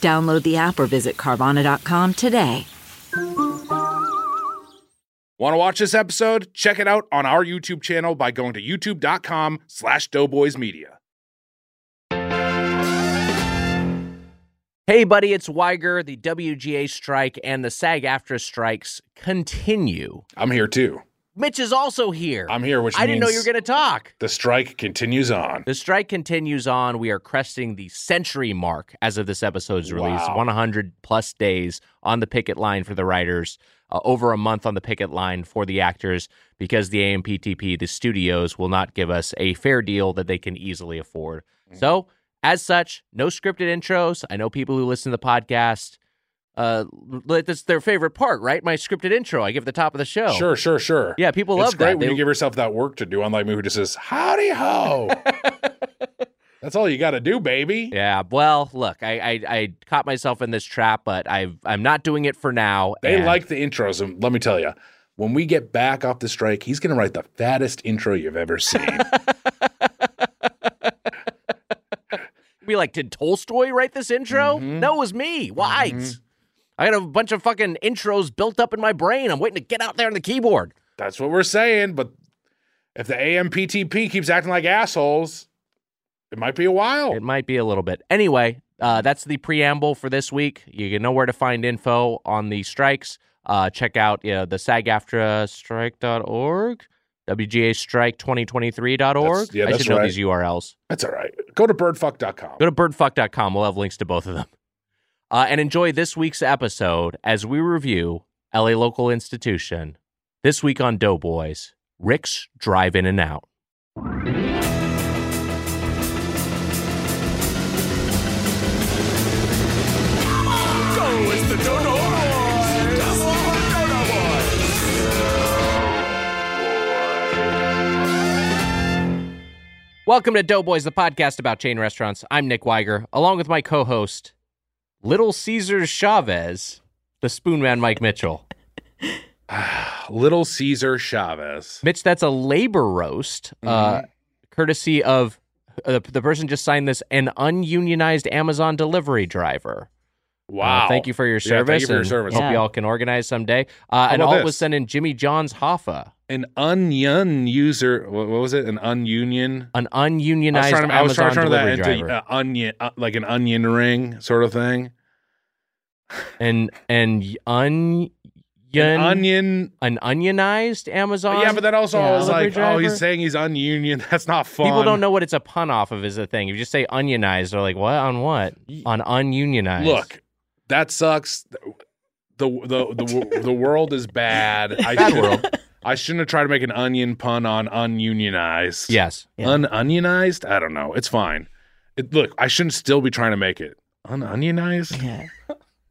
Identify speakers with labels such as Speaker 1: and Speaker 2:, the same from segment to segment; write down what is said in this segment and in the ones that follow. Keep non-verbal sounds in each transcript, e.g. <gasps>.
Speaker 1: Download the app or visit Carvana.com today.
Speaker 2: Want to watch this episode? Check it out on our YouTube channel by going to youtube.com slash doughboysmedia.
Speaker 3: Hey, buddy, it's Weiger. The WGA strike and the SAG AFTRA strikes continue.
Speaker 2: I'm here too.
Speaker 3: Mitch is also here.
Speaker 2: I'm here, which
Speaker 3: I didn't know you were
Speaker 2: means-
Speaker 3: going to talk.
Speaker 2: The strike continues on.
Speaker 3: The strike continues on. We are cresting the century mark as of this episode's release
Speaker 2: Wow.
Speaker 3: 100 plus days on the picket line for the writers, uh, over a month on the picket line for the actors, because the AMPTP, the studios, will not give us a fair deal that they can easily afford.
Speaker 2: Mm.
Speaker 3: So, as such, no scripted intros. I know people who listen to the podcast. Uh, l- that's their favorite part, right? My scripted intro I give at the top of the show.
Speaker 2: Sure, sure, sure.
Speaker 3: Oh. Yeah, people
Speaker 2: it's
Speaker 3: love
Speaker 2: great
Speaker 3: that.
Speaker 2: when
Speaker 3: They-
Speaker 2: you give yourself that work to do, unlike me who just says, howdy
Speaker 3: <laughs>
Speaker 2: ho. That's all you got to do, baby.
Speaker 3: Yeah. Well, look, I, I I caught myself in this trap, but I've I'm not doing it for now.
Speaker 2: They
Speaker 3: and-
Speaker 2: like the intros. And let me tell you, when we get back off the strike, he's going to write the fattest intro you've ever
Speaker 3: <laughs>
Speaker 2: seen.
Speaker 3: be like, did Tolstoy write this intro?
Speaker 2: Mm-hmm.
Speaker 3: No, it was me. Why? I got a bunch of fucking intros built up in my brain. I'm waiting to get out there on the keyboard.
Speaker 2: That's what we're saying. But if the AMPTP keeps acting like assholes, it might be a while.
Speaker 3: It might be a little bit. Anyway, uh, that's the preamble for this week. You know where to find info on the strikes. Uh, check out uh, the SAG-AFTRA strike.org, WGA strike 2023.org.
Speaker 2: That's- yeah,
Speaker 3: I
Speaker 2: that's
Speaker 3: should know
Speaker 2: right.
Speaker 3: these URLs.
Speaker 2: That's all right. Go to birdfuck.com.
Speaker 3: Go to birdfuck.com. We'll have links to both of them. Uh, and enjoy this week's episode as we review LA Local Institution. This week on Doughboys, Rick's Drive In and Out. Welcome to Doughboys, the podcast about chain restaurants. I'm Nick Weiger, along with my co host, Little Caesars Chavez, the spoon man, Mike Mitchell.
Speaker 2: Little Caesar Chavez.
Speaker 3: Mitch, that's a labor roast, uh, courtesy of uh, the person just signed this an ununionized Amazon delivery driver.
Speaker 2: Wow.
Speaker 3: Uh, thank you for your
Speaker 2: Yeah, thank
Speaker 3: service.
Speaker 2: you for your
Speaker 3: and
Speaker 2: service.
Speaker 3: Hope
Speaker 2: Yeah.
Speaker 3: you all can organize someday. Uh, and
Speaker 2: about
Speaker 3: all
Speaker 2: this?
Speaker 3: was sent in Jimmy John's Hoffa,
Speaker 2: An onion user. What, what was it? An ununion?
Speaker 3: an ununionized
Speaker 2: I was trying to, I was
Speaker 3: Amazon
Speaker 2: trying to turn that
Speaker 3: delivery
Speaker 2: into
Speaker 3: driver.
Speaker 2: uh, onion, uh, like an onion ring sort of thing.
Speaker 3: and and y- un,
Speaker 2: An onion.
Speaker 3: an unionized Amazon.
Speaker 2: Yeah, but that also
Speaker 3: yeah,
Speaker 2: I was
Speaker 3: delivery
Speaker 2: like, oh,
Speaker 3: driver?
Speaker 2: he's saying he's ununion. <laughs> That's not fun.
Speaker 3: People don't know what it's a pun off of is a thing. If you just say unionized, they're like, what on what on ununionized?
Speaker 2: Look, that sucks. The the the
Speaker 3: <laughs>
Speaker 2: the, the world is bad. I
Speaker 3: Bad
Speaker 2: should-
Speaker 3: world.
Speaker 2: I shouldn't have tried to make an onion pun on ununionized.
Speaker 3: yes,
Speaker 2: ununionized. I don't know. It's fine. It, look, I shouldn't still be trying to make it ununionized.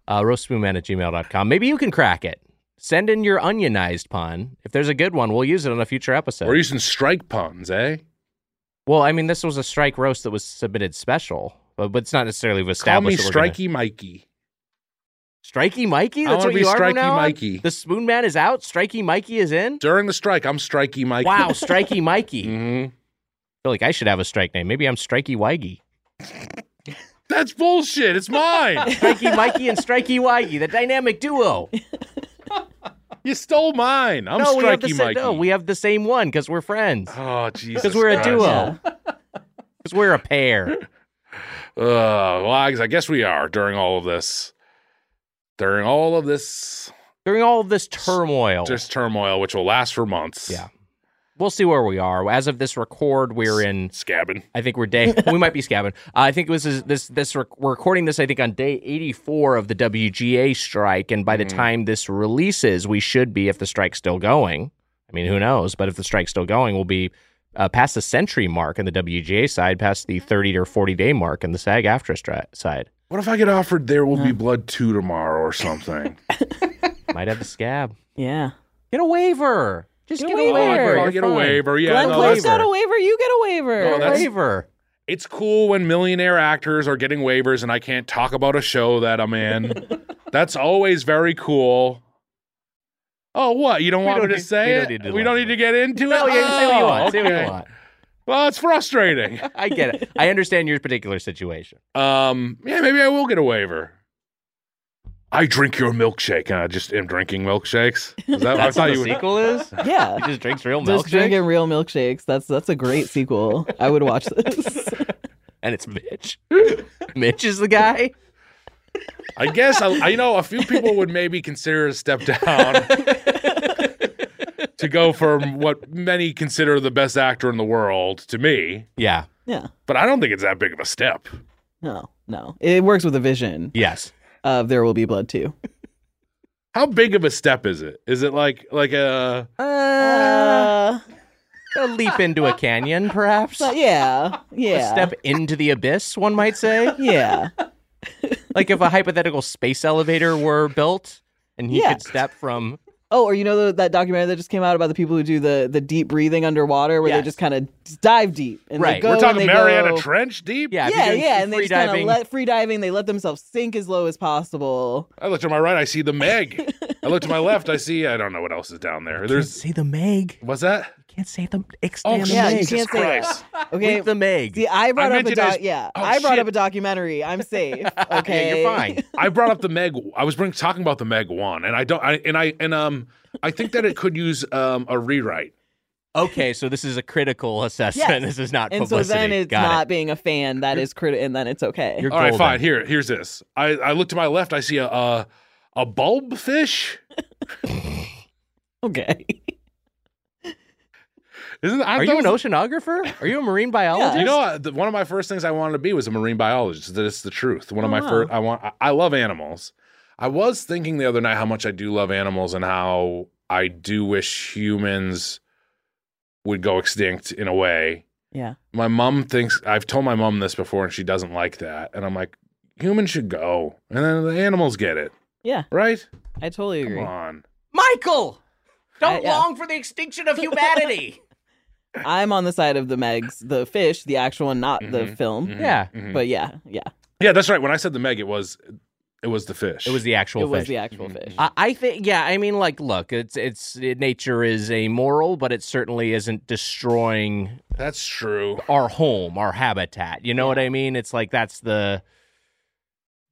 Speaker 3: uh, roastspoonman at gmail.com. Maybe you can crack it. Send in your unionized pun. If there's a good one, we'll use it on a future episode.
Speaker 2: We're using strike puns, eh?
Speaker 3: Well, I mean, this was a strike roast that was submitted special, but, but it's not necessarily
Speaker 2: Call me
Speaker 3: established. that we're gonna-
Speaker 2: Strikey Mikey.
Speaker 3: Strikey Mikey.
Speaker 2: I
Speaker 3: That's
Speaker 2: wanna
Speaker 3: what
Speaker 2: be
Speaker 3: you are from
Speaker 2: Strikey
Speaker 3: now on?
Speaker 2: Mikey.
Speaker 3: The Spoon Man is out. Strikey Mikey is in.
Speaker 2: During the strike, I'm Strikey Mikey.
Speaker 3: Wow,
Speaker 2: <laughs>
Speaker 3: Strikey Mikey. I
Speaker 2: hmm
Speaker 3: feel like I should have a strike name. Maybe I'm Strikey Wiggy.
Speaker 2: That's bullshit. It's
Speaker 3: <laughs>
Speaker 2: mine.
Speaker 3: Strikey Mikey and Strikey Wiggy, the dynamic duo.
Speaker 2: you stole mine. I'm
Speaker 3: no,
Speaker 2: Strikey
Speaker 3: we have the sa-
Speaker 2: Mikey.
Speaker 3: no, we have the same one because we're friends.
Speaker 2: oh Jesus.
Speaker 3: Because we're a
Speaker 2: Christ.
Speaker 3: duo. <laughs> Because we're a pair.
Speaker 2: Uh, well, I I guess we are during all of this. During all of this,
Speaker 3: During all of this turmoil,
Speaker 2: this turmoil, which will last for months.
Speaker 3: Yeah. we'll see where we are. As of this record, we're in.
Speaker 2: Scabbing.
Speaker 3: I think we're
Speaker 4: <laughs>
Speaker 3: day. we might be scabbing. Uh, I think this is this this rec- we're recording this. I think on day eighty four of the WGA strike, and by
Speaker 4: Mm.
Speaker 3: the time this releases, we should be if the strike's still going. I mean, who knows? But if the strike's still going, we'll be uh, past the century mark on the WGA side, past the thirty or forty day mark in the SAG after side.
Speaker 2: What if I get offered There Will Be Blood 2 tomorrow or something?
Speaker 3: Might have the scab.
Speaker 4: <laughs> Yeah.
Speaker 3: Get a waiver. Just
Speaker 4: Get
Speaker 3: get,
Speaker 4: a
Speaker 3: a waiver.
Speaker 4: waiver.
Speaker 3: You're
Speaker 2: I Oh get a
Speaker 3: fine.
Speaker 2: waiver. Yeah,
Speaker 4: Glenn
Speaker 2: no,
Speaker 4: Close
Speaker 2: that's-
Speaker 4: got a waiver. You get a waiver.
Speaker 2: No, that's-
Speaker 3: waiver.
Speaker 2: it's cool when millionaire actors are getting waivers and I can't talk about a show that I'm
Speaker 3: <laughs>
Speaker 2: in. That's always very cool. Oh, what? You don't
Speaker 3: We
Speaker 2: want
Speaker 3: don't
Speaker 2: me to
Speaker 3: need-
Speaker 2: say
Speaker 3: we don't
Speaker 2: it?
Speaker 3: need to
Speaker 2: we don't
Speaker 3: elaborate.
Speaker 2: need to get into
Speaker 3: No,
Speaker 2: it.
Speaker 3: yeah, say what you
Speaker 2: Oh,
Speaker 3: want. Say what
Speaker 2: okay.
Speaker 3: you want.
Speaker 2: Well, it's frustrating.
Speaker 3: <laughs> I get it. I understand your particular situation.
Speaker 2: Um, yeah, maybe I will get a waiver. I drink your milkshake, and I just am drinking milkshakes. Is that, I
Speaker 3: That's
Speaker 2: thought
Speaker 3: what the
Speaker 2: you would.
Speaker 3: sequel is. <laughs>
Speaker 4: Yeah.
Speaker 3: He Oh. just drinks real
Speaker 4: Just drinking
Speaker 3: milkshake,
Speaker 4: real milkshakes. That's that's a great sequel. I would <laughs> watch this.
Speaker 3: and it's Mitch. <laughs> Mitch is the guy.
Speaker 2: I guess I, I you know a few people would maybe consider it a step down to go from what many consider the best actor in the world to me,
Speaker 3: Yeah.
Speaker 4: yeah.
Speaker 2: but I don't think it's that big of a step.
Speaker 4: No, no. It works with a vision
Speaker 3: Yes.
Speaker 4: of there will be blood too.
Speaker 2: How big of a step is it? Is it like like a
Speaker 4: Uh,
Speaker 3: A leap into a canyon, perhaps.
Speaker 4: so- yeah.
Speaker 3: A
Speaker 4: Yeah.
Speaker 3: step into the abyss, one might say.
Speaker 4: Yeah.
Speaker 3: like if a hypothetical space elevator were built, and he
Speaker 4: Yeah.
Speaker 3: could step from.
Speaker 4: Oh, or you know the, that documentary that just came out about the people who do the, the deep breathing underwater where they
Speaker 3: Yes.
Speaker 4: just kind of dive deep and they
Speaker 3: Right. We're
Speaker 4: go
Speaker 2: we're
Speaker 4: and
Speaker 2: talking
Speaker 4: they
Speaker 2: Mariana
Speaker 4: go-
Speaker 2: Trench deep?
Speaker 3: Yeah. if you're
Speaker 4: Yeah,
Speaker 3: doing
Speaker 4: yeah, and they
Speaker 3: free
Speaker 4: just kind of
Speaker 3: diving,
Speaker 4: let free diving. They let themselves sink as low as possible.
Speaker 2: I look to my right, I see the Meg. I look to my left, I see I don't know what else is down there. There's
Speaker 3: say the Meg.
Speaker 2: what's that?
Speaker 3: Can't say the
Speaker 2: Oh,
Speaker 3: extend
Speaker 4: yeah, you
Speaker 3: Meg.
Speaker 4: can't
Speaker 2: Jesus
Speaker 4: say that. <laughs>
Speaker 2: Christ!
Speaker 4: Okay,
Speaker 3: Leave the Meg.
Speaker 4: See, I brought up
Speaker 2: meant
Speaker 4: a
Speaker 2: it
Speaker 4: doc.
Speaker 2: as-
Speaker 4: yeah,
Speaker 2: Oh,
Speaker 4: I brought
Speaker 2: shit.
Speaker 4: up a documentary.
Speaker 3: <laughs>
Speaker 4: I'm safe.
Speaker 3: Yeah,
Speaker 4: Okay,
Speaker 3: you're fine.
Speaker 2: I brought up the Meg. I was bring, talking about the Meg one, and I don't. I, and I and um, I think that it could use um a rewrite.
Speaker 3: Okay, so this is a critical assessment.
Speaker 4: Yes.
Speaker 3: This is not
Speaker 4: <laughs> And so
Speaker 3: publicity.
Speaker 4: then it's
Speaker 3: Got
Speaker 4: not
Speaker 3: it.
Speaker 4: being a fan that is critical, and then it's okay.
Speaker 3: You're
Speaker 2: All right,
Speaker 3: golden.
Speaker 2: fine. Here, here's this. I I look to my left. I see a a, a bulb fish.
Speaker 4: <laughs> okay.
Speaker 2: Isn't I
Speaker 3: Are you an
Speaker 2: those-
Speaker 3: oceanographer? Are you a
Speaker 4: <laughs>
Speaker 3: marine biologist?
Speaker 2: You know, uh, the, one of my first things I wanted to be was a marine biologist. That it's the truth. One of
Speaker 4: Oh,
Speaker 2: my
Speaker 4: wow.
Speaker 2: first. I want. I, I love animals. I was thinking the other night how much I do love animals and how I do wish humans would go extinct in a way.
Speaker 4: Yeah.
Speaker 2: my mom thinks I've told my mom this before and she doesn't like that. And I'm like, humans should go. And then the animals get it.
Speaker 4: Yeah.
Speaker 2: Right?
Speaker 4: I totally agree.
Speaker 2: Come on.
Speaker 3: Michael,
Speaker 4: don't Uh, yeah. long
Speaker 3: for the extinction of humanity.
Speaker 4: I'm on the side of the Megs, the fish, the actual one, not the
Speaker 3: Mm-hmm.
Speaker 2: Mhm,
Speaker 4: film.
Speaker 2: Mhm,
Speaker 3: Yeah.
Speaker 2: mhm.
Speaker 4: But yeah, yeah,
Speaker 2: yeah, that's right. When I said the Meg, it was it was the fish.
Speaker 3: it was the actual
Speaker 4: it was
Speaker 3: fish. Mm-hmm.
Speaker 4: the actual
Speaker 2: Mhm.
Speaker 4: fish.
Speaker 3: I, I think, yeah, I mean, like, look, it's it's it, nature is amoral, but it certainly isn't destroying
Speaker 2: That's true.
Speaker 3: our home, our habitat. You know what I mean? It's like that's the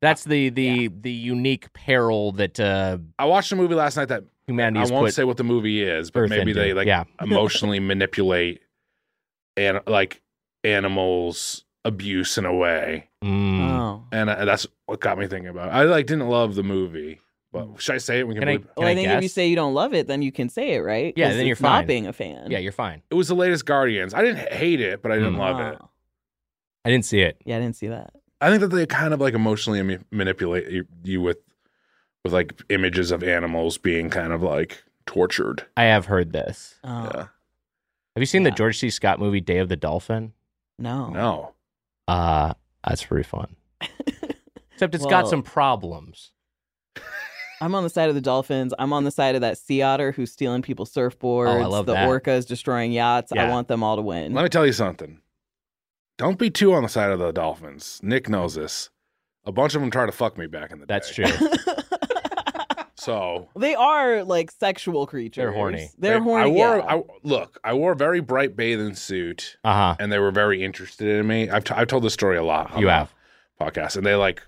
Speaker 3: that's the the the unique peril that uh,
Speaker 2: I watched a movie last night that
Speaker 3: humanity
Speaker 2: I
Speaker 3: has
Speaker 2: won't
Speaker 3: put
Speaker 2: say what the movie is, but
Speaker 3: Earth
Speaker 2: maybe
Speaker 3: into.
Speaker 2: they like
Speaker 3: yeah. <laughs>
Speaker 2: emotionally manipulate and like animals abuse in a way.
Speaker 3: Mm.
Speaker 4: Oh.
Speaker 2: And uh, that's what got me thinking about it. I like didn't love the movie, but should I say it? We can,
Speaker 3: Can I-
Speaker 2: bleep-
Speaker 4: Well,
Speaker 3: I
Speaker 4: I think if you
Speaker 3: guess?
Speaker 4: say you don't love it, then you can say it, right?
Speaker 3: Yeah,
Speaker 4: 'Cause
Speaker 3: then you're
Speaker 4: it's not
Speaker 3: fine.
Speaker 4: being a fan.
Speaker 3: yeah, you're fine.
Speaker 2: It was the latest Guardians. I didn't h- hate it, but I didn't
Speaker 3: Mm.
Speaker 2: love it.
Speaker 4: Oh.
Speaker 3: I didn't see it.
Speaker 4: Yeah, I didn't see that.
Speaker 2: I think that they kind of like emotionally ma- manipulate you, you with with like images of animals being kind of like tortured.
Speaker 3: I have heard this.
Speaker 4: Oh,
Speaker 2: Yeah.
Speaker 3: Have you seen
Speaker 4: Yeah.
Speaker 3: the George C. Scott movie Day of the Dolphin?
Speaker 4: No.
Speaker 3: Oh.
Speaker 2: No.
Speaker 3: Uh that's pretty fun. <laughs> Except it's got
Speaker 4: Well-
Speaker 3: some problems.
Speaker 4: I'm on the side of the dolphins. I'm on the side of that sea otter who's stealing people's surfboards.
Speaker 3: love
Speaker 4: the
Speaker 3: that.
Speaker 4: orcas destroying yachts. I
Speaker 3: Yeah.
Speaker 4: want them all to win.
Speaker 2: Let me tell you something. Don't be too on the side of the dolphins. Nick knows this. A bunch of them tried to fuck me back in the day.
Speaker 3: That's true.
Speaker 2: So
Speaker 4: <laughs> they are like sexual creatures.
Speaker 3: horny.
Speaker 4: They're
Speaker 2: they-
Speaker 4: horny.
Speaker 2: I wore
Speaker 4: yeah.
Speaker 2: I, look. I wore a very bright bathing suit, <laughs>
Speaker 3: Uh-huh.
Speaker 2: and they were very interested in me. I've, t- I've told this story a lot. on
Speaker 3: You
Speaker 2: the
Speaker 3: have.
Speaker 2: podcast and they like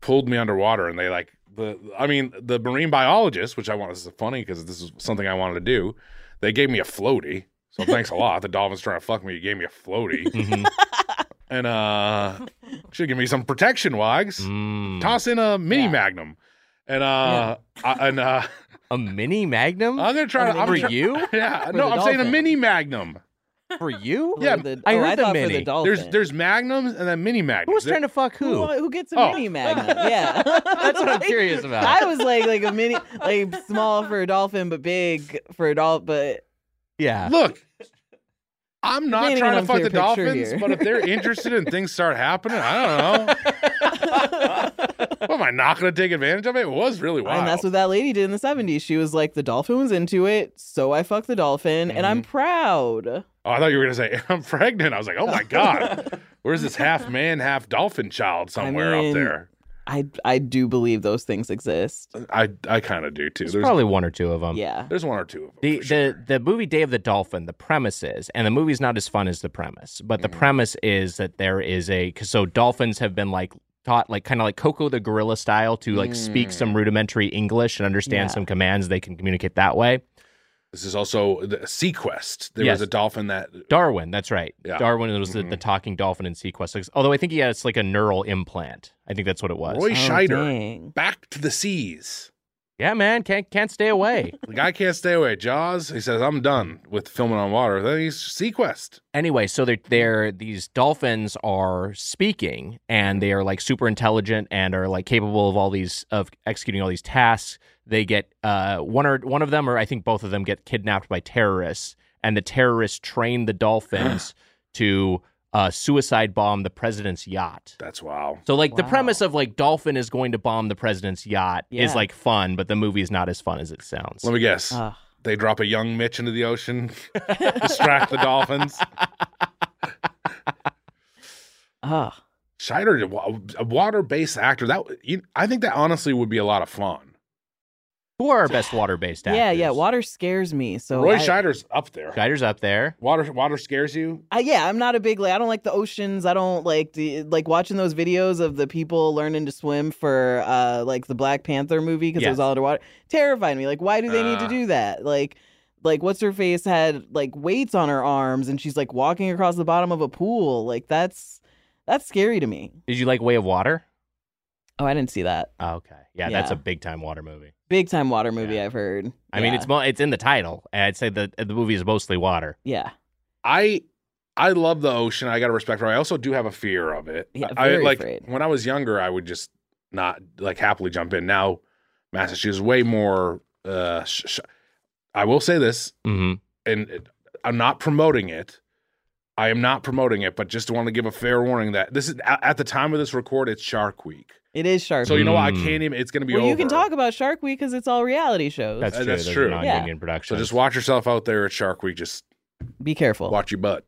Speaker 2: pulled me underwater and they like the i mean the marine biologist which i want this is funny because this is something i wanted to do they gave me a floaty so thanks a lot the dolphins trying to fuck me you gave me a floaty
Speaker 3: Mhm.
Speaker 2: and uh should give me some protection wags
Speaker 3: Mm.
Speaker 2: toss in a mini
Speaker 4: Yeah.
Speaker 2: magnum and uh I, and
Speaker 4: <laughs>
Speaker 2: uh
Speaker 3: A mini magnum?
Speaker 2: i'm gonna try to I'm
Speaker 3: for
Speaker 2: try-
Speaker 3: you?
Speaker 2: <laughs> yeah
Speaker 4: For
Speaker 2: no
Speaker 4: the
Speaker 2: i'm saying a
Speaker 4: dolphin.
Speaker 2: mini magnum
Speaker 3: For you?
Speaker 4: For
Speaker 2: yeah,
Speaker 4: the,
Speaker 3: I
Speaker 4: oh,
Speaker 3: heard
Speaker 4: I
Speaker 3: the
Speaker 4: thought for
Speaker 3: mini.
Speaker 4: the dolphin.
Speaker 2: there's there's magnums and then mini magnums
Speaker 3: Who was
Speaker 2: There-
Speaker 3: trying to fuck who?
Speaker 4: who, who gets a
Speaker 2: Oh.
Speaker 4: mini magnet? Yeah, that's <laughs>
Speaker 3: what I'm curious about.
Speaker 4: I was like like a mini, like small for a dolphin, but big for a dolphin. But
Speaker 3: Yeah.
Speaker 2: Look, I'm not
Speaker 4: painting
Speaker 2: trying
Speaker 4: an
Speaker 2: to fuck the
Speaker 4: unclear picture
Speaker 2: Dolphins,
Speaker 4: here.
Speaker 2: but if they're interested and things start happening, I don't know.
Speaker 4: <laughs>
Speaker 2: I not going to take advantage of it? It was really wild.
Speaker 4: And that's what that lady did in the 70s. She was like, the dolphin was into it, so I fucked the dolphin, and I'm proud.
Speaker 2: oh, I thought you were going to say, <laughs> I'm pregnant. I was like, oh my
Speaker 4: <laughs>
Speaker 2: God. Where's this half man, half dolphin child somewhere
Speaker 4: mean-
Speaker 2: up there?
Speaker 4: I I do believe those things exist.
Speaker 3: Uh,
Speaker 2: I, I kind of do too.
Speaker 3: There's
Speaker 2: There's,
Speaker 3: probably one or two of them.
Speaker 4: Yeah.
Speaker 2: there's one or two of them.
Speaker 3: The,
Speaker 2: for sure.
Speaker 3: the the movie Day of the Dolphin, the premise is, and the movie's not as fun as the premise, but
Speaker 2: Mm-hmm.
Speaker 3: the premise is that there is a 'cause so dolphins have been like taught like kind of like Coco the gorilla style to like
Speaker 2: Mm.
Speaker 3: speak some rudimentary English and understand
Speaker 4: Yeah.
Speaker 3: some commands. They can communicate that way.
Speaker 2: This is also the Sea Quest. There
Speaker 3: Yes.
Speaker 2: was a dolphin that
Speaker 3: Darwin, that's right.
Speaker 2: Yeah. Mm-hmm.
Speaker 3: Darwin was the, the talking dolphin in Sequest. Although I think he has like a neural implant. I think that's what it was.
Speaker 2: Roy Scheider.
Speaker 4: Oh, dang.
Speaker 2: Back to the seas.
Speaker 3: Yeah, man, can't can't stay away.
Speaker 2: The guy can't stay away. Jaws. He says, "I'm done with filming on water." Then he's Sea Quest.
Speaker 3: anyway, so
Speaker 4: Mm-hmm.
Speaker 3: they're, they're these dolphins are speaking and they are like super intelligent and are like capable of all these of executing all these tasks. They get uh, one or one of them or I think both of them get kidnapped by terrorists and the terrorists train the
Speaker 4: <gasps>
Speaker 3: dolphins to uh, suicide bomb the president's yacht.
Speaker 2: That's wow.
Speaker 3: So like the
Speaker 4: Wow.
Speaker 3: premise of like dolphin is going to bomb the president's yacht
Speaker 4: Yeah.
Speaker 3: is like fun, but the movie's not as fun as it sounds.
Speaker 2: Let me guess.
Speaker 3: Uh.
Speaker 4: Ugh.
Speaker 2: they drop a young Mitch into the
Speaker 3: <laughs>
Speaker 2: ocean, distract the dolphins.
Speaker 4: Ugh.
Speaker 2: Scheider, a wa- a water-based actor. That you, I think that honestly would be a lot of fun.
Speaker 3: Who
Speaker 4: <laughs>
Speaker 3: are our best water based actors?
Speaker 4: yeah, yeah. Water scares me. So
Speaker 2: Roy
Speaker 4: I,
Speaker 2: Scheider's up there.
Speaker 3: Scheider's up there.
Speaker 2: Water, water scares you.
Speaker 4: I, yeah, I'm not a big like. I don't like the oceans. I don't like the like watching those videos of the people learning to swim for uh like the Black Panther movie because it was
Speaker 3: Yes. Uh.
Speaker 4: all underwater. Terrified me. Like, why do they need to
Speaker 2: Ah.
Speaker 4: do that? Like, like what's her face had like weights on her arms and she's like walking across the bottom of a pool. Like that's that's scary to me.
Speaker 3: Did you like Way of Water?
Speaker 4: Oh, I didn't see that
Speaker 3: Oh, okay. Yeah, that's a
Speaker 4: Yeah.
Speaker 3: big time water movie.
Speaker 4: big time water movie.
Speaker 3: Yeah.
Speaker 4: I've heard.
Speaker 3: I mean,
Speaker 4: Yeah.
Speaker 3: it's mo- it's in the title. and I'd say that uh, the movie is mostly water.
Speaker 4: yeah.
Speaker 2: I I love the ocean. I got a respect for it. I also do have a fear of it.
Speaker 4: Yeah,
Speaker 2: I I-
Speaker 4: very
Speaker 2: like
Speaker 4: afraid.
Speaker 2: when I was younger, I would just not like happily jump in. Now, Massachusetts is way more. Uh, sh- sh- I will say this,
Speaker 3: Mm-hmm.
Speaker 2: and it, I'm not promoting it. I am not promoting it, but just want to give a fair warning that this is at, at the time of this record, it's Shark Week.
Speaker 4: It is sharp.
Speaker 2: So you know what? I
Speaker 3: Mm.
Speaker 2: can't even. It's going to be
Speaker 4: well,
Speaker 2: over.
Speaker 4: you can talk about Shark Week because it's all reality shows.
Speaker 3: That's
Speaker 2: Uh,
Speaker 3: true.
Speaker 2: that's
Speaker 3: Those are
Speaker 2: true.
Speaker 3: Non-union
Speaker 2: So
Speaker 3: production.
Speaker 2: just watch yourself out there at Shark Week. Just
Speaker 4: Be careful.
Speaker 2: watch your butt.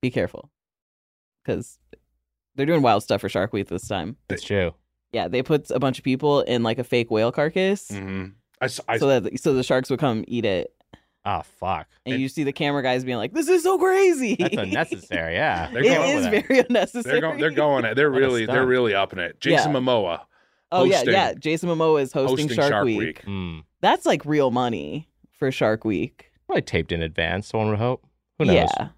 Speaker 4: be careful because they're doing wild stuff for Shark Week this time.
Speaker 3: That's true.
Speaker 4: Yeah, they put a bunch of people in like a fake whale carcass
Speaker 2: Mm-hmm. I, s- I-
Speaker 4: so that so the sharks would come eat it,
Speaker 2: <laughs>
Speaker 3: Ah, fuck.
Speaker 4: and you see the camera guys being like, "This is so crazy."
Speaker 3: That's
Speaker 4: <laughs>
Speaker 3: unnecessary. Yeah.
Speaker 2: They're
Speaker 4: It
Speaker 2: going
Speaker 4: is
Speaker 3: with it.
Speaker 4: very <laughs>
Speaker 2: they're
Speaker 4: unnecessary.
Speaker 2: going.
Speaker 4: <laughs>
Speaker 2: They're going. it. They're
Speaker 3: What a
Speaker 2: really. They're
Speaker 3: stunt.
Speaker 2: really upping it. Jason
Speaker 4: Yeah.
Speaker 2: Momoa.
Speaker 4: oh yeah,
Speaker 2: hosting-
Speaker 4: yeah. Jason Momoa is hosting, Shark, Week.
Speaker 3: Mm.
Speaker 4: That's like real money for Shark Week.
Speaker 3: Probably taped in advance. One would hope. Who knows?
Speaker 4: Yeah,
Speaker 2: Yeah,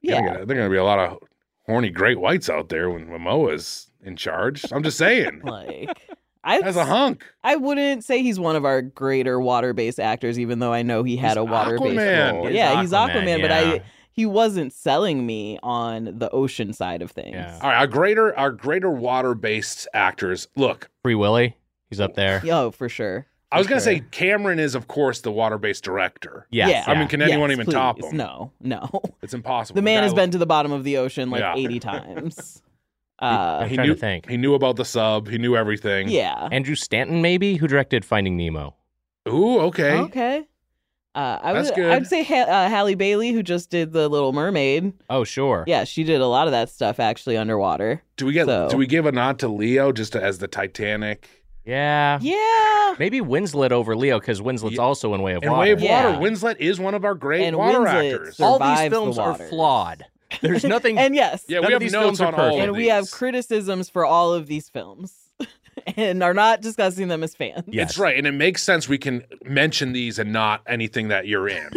Speaker 4: yeah.
Speaker 2: There are going to be a lot of horny great whites out there when Momoa's in charge. I'm just saying. <laughs>
Speaker 4: like I
Speaker 2: As a hunk.
Speaker 4: I wouldn't say he's one of our greater water-based actors, even though I know he had
Speaker 2: He's
Speaker 4: a water-based
Speaker 2: Aquaman.
Speaker 4: role.
Speaker 2: He's
Speaker 4: yeah, he's Aquaman, but
Speaker 3: yeah.
Speaker 4: I he wasn't selling me on the ocean side of things.
Speaker 3: Yeah.
Speaker 2: All right, our greater our greater water based actors. Look,
Speaker 3: Free Willy. He's up there.
Speaker 4: Yo, for sure.
Speaker 2: I was
Speaker 4: For
Speaker 2: going to
Speaker 4: sure.
Speaker 2: say Cameron is of course the water based director.
Speaker 3: Yes,
Speaker 4: Yeah.
Speaker 3: yeah.
Speaker 2: I mean, can anyone
Speaker 4: Yes,
Speaker 2: even
Speaker 4: please.
Speaker 2: top him?
Speaker 4: No, no.
Speaker 2: It's impossible.
Speaker 4: The man
Speaker 2: guy
Speaker 4: has
Speaker 2: looked-
Speaker 4: been to the bottom of the ocean like
Speaker 2: Yeah.
Speaker 3: <laughs>
Speaker 4: 80 times. Uh,
Speaker 3: I'm
Speaker 2: he
Speaker 3: trying to
Speaker 2: knew,
Speaker 3: think.
Speaker 2: He knew about the sub. He knew everything.
Speaker 4: yeah.
Speaker 3: Andrew Stanton, maybe, who directed Finding Nemo.
Speaker 2: Ooh. Okay.
Speaker 4: Okay. Uh, I
Speaker 2: That's
Speaker 4: would
Speaker 2: good.
Speaker 4: I'd say ha- uh, Halle Bailey, who just did the Little Mermaid.
Speaker 3: Oh, sure.
Speaker 4: Yeah, she did a lot of that stuff actually underwater.
Speaker 2: Do we get?
Speaker 4: So-
Speaker 2: Do we give a nod to Leo just to, as the Titanic?
Speaker 3: Yeah.
Speaker 4: Yeah,
Speaker 3: Maybe Winslet over Leo because Winslet's
Speaker 2: Yeah.
Speaker 3: also in Way of
Speaker 2: And
Speaker 3: Water.
Speaker 2: Way of
Speaker 4: Yeah.
Speaker 2: Water. Winslet is one of our great
Speaker 4: And
Speaker 2: water
Speaker 4: Winslet
Speaker 2: actors.
Speaker 4: sur-
Speaker 3: All these
Speaker 4: survives the
Speaker 3: films are
Speaker 4: waters.
Speaker 3: flawed.
Speaker 4: <laughs>
Speaker 3: There's nothing.
Speaker 4: and yes,
Speaker 2: yeah,
Speaker 3: none
Speaker 2: we
Speaker 3: of
Speaker 2: have
Speaker 3: these
Speaker 2: notes
Speaker 3: films are
Speaker 2: on all.
Speaker 3: perfect.
Speaker 2: Of
Speaker 4: and we have
Speaker 2: these.
Speaker 4: criticisms for all of these films, <laughs> and are not discussing them as fans.
Speaker 3: Yes.
Speaker 2: That's right, and it makes sense. We can mention these and not anything that you're
Speaker 4: <laughs>
Speaker 2: in.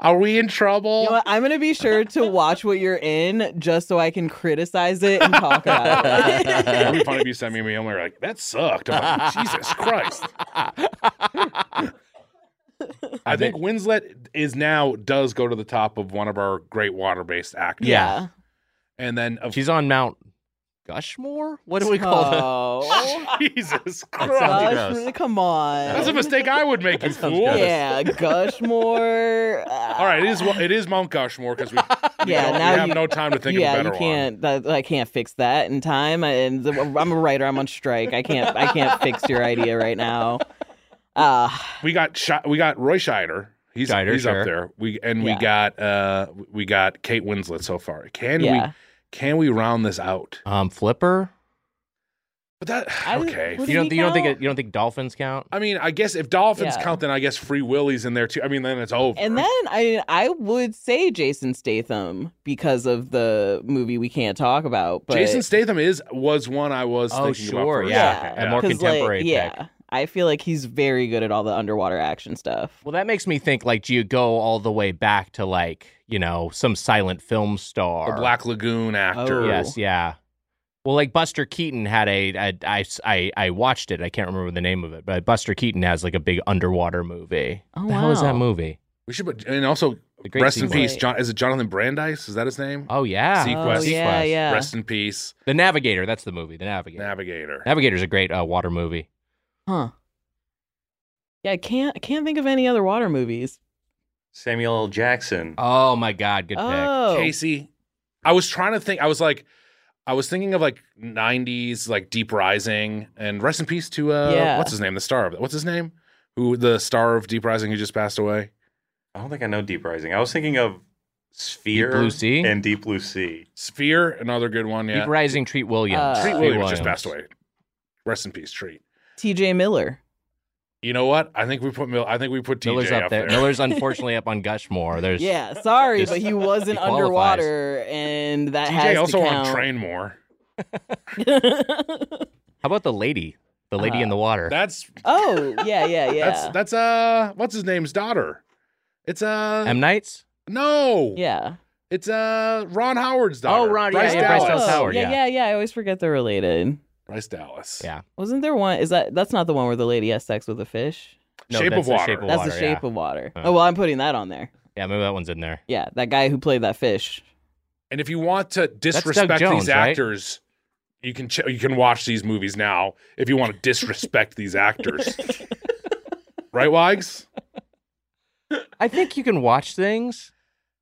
Speaker 2: Are we in trouble?
Speaker 4: You know what? I'm gonna be sure to watch what you're in just so I can criticize it and talk
Speaker 2: <laughs>
Speaker 4: about it. <laughs>
Speaker 2: Uh, It'd be funny if you sent me an email and you're like, that sucked. I'm <laughs> like, Jesus
Speaker 4: <laughs>
Speaker 2: Christ. I think Winslet is now does go to the top of one of our great water based actors.
Speaker 3: Yeah.
Speaker 2: And then of
Speaker 3: She's on Mount Gushmore? What do we
Speaker 4: Uh,
Speaker 3: call
Speaker 4: Oh,
Speaker 2: <laughs> Jesus
Speaker 3: sounds
Speaker 2: Christ.
Speaker 4: Gush,
Speaker 3: gross.
Speaker 4: come on.
Speaker 2: That's a mistake I would make, you
Speaker 3: sounds
Speaker 2: fool.
Speaker 3: gross.
Speaker 4: Yeah, Gushmore. uh,
Speaker 2: All right, it is it is Mount Gushmore because we, we
Speaker 4: Yeah,
Speaker 2: don't- we
Speaker 4: now
Speaker 2: have
Speaker 4: you-
Speaker 2: no time to think
Speaker 4: yeah,
Speaker 2: of a better
Speaker 4: you
Speaker 2: one.
Speaker 4: can't. That, I can't fix that in time. I- And the- I'm a writer. I'm on strike. I can't. I can't fix your idea right now. Uh,
Speaker 2: We got Sh- we got Roy Scheider. He's,
Speaker 3: Scheider,
Speaker 2: he's
Speaker 3: sure.
Speaker 2: up there. We and we
Speaker 4: Yeah.
Speaker 2: got uh we got Kate Winslet so far. Can
Speaker 4: yeah.
Speaker 2: we can we round this out?
Speaker 3: it? Um, Flipper.
Speaker 2: But that
Speaker 4: I-
Speaker 2: okay.
Speaker 4: what
Speaker 3: you
Speaker 4: does
Speaker 3: don't.
Speaker 4: he
Speaker 3: You don't think.
Speaker 4: count?
Speaker 3: It, you don't think dolphins count?
Speaker 2: I mean, I guess if dolphins
Speaker 4: Yeah.
Speaker 2: count, then I guess free willies in there too. I mean, then it's over.
Speaker 4: And then I I would say Jason Statham because of the movie we can't talk about. But
Speaker 2: Jason Statham is was one I was
Speaker 3: Oh,
Speaker 2: thinking about
Speaker 3: sure,
Speaker 2: first.
Speaker 3: yeah.
Speaker 2: Okay,
Speaker 3: And more-
Speaker 4: 'cause,
Speaker 3: contemporary
Speaker 4: Like,
Speaker 3: pick.
Speaker 4: yeah, I feel like he's very good at all the underwater action stuff.
Speaker 3: Well, that makes me think. Like, do you go all the way back to like you know some silent film star?
Speaker 2: the Black Lagoon actor.
Speaker 4: Oh.
Speaker 3: Yes, yeah. Well, like Buster Keaton had a, a I, I, I watched it. I can't remember the name of it, but Buster Keaton has like a big underwater movie.
Speaker 4: Oh,
Speaker 3: the hell is that
Speaker 4: wow.
Speaker 3: movie?
Speaker 2: We should, put, and also
Speaker 3: The great
Speaker 2: rest in
Speaker 3: sequel.
Speaker 2: peace. John, is it Jonathan Brandeis? Is that his name?
Speaker 3: Oh yeah,
Speaker 2: Sequest.
Speaker 4: Oh, yeah,
Speaker 3: Sequest.
Speaker 4: yeah.
Speaker 2: Rest in peace,
Speaker 3: The Navigator. That's the movie. The Navigator.
Speaker 2: Navigator.
Speaker 3: Navigator's a great uh, water movie.
Speaker 4: Huh. Yeah, I can't I can't think of any other water movies.
Speaker 5: Samuel L. Jackson.
Speaker 3: Oh my God, good
Speaker 4: oh,
Speaker 2: Casey. I was trying to think. I was like, I was thinking of like '90s, like Deep Rising, and rest in peace to uh,
Speaker 4: Yeah.
Speaker 2: what's his name, the star of what's his name, who the star of Deep Rising who just passed away.
Speaker 5: I don't think I know Deep Rising. I was thinking of Sphere
Speaker 3: Blue Sea?
Speaker 5: and Deep Blue Sea.
Speaker 2: Sphere, another good one.
Speaker 3: pick.
Speaker 2: Yeah,
Speaker 3: Deep Rising. Treat Williams.
Speaker 4: Uh,
Speaker 2: Treat
Speaker 4: Treat
Speaker 2: Williams, just passed away. Rest in peace, Treat.
Speaker 4: T.J. Miller.
Speaker 2: You know what? I think we put Mil- I think we put TJ
Speaker 3: Miller's
Speaker 2: up,
Speaker 3: up there.
Speaker 2: <laughs>
Speaker 3: Miller's unfortunately up on Gushmore. There's
Speaker 4: Yeah, sorry,
Speaker 3: Just-
Speaker 4: but he
Speaker 3: <laughs>
Speaker 4: wasn't
Speaker 3: he qualifies.
Speaker 4: underwater, and that
Speaker 2: TJ
Speaker 4: has
Speaker 2: also
Speaker 4: to
Speaker 2: on
Speaker 4: count.
Speaker 2: train more.
Speaker 3: How about the lady? The
Speaker 4: Uh,
Speaker 3: lady in the water.
Speaker 2: That's
Speaker 4: <laughs> oh,
Speaker 3: <laughs>
Speaker 4: yeah, yeah, yeah,
Speaker 2: that's that's uh what's his name's daughter. It's uh
Speaker 3: M Nights.
Speaker 2: no
Speaker 4: yeah.
Speaker 2: it's uh Ron Howard's daughter.
Speaker 3: Oh, Ron- yeah,
Speaker 2: Bryce
Speaker 3: yeah, Bryce
Speaker 2: Dallas.
Speaker 3: Dallas Howard,
Speaker 4: yeah,
Speaker 3: yeah.
Speaker 4: yeah, yeah. I always forget they're related.
Speaker 2: Bryce Dallas.
Speaker 3: Yeah.
Speaker 4: Wasn't there one? Is that that's not the one where the lady has sex with a fish?
Speaker 3: No,
Speaker 2: Shape
Speaker 3: that's
Speaker 2: of
Speaker 3: the
Speaker 2: Water.
Speaker 3: Shape of
Speaker 4: that's
Speaker 3: water.
Speaker 4: the shape
Speaker 3: yeah.
Speaker 4: of water.
Speaker 3: Uh.
Speaker 4: Oh well, I'm putting that on there.
Speaker 3: Yeah, maybe that one's in there.
Speaker 4: Yeah, that guy who played that fish.
Speaker 2: And if you want to
Speaker 3: Doug
Speaker 2: disrespect
Speaker 3: Jones,
Speaker 2: these
Speaker 3: right?
Speaker 2: actors, you can ch- you can watch these movies now. If you want to disrespect these
Speaker 3: <laughs>
Speaker 2: actors, right, Wags?
Speaker 3: I think you can watch things.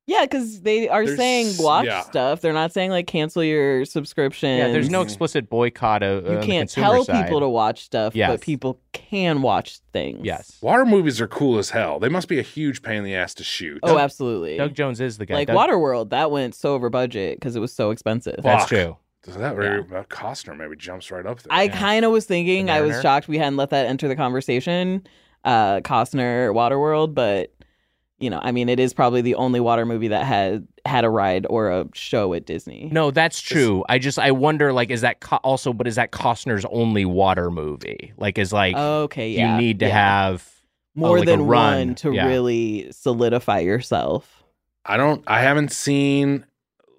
Speaker 4: Yeah, because they are
Speaker 2: There's-
Speaker 4: saying watch
Speaker 2: yeah.
Speaker 4: stuff. They're not saying like cancel your subscription.
Speaker 3: Yeah, there's no
Speaker 5: Mhm.
Speaker 3: explicit boycott of
Speaker 4: Mm-hmm.
Speaker 3: uh,
Speaker 4: You
Speaker 3: on the
Speaker 4: can't
Speaker 3: consumer
Speaker 4: tell
Speaker 3: side.
Speaker 4: people to watch stuff,
Speaker 3: Yes.
Speaker 4: but people can watch things.
Speaker 3: Yes,
Speaker 2: Water movies are cool as hell. They must be a huge pain in the ass to shoot.
Speaker 4: Oh, absolutely.
Speaker 3: Doug Jones is the guy.
Speaker 4: like
Speaker 3: Doug-
Speaker 4: Waterworld, that went so over budget because it was so expensive.
Speaker 2: Well, Fuck.
Speaker 3: That's true.
Speaker 2: Does that really, about Costner maybe jumps right up there?
Speaker 4: I
Speaker 3: yeah.
Speaker 4: kind of was thinking,
Speaker 3: The
Speaker 4: I was
Speaker 3: Mariner?
Speaker 4: shocked we hadn't let that enter the conversation, uh, Costner Waterworld, but you know, I mean, it is probably the only water movie that had had a ride or a show at Disney.
Speaker 3: No, that's true. I just I wonder like is that co- also but is that Costner's only water movie? Like is like
Speaker 4: okay, Oh, yeah,
Speaker 3: you need to
Speaker 4: yeah.
Speaker 3: have
Speaker 4: more
Speaker 3: like a
Speaker 4: than
Speaker 3: run,
Speaker 4: one to
Speaker 3: yeah.
Speaker 4: really solidify yourself.
Speaker 2: I don't. I haven't seen.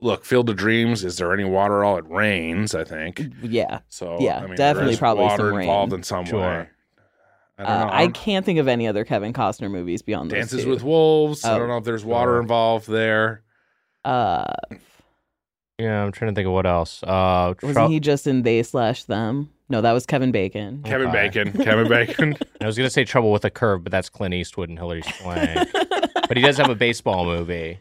Speaker 2: Look, Field of Dreams. Is there any water? All it rains. I think.
Speaker 4: Yeah,
Speaker 2: So
Speaker 4: Yeah,
Speaker 2: I mean,
Speaker 4: definitely
Speaker 2: there's
Speaker 4: probably
Speaker 2: water
Speaker 4: some rain.
Speaker 2: involved in some
Speaker 3: Sure.
Speaker 2: way. I don't
Speaker 4: uh,
Speaker 2: know. I
Speaker 4: I
Speaker 2: don't-
Speaker 4: can't think of any other Kevin Costner movies beyond those
Speaker 2: Dances
Speaker 4: two.
Speaker 2: with Wolves. I
Speaker 4: Oh.
Speaker 2: don't know if there's water involved there.
Speaker 4: Uh,
Speaker 3: Yeah, I'm trying to think of what else. Uh
Speaker 4: wasn't
Speaker 3: Tro-
Speaker 4: he just in They Slash Them? No, that was Kevin Bacon.
Speaker 2: Kevin
Speaker 3: Okay.
Speaker 2: Bacon. Kevin
Speaker 4: <laughs>
Speaker 2: Bacon.
Speaker 3: I was going to say Trouble with a Curve, but that's Clint Eastwood and Hillary
Speaker 4: <laughs>
Speaker 3: Swank. but he does have a baseball movie.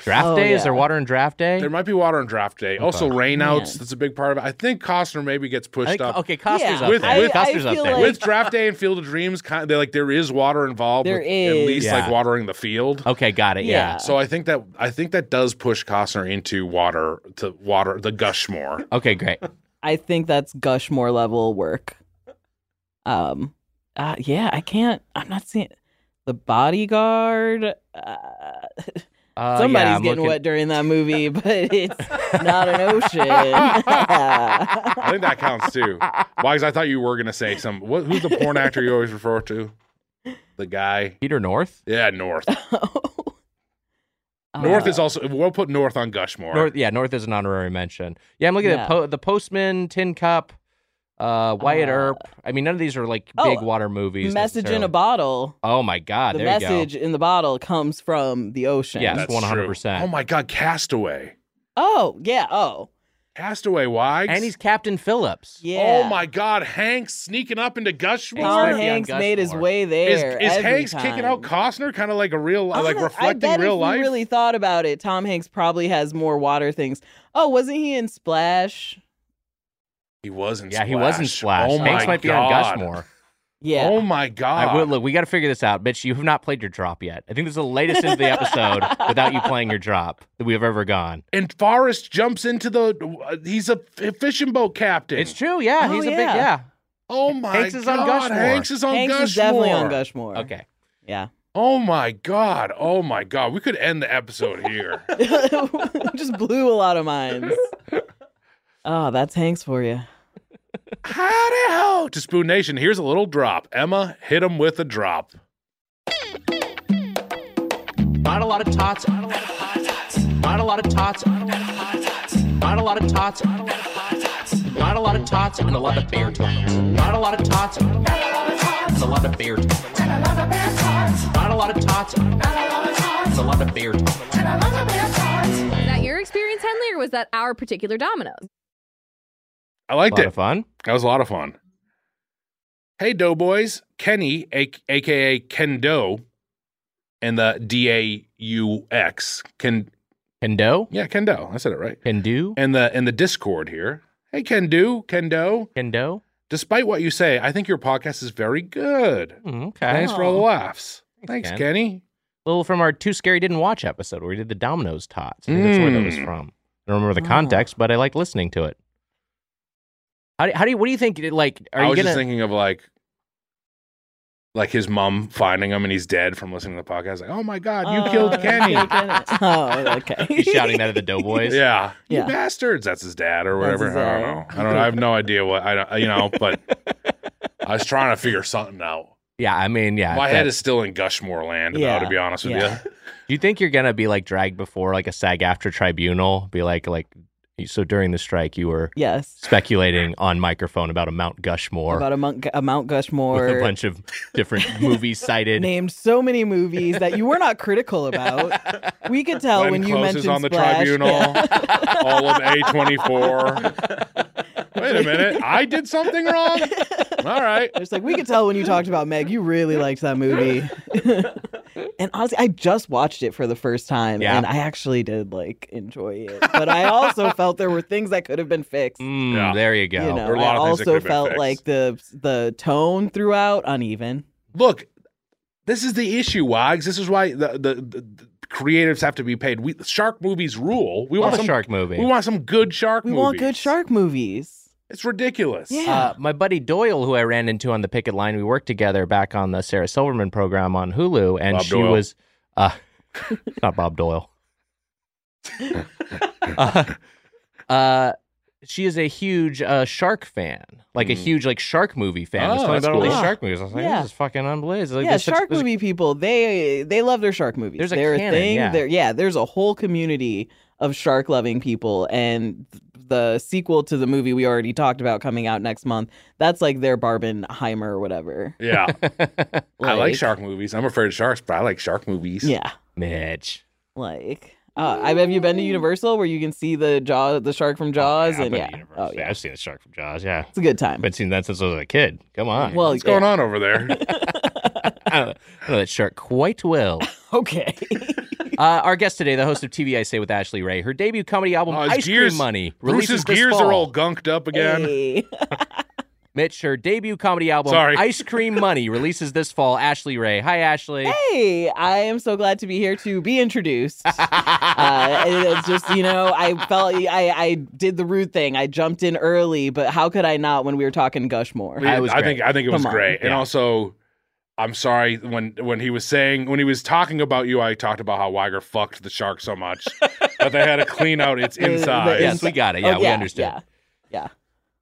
Speaker 3: Draft
Speaker 4: Oh,
Speaker 3: Day is there
Speaker 4: yeah.
Speaker 3: water in Draft Day?
Speaker 2: there might be water on draft day. Also, rainouts.
Speaker 4: Man.
Speaker 2: That's a big part of it. I think Costner maybe gets
Speaker 3: I
Speaker 2: pushed
Speaker 3: think,
Speaker 2: up.
Speaker 3: okay, Costner's
Speaker 4: Yeah.
Speaker 3: up
Speaker 2: With-
Speaker 3: there.
Speaker 2: with-
Speaker 3: Costner's
Speaker 4: I
Speaker 3: up
Speaker 4: feel
Speaker 3: there.
Speaker 4: like-
Speaker 2: With draft day and Field of Dreams, kind of, they're like there is water involved.
Speaker 4: There
Speaker 2: with at
Speaker 4: is. Uh.
Speaker 2: least
Speaker 3: Yeah.
Speaker 2: like watering the field.
Speaker 3: okay, got it. Yeah.
Speaker 4: Yeah.
Speaker 2: So I think that I think that does push Costner into water to water the gush more.
Speaker 3: Okay,
Speaker 4: <laughs>
Speaker 3: great. Uh,
Speaker 4: I think that's Gushmore level work. Um, uh, yeah, I can't. I'm not seeing the bodyguard. Uh,
Speaker 2: Oh,
Speaker 3: Uh,
Speaker 4: somebody's
Speaker 3: yeah, I'm
Speaker 4: getting
Speaker 3: looking-
Speaker 4: wet during that
Speaker 2: <laughs>
Speaker 4: movie, but it's not an <laughs> ocean.
Speaker 2: I think that counts too. Wags, I thought you were gonna say some. What, who's the porn actor you always refer to? The guy.
Speaker 3: Peter North?
Speaker 2: Yeah, North. <laughs>
Speaker 4: Oh,
Speaker 2: North
Speaker 4: Uh,
Speaker 2: is also. We'll put North on Gushmore.
Speaker 3: North, yeah, North is an honorary mention. Yeah, I'm looking
Speaker 4: Yeah.
Speaker 3: at po- the Postman, Tin Cup, uh, Wyatt
Speaker 4: Uh,
Speaker 3: Earp. I mean, none of these are like
Speaker 4: Oh,
Speaker 3: big water movies.
Speaker 4: message in
Speaker 3: necessarily.
Speaker 4: a bottle.
Speaker 3: Oh my God!
Speaker 2: Ah,
Speaker 4: the
Speaker 3: there
Speaker 4: message in the bottle comes from the
Speaker 3: you go.
Speaker 4: ocean.
Speaker 3: Yes,
Speaker 2: That's Oh
Speaker 3: one hundred
Speaker 2: true.
Speaker 3: percent.
Speaker 2: Oh my God, Castaway.
Speaker 4: Oh yeah. Oh.
Speaker 2: Castaway Wags.
Speaker 3: And he's Captain Phillips.
Speaker 4: Yeah.
Speaker 2: Oh my God, Hank's sneaking up into
Speaker 3: Tom
Speaker 2: Gushmore.
Speaker 4: Tom
Speaker 3: Hanks
Speaker 4: Hanks
Speaker 3: Gus
Speaker 4: made his
Speaker 3: Moore.
Speaker 4: way
Speaker 2: Is,
Speaker 4: there.
Speaker 2: is
Speaker 4: every
Speaker 2: Hanks
Speaker 4: time.
Speaker 2: kicking out Costner kind of like a real, like
Speaker 4: Honest-
Speaker 2: reflecting
Speaker 4: I bet
Speaker 2: real
Speaker 4: if
Speaker 2: life?
Speaker 4: You really thought about it. Tom Hanks probably has more water things. Oh, wasn't he in Splash?
Speaker 2: He wasn't.
Speaker 3: Yeah, he wasn't Splash.
Speaker 2: Oh
Speaker 3: Hanks
Speaker 2: my
Speaker 3: might be on
Speaker 2: God.
Speaker 3: Gushmore.
Speaker 4: Yeah.
Speaker 2: Oh my God.
Speaker 3: I will look. We got to figure this out, bitch. You have not played your drop yet. I think this is the latest
Speaker 2: <laughs>
Speaker 3: into the episode without you playing your drop that we have ever gone.
Speaker 2: And Forrest jumps into the. uh, he's a f- fishing boat captain.
Speaker 3: It's true. Yeah,
Speaker 4: Oh,
Speaker 3: he's a big
Speaker 4: yeah.
Speaker 3: yeah.
Speaker 2: oh my
Speaker 3: Hanks
Speaker 2: God.
Speaker 3: is on Gushmore.
Speaker 2: Hanks is on
Speaker 4: Hanks
Speaker 2: Gushmore.
Speaker 4: is definitely on Gushmore.
Speaker 3: Okay.
Speaker 4: Yeah. <laughs>
Speaker 2: Oh my God. Oh my God. We could end the episode
Speaker 4: <laughs>
Speaker 2: here.
Speaker 4: Just blew a lot of
Speaker 2: <laughs>
Speaker 4: minds. Oh, that's Hanks for you.
Speaker 2: Howdy ho. To Spoon Nation, here's a little drop. Emma, hit him with a drop.
Speaker 3: Not a lot of tots. Not a lot of tots. Not a lot of tots. Not a lot of tots and a lot of bear tots. Not a lot of tots and a lot of bear tots. Not a lot of tots and a lot of bear tots.
Speaker 6: Was that your experience, Henley, or was that our particular Domino's?
Speaker 2: I liked it.
Speaker 3: fun.
Speaker 2: That was a lot of fun. Hey, Doughboys. Kenny, a- aka Kendo, and the D A U X. Ken,
Speaker 3: Kendo?
Speaker 2: yeah, Kendo. I said it right.
Speaker 3: Kendo?
Speaker 2: And the and the Discord here. Hey, Kendo, Kendo.
Speaker 3: Kendo?
Speaker 2: Despite what you say, I think your podcast is very good.
Speaker 3: Mm, Okay.
Speaker 2: Thanks for all the laughs.
Speaker 3: Thanks,
Speaker 2: Thanks,
Speaker 3: Ken.
Speaker 2: Kenny.
Speaker 3: little from our Too Scary Didn't Watch episode where we did the Domino's Tots. I think that's where that was
Speaker 2: Mm.
Speaker 3: from. I don't remember the
Speaker 4: Oh.
Speaker 3: context, but I like listening to it. How do, how do you, what do you think? Like, are
Speaker 2: I was
Speaker 3: you
Speaker 2: just
Speaker 3: gonna?
Speaker 2: thinking of like, like his mom finding him and he's dead from listening to the podcast. Like, oh my god, you
Speaker 4: Oh, <laughs>
Speaker 2: killed
Speaker 4: that's
Speaker 2: Kenny!
Speaker 4: good, Kenny. oh, okay.
Speaker 3: <laughs> He's shouting that at the Doughboys.
Speaker 2: <laughs> yeah,
Speaker 4: Yeah.
Speaker 2: you bastards. That's his dad or
Speaker 4: That's
Speaker 2: whatever.
Speaker 4: his
Speaker 2: I don't know.
Speaker 4: dad.
Speaker 2: I don't. I have no idea what I don't. You know, but I was trying to figure something out.
Speaker 3: Yeah, I mean, yeah.
Speaker 2: my
Speaker 3: that-
Speaker 2: head is still in Gushmore land,
Speaker 4: Yeah,
Speaker 2: though. To be honest with
Speaker 4: yeah.
Speaker 2: you,
Speaker 3: Do you think you're gonna be like dragged before like a SAG after tribunal? Be like, like, so during the strike, you were
Speaker 4: <laughs> Yes.
Speaker 3: speculating on microphone about a Mount Gushmore
Speaker 4: About a, monk, a Mount Gushmore.
Speaker 3: with a bunch of different movies
Speaker 4: <laughs>
Speaker 3: cited.
Speaker 4: named so many movies that you were not
Speaker 3: <laughs>
Speaker 4: critical about. We could tell
Speaker 2: Glenn
Speaker 4: when you
Speaker 2: Close
Speaker 4: mentioned
Speaker 2: is on the
Speaker 4: Splash.
Speaker 2: tribunal. all of A twenty four. Wait a minute, I did something wrong. All right.
Speaker 4: It's like we could tell when you talked about Meg, you really liked
Speaker 2: <laughs>
Speaker 4: that movie. and honestly, I just watched it for the first time,
Speaker 3: Yeah.
Speaker 4: and I actually did like enjoy it. But
Speaker 2: <laughs>
Speaker 4: I also felt there were things that could have been fixed.
Speaker 3: Mm,
Speaker 2: Yeah.
Speaker 3: There you go.
Speaker 4: You
Speaker 2: there
Speaker 4: know,
Speaker 2: were a lot
Speaker 4: I
Speaker 2: of things that could
Speaker 4: also
Speaker 2: have been
Speaker 4: felt
Speaker 2: fixed.
Speaker 4: like the the tone throughout uneven.
Speaker 2: look, this is the issue, Wags. This is why the, the, the, the creatives have to be paid. We shark movies rule. We
Speaker 3: Love
Speaker 2: want
Speaker 3: a
Speaker 2: some
Speaker 3: shark movie.
Speaker 2: We want some good shark.
Speaker 4: We
Speaker 2: movies.
Speaker 4: want good shark movies.
Speaker 2: It's ridiculous.
Speaker 4: Yeah.
Speaker 3: Uh, my buddy Doyle, who I ran into on the picket line, we worked together back on the Sarah Silverman program on Hulu, and
Speaker 2: Bob
Speaker 3: she
Speaker 2: Doyle.
Speaker 3: was uh, <laughs> not Bob <laughs> Doyle. uh, uh, she is a huge uh, shark fan, like a
Speaker 2: Mm.
Speaker 3: huge like shark movie fan. was
Speaker 2: Oh,
Speaker 3: telling
Speaker 2: that's
Speaker 3: about all these
Speaker 4: cool.
Speaker 3: shark movies. I was like,
Speaker 4: Yeah.
Speaker 3: this is fucking unbelievable. Like,
Speaker 4: yeah,
Speaker 3: there's such-
Speaker 4: shark
Speaker 3: there's-
Speaker 4: movie people, they they love their shark movies.
Speaker 3: There's a
Speaker 4: They're
Speaker 3: canon,
Speaker 4: thing.
Speaker 3: yeah.
Speaker 4: They're, yeah, there's a whole community of shark loving people. And th- the sequel to the movie we already talked about coming out next month, that's like their Barbenheimer or whatever.
Speaker 3: <laughs>
Speaker 2: Yeah. I like
Speaker 4: Like-
Speaker 2: shark movies. I'm afraid of sharks, but I like shark movies.
Speaker 4: Yeah.
Speaker 3: Mitch.
Speaker 4: Like uh, I have you been to Universal where you can see the jaw the shark from Jaws
Speaker 3: Oh, Yeah, I've
Speaker 4: and
Speaker 3: been
Speaker 4: yeah.
Speaker 3: to Universal.
Speaker 4: Oh yeah.
Speaker 3: I've seen the shark from Jaws. Yeah,
Speaker 4: It's a good time.
Speaker 3: I've been seeing that since I was a kid. Come on,
Speaker 4: well, eh,
Speaker 2: What's going
Speaker 4: yeah.
Speaker 2: on over
Speaker 3: <laughs>
Speaker 2: there?
Speaker 3: I know- I know that shark quite well.
Speaker 4: <laughs> Okay.
Speaker 3: Uh, our guest today, the host of TV I Say with Ashley Ray, her debut comedy album
Speaker 2: Oh, his
Speaker 3: Ice
Speaker 2: gears-
Speaker 3: Cream Money releases
Speaker 2: Bruce's
Speaker 3: this
Speaker 2: gears
Speaker 3: fall.
Speaker 2: are all gunked up again.
Speaker 4: Hey.
Speaker 3: Mitch, her debut comedy album
Speaker 2: Sorry.
Speaker 3: Ice Cream
Speaker 2: <laughs>
Speaker 3: Money releases this fall. Ashley Ray, hi Ashley.
Speaker 4: Hey, I am so glad to be here to
Speaker 3: <laughs>
Speaker 4: be introduced. uh, and it's just you know, I felt I I did the rude thing. I jumped in early, but how could I not when we were talking Gushmore?
Speaker 3: Yeah. That was
Speaker 2: I
Speaker 3: great.
Speaker 2: think I think it was
Speaker 4: Come on.
Speaker 2: great. And
Speaker 3: Yeah.
Speaker 2: also I'm sorry when when he was saying when he was talking about you, I talked about how Weiger fucked the shark so
Speaker 4: <laughs>
Speaker 2: much that they had to clean out its
Speaker 4: The- the
Speaker 2: inside.
Speaker 3: yes, we got it. Yeah,
Speaker 4: Oh,
Speaker 3: we understood.
Speaker 4: Yeah,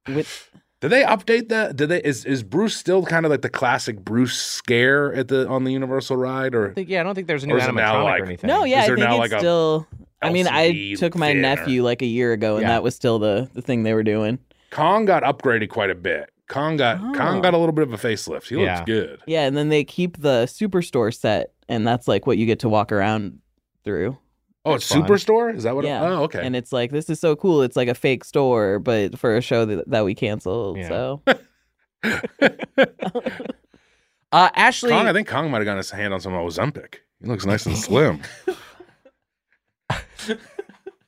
Speaker 4: yeah. With
Speaker 2: Did they update that? Did they is is Bruce still kind of like the classic Bruce scare at the on the Universal ride
Speaker 3: I
Speaker 2: or
Speaker 3: think, yeah, I don't think there's a new
Speaker 2: Or is it
Speaker 3: animatronic
Speaker 2: now, like-
Speaker 3: or anything.
Speaker 4: no, yeah,
Speaker 2: Is
Speaker 4: I
Speaker 2: there
Speaker 4: think
Speaker 2: now, like,
Speaker 4: it's
Speaker 2: a
Speaker 4: still. I mean, I
Speaker 2: LCD
Speaker 4: took my
Speaker 2: thing or-
Speaker 4: nephew like a year ago, and
Speaker 3: Yeah.
Speaker 4: that was still the the thing they were doing.
Speaker 2: Kong got upgraded quite a bit. Kong got
Speaker 4: Oh.
Speaker 2: Kong got a little bit of a facelift. He
Speaker 3: Yeah.
Speaker 2: looks good.
Speaker 4: Yeah, and then they keep the superstore set, and that's like what you get to walk around through.
Speaker 2: Oh,
Speaker 3: It's
Speaker 2: it's
Speaker 3: fun.
Speaker 2: Superstore? Is that what? it-
Speaker 4: yeah.
Speaker 2: oh, okay.
Speaker 4: And it's like this is so cool. It's like a fake store, but for a show that, that we canceled.
Speaker 3: Yeah.
Speaker 4: So
Speaker 3: <laughs>
Speaker 4: <laughs>
Speaker 3: Uh, Ashley,
Speaker 2: Kong, I think Kong might have gotten his hand on some Ozempic. He looks nice
Speaker 4: <laughs>
Speaker 2: and slim.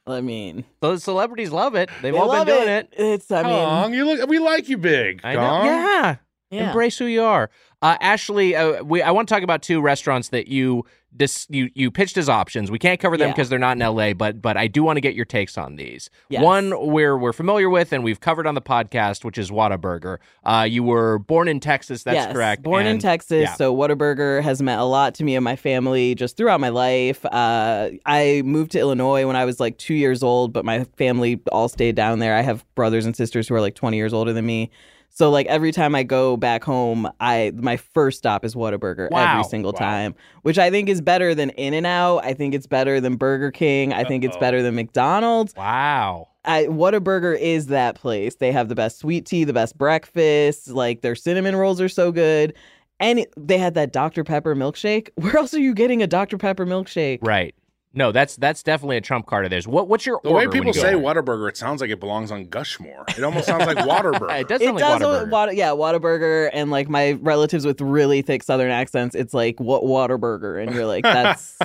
Speaker 4: I mean,
Speaker 3: those celebrities love it. They've
Speaker 4: they
Speaker 3: all
Speaker 4: love
Speaker 3: been doing it.
Speaker 4: It's I mean,
Speaker 2: Kong, you look. We like you big.
Speaker 3: I know.
Speaker 2: Kong.
Speaker 3: Yeah.
Speaker 4: yeah.
Speaker 3: Embrace who you are. Uh, Ashley, uh, we, I want to talk about two restaurants that you dis, you you pitched as options. We can't cover them
Speaker 4: Yeah.
Speaker 3: because they're not in LA, but but I do want to get your takes on these.
Speaker 4: Yes.
Speaker 3: One where we're familiar with and we've covered on the podcast, which is Whataburger. Uh, you were born in Texas, that's
Speaker 4: Yes,
Speaker 3: correct.
Speaker 4: Born in
Speaker 3: and-
Speaker 4: Texas,
Speaker 3: yeah.
Speaker 4: so Whataburger has meant a lot to me and my family just throughout my life. Uh, I moved to Illinois when I was like two years old, but my family all stayed down there. I have brothers and sisters who are like twenty years older than me. So like every time I go back home, I my first stop is Whataburger
Speaker 3: Wow.
Speaker 4: every single
Speaker 2: Wow.
Speaker 4: time, which I think is better than In and Out. I think it's better than Burger King. I think it's
Speaker 2: Uh-oh.
Speaker 4: better than McDonald's.
Speaker 3: Wow.
Speaker 4: I, Whataburger is that place. They have the best sweet tea, the best breakfast. Like their cinnamon rolls are so good. And it- they had that Dr. Pepper milkshake. <laughs> Where else are you getting a Dr. Pepper milkshake?
Speaker 3: Right. No, that's that's definitely a trump card of theirs. What what's your
Speaker 2: The
Speaker 3: order
Speaker 2: way
Speaker 3: when
Speaker 2: people
Speaker 3: you go
Speaker 2: say
Speaker 3: there?
Speaker 2: Whataburger, it sounds like it belongs on Gushmore. It almost sounds
Speaker 4: <laughs>
Speaker 2: like Waterburger.
Speaker 3: It does
Speaker 4: It
Speaker 3: sound like
Speaker 4: does,
Speaker 3: Whataburger.
Speaker 4: Whata- yeah, Whataburger, and like my relatives with really thick Southern accents, it's like what Whataburger, and you're
Speaker 3: <laughs>
Speaker 4: like, that's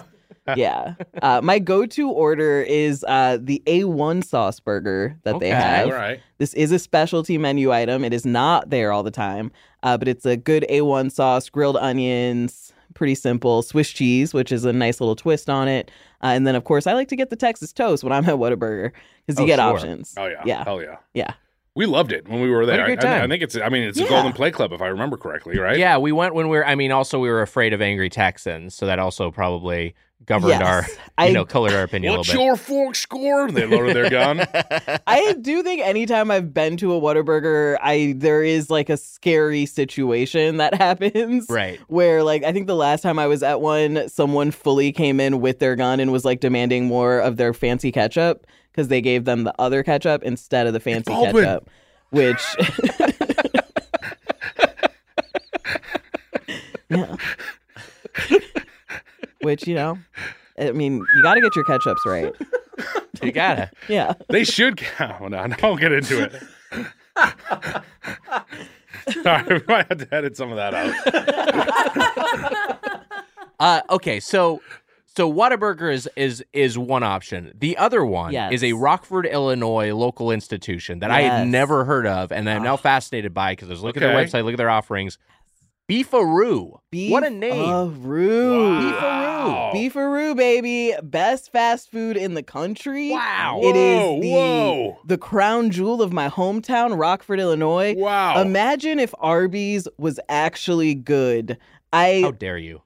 Speaker 4: yeah. Uh, my go-to order is uh, the A1 sauce burger that they
Speaker 3: Okay.
Speaker 4: have.
Speaker 2: All right.
Speaker 4: This is a specialty menu item. It is not there all the time, uh, but it's a good A1 sauce, grilled onions, pretty simple, Swiss cheese, which is a nice little twist on it. Uh, and then, of course, I like to get the Texas toast when I'm at Whataburger because you
Speaker 3: Oh,
Speaker 4: get
Speaker 3: sure.
Speaker 4: options.
Speaker 2: Oh yeah.
Speaker 4: Yeah.
Speaker 2: Hell yeah.
Speaker 4: Yeah.
Speaker 2: We loved it when we were there.
Speaker 3: What a great
Speaker 2: I- I- I,
Speaker 3: time.
Speaker 2: think it's. I mean, it's
Speaker 4: Yeah.
Speaker 2: a Golden Play Club, if I remember correctly, right?
Speaker 3: Yeah, we went when we were. I mean, also we were afraid of angry Texans, so that also probably governed
Speaker 4: Yes. <laughs>
Speaker 3: our, you
Speaker 4: I-
Speaker 3: know, colored our opinion
Speaker 2: What's
Speaker 3: a little
Speaker 2: your fork score? They loaded their
Speaker 4: <laughs>
Speaker 2: gun.
Speaker 4: I do think anytime I've been to a Whataburger, I there is like a scary situation that <laughs> happens.
Speaker 3: bit. Right.
Speaker 4: Where like I think the last time I was at one, someone fully came in with their gun and was like demanding more of their fancy ketchup because they gave them the other ketchup instead of the fancy
Speaker 2: open.
Speaker 4: ketchup, which. Yeah. Which you know, I mean, you got to get your ketchups right.
Speaker 3: You gotta.
Speaker 4: Yeah.
Speaker 2: They should <laughs> count. No, no, I'll get into it.
Speaker 4: <laughs>
Speaker 2: Sorry, we might have to edit some of that out.
Speaker 3: Uh, okay, so so Whataburger is is is one option. The other one
Speaker 4: Yes.
Speaker 3: is a Rockford, Illinois local institution that I had
Speaker 4: Yes.
Speaker 3: never heard of, and that I'm now fascinated by because I was looking at
Speaker 2: Okay.
Speaker 3: their website, look at their offerings. Beefaroo. what a name.
Speaker 4: Beefaroo.
Speaker 2: Wow.
Speaker 4: Beefaroo, baby. Best fast food in the country.
Speaker 3: Wow.
Speaker 4: It
Speaker 2: Whoa,
Speaker 4: is the,
Speaker 2: whoa.
Speaker 4: the crown jewel of my hometown, Rockford, Illinois.
Speaker 2: Wow.
Speaker 4: Imagine if Arby's was actually good. I
Speaker 3: How dare you?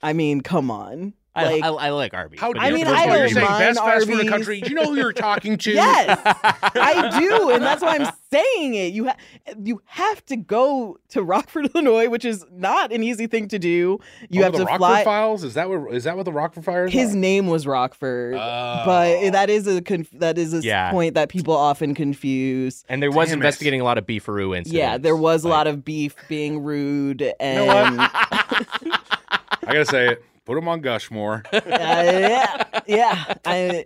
Speaker 4: I mean, come on.
Speaker 3: I,
Speaker 4: Like,
Speaker 3: I, I like Arby's.
Speaker 2: How
Speaker 3: but
Speaker 4: I
Speaker 2: dare
Speaker 3: you're
Speaker 4: mean,
Speaker 2: you? You're
Speaker 3: supposed to be
Speaker 4: I
Speaker 3: amazing.
Speaker 4: don't
Speaker 2: saying
Speaker 4: mind
Speaker 2: best fast food in
Speaker 4: Arby's.
Speaker 2: the country. Do you know who you're talking to?
Speaker 3: <laughs>
Speaker 4: <laughs> yes. I do, and that's why I'm saying it. You ha- you have to go to Rockford, <laughs> Illinois, which is not an easy thing to do. You
Speaker 2: Oh,
Speaker 4: have
Speaker 2: the
Speaker 4: to
Speaker 2: Rockford
Speaker 4: fly.
Speaker 2: Files. Is that what? Is that what the Rockford Files?
Speaker 4: His
Speaker 2: are?
Speaker 4: name was Rockford,
Speaker 2: Oh.
Speaker 4: but that is a conf- that is a s-
Speaker 3: Yeah.
Speaker 4: point that people often confuse.
Speaker 3: And there was
Speaker 2: Damn it.
Speaker 3: investigating a lot of Beefaroo incidents.
Speaker 4: Yeah, there was a
Speaker 3: Like-
Speaker 4: lot of beef being rude and
Speaker 2: know what? I gotta say it. Put him on
Speaker 4: <laughs>
Speaker 2: Gushmore.
Speaker 4: Uh, yeah, yeah. I,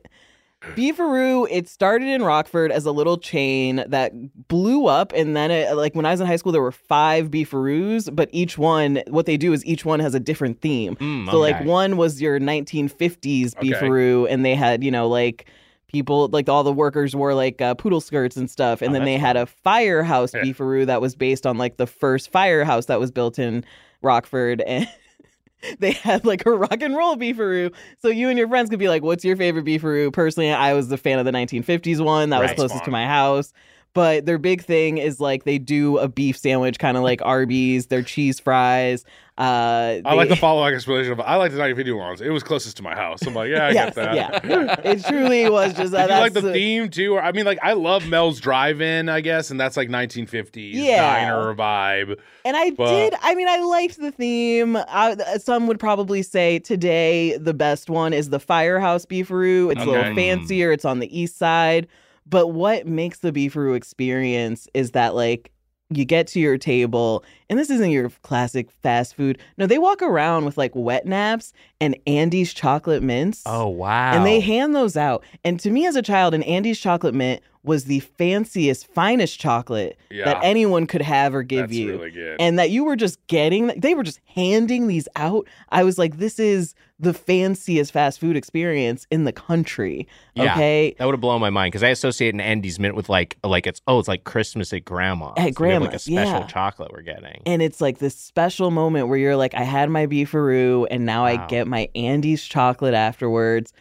Speaker 4: Beefaroo, it started in Rockford as a little chain that blew up. And then, it, like, when I was in high school, there were five Beefaroos, but each one, what they do is each one has a different theme.
Speaker 3: Mm,
Speaker 4: So, like,
Speaker 3: okay.
Speaker 4: one was your 1950s
Speaker 2: Okay.
Speaker 4: Beefaroo, and they had, you know, like, people, like, all the workers wore, like, uh, poodle skirts and stuff. And
Speaker 3: Oh,
Speaker 4: then
Speaker 3: that's
Speaker 4: they had a firehouse
Speaker 2: Yeah.
Speaker 4: Beefaroo that was based on, like, the first firehouse that was built in Rockford. And they had like a rock and roll beefaroo. So you and your friends could be like, what's your favorite beefaroo? Personally, I was the fan of the 1950s one that was
Speaker 3: Right.
Speaker 4: closest to
Speaker 2: Spawn.
Speaker 4: my house. But their big thing is like they do a beef sandwich, kind of like Arby's, their cheese fries. Uh,
Speaker 2: I like
Speaker 4: they-
Speaker 2: the follow-up explanation of I like the 1950 ones. It was closest to my house. I'm like, yeah, I
Speaker 4: <laughs>
Speaker 2: get
Speaker 4: Yes,
Speaker 2: that. <laughs>
Speaker 4: yeah, yeah. It truly was just that.
Speaker 2: Did you like
Speaker 4: that's
Speaker 2: the
Speaker 4: a-
Speaker 2: theme too? Or, I mean, like I love Mel's Drive-In, I guess, and that's like 1950s
Speaker 4: Yeah.
Speaker 2: diner vibe.
Speaker 4: And I
Speaker 2: But-
Speaker 4: did. I mean, I liked the theme. I, uh, some would probably say today the best one is the Firehouse Beefaroo. It's a little
Speaker 2: Okay. Hmm.
Speaker 4: fancier. It's on the east side. But what makes the Beefaroo experience is that like you get to your table, and this isn't your classic fast food. No, they walk around with like wet naps and Andy's chocolate mints.
Speaker 3: Oh wow!
Speaker 4: And they hand those out. And to me as a child, an Andy's chocolate mint was the fanciest, finest chocolate
Speaker 2: Yeah.
Speaker 4: that anyone could have or give
Speaker 2: That's
Speaker 4: you.
Speaker 2: really good.
Speaker 4: And that you were just getting, they were just handing these out. I was like, this is the fanciest fast food experience in the country.
Speaker 3: Yeah.
Speaker 4: Okay.
Speaker 3: that would have blown my mind because I associate an Andes mint with like like it's oh it's like Christmas at grandma's.
Speaker 4: At
Speaker 3: We have, like a
Speaker 4: grandma's,
Speaker 3: special
Speaker 4: yeah.
Speaker 3: chocolate we're getting.
Speaker 4: And it's like this special moment where you're like, I had my beefaroo and now
Speaker 3: Wow.
Speaker 4: I get my Andes chocolate afterwards.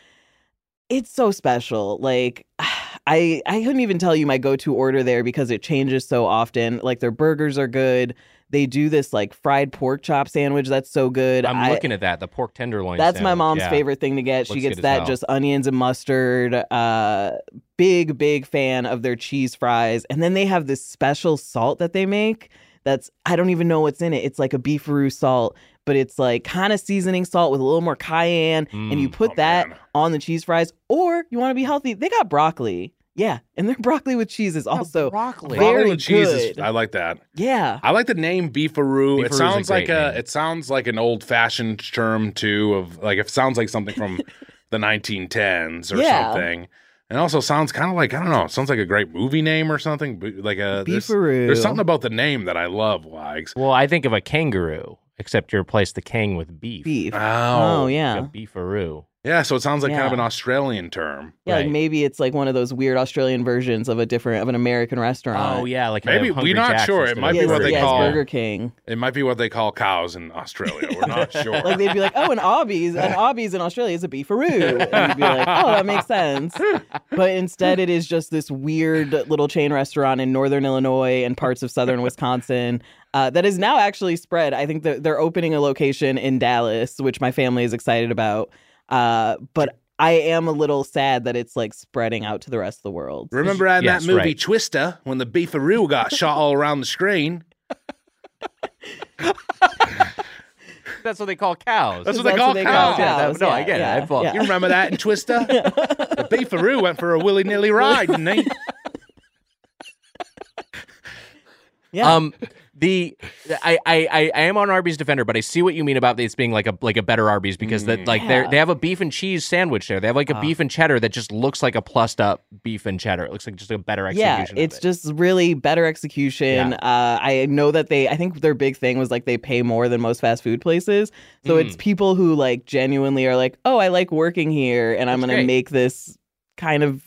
Speaker 4: It's so special. Like <sighs> I I couldn't even tell you my go-to order there because it changes so often. Like their burgers are good. They do this like fried pork chop sandwich that's so good.
Speaker 3: I'm
Speaker 4: I-
Speaker 3: looking at that the pork tenderloin.
Speaker 4: that's my
Speaker 3: sandwich,
Speaker 4: mom's
Speaker 3: yeah.
Speaker 4: favorite thing to get. She
Speaker 3: Looks good
Speaker 4: gets
Speaker 3: as
Speaker 4: that
Speaker 3: hell.
Speaker 4: just onions and mustard. Uh, big, big fan of their cheese fries. And then they have this special salt that they make that's, I don't even know what's in it. It's like a beefaroo salt, but it's like kind of seasoning salt with a little more cayenne. and you
Speaker 3: Mm.
Speaker 4: put
Speaker 2: Oh,
Speaker 4: that
Speaker 2: man.
Speaker 4: on the cheese fries. Or you want to be healthy, they got broccoli. Yeah. And their <laughs> broccoli with cheese is also,
Speaker 3: broccoli.
Speaker 4: very
Speaker 2: Broccoli with cheese is-
Speaker 4: good.
Speaker 2: I like that.
Speaker 4: yeah.
Speaker 2: I like the name beefaroo.
Speaker 3: Beefaroo
Speaker 2: It
Speaker 3: is
Speaker 2: sounds
Speaker 3: a
Speaker 2: like
Speaker 3: great
Speaker 2: a
Speaker 3: name.
Speaker 2: it sounds like an old fashioned term too of like it sounds like something from the 1910s or
Speaker 4: Yeah.
Speaker 2: something. And also sounds kind of like I don't know, it sounds like a great movie name or something. Be- Like a there's,
Speaker 4: Beefaroo.
Speaker 2: there's something about the name that I love, Wags.
Speaker 3: Well, I think of a kangaroo, except you replace the kang with beef.
Speaker 4: beef.
Speaker 2: Oh,
Speaker 4: Oh,
Speaker 2: yeah.
Speaker 3: Like
Speaker 4: yeah.
Speaker 3: a beefaroo.
Speaker 2: So it sounds like kind of
Speaker 4: Yeah.
Speaker 2: an Australian term.
Speaker 4: Yeah, like
Speaker 3: Right.
Speaker 4: maybe it's like one of those weird Australian versions of a different of an American restaurant.
Speaker 3: Oh yeah, like
Speaker 2: Maybe-
Speaker 3: a Hungry
Speaker 2: we're not
Speaker 3: Jack's
Speaker 2: sure. It
Speaker 3: instead of
Speaker 2: might be
Speaker 4: yes,
Speaker 2: what they
Speaker 4: yes,
Speaker 2: call-
Speaker 4: Burger King.
Speaker 2: It might be what they call cows in Australia. We're not sure.
Speaker 4: Like they'd be like, "Oh, an
Speaker 2: <laughs>
Speaker 4: Arby's, an Arby's in Australia is a beefaroo," and you'd be like, "Oh, that makes sense." But instead, it is just this weird little chain restaurant in northern Illinois and parts of southern Wisconsin uh, that is now actually spread. I think that they're opening a location in Dallas, which my family is excited about. Uh, but I am a little sad that it's like spreading out to the rest of the world.
Speaker 2: Remember in
Speaker 3: Yes,
Speaker 2: that movie
Speaker 3: right.
Speaker 2: Twister when the beefaroo got shot all around the screen?
Speaker 3: That's what they call cows.
Speaker 2: That's what they call cows.
Speaker 3: Yeah, that- no, I get it. I follow.
Speaker 2: You remember that in <laughs> Twister? the beefaroo went for a willy nilly ride, didn't he?
Speaker 4: Yeah.
Speaker 3: Um, the I, I I I am on Arby's defender, but I see what you mean about this being like a like a better Arby's because that like they
Speaker 4: Yeah. Uh.
Speaker 3: they have a beef and cheese sandwich there. They have like a beef and cheddar that just looks like a plussed up beef and cheddar. It looks like just a better
Speaker 4: yeah,
Speaker 3: execution. of
Speaker 4: it's
Speaker 3: it.
Speaker 4: just really better execution. Uh, I know that they, I think their big thing was like they pay more than most fast food places. So
Speaker 3: Mm.
Speaker 4: it's people who like genuinely are like, oh, I like working here and I'm
Speaker 3: That's
Speaker 4: going to
Speaker 3: great.
Speaker 4: make this kind of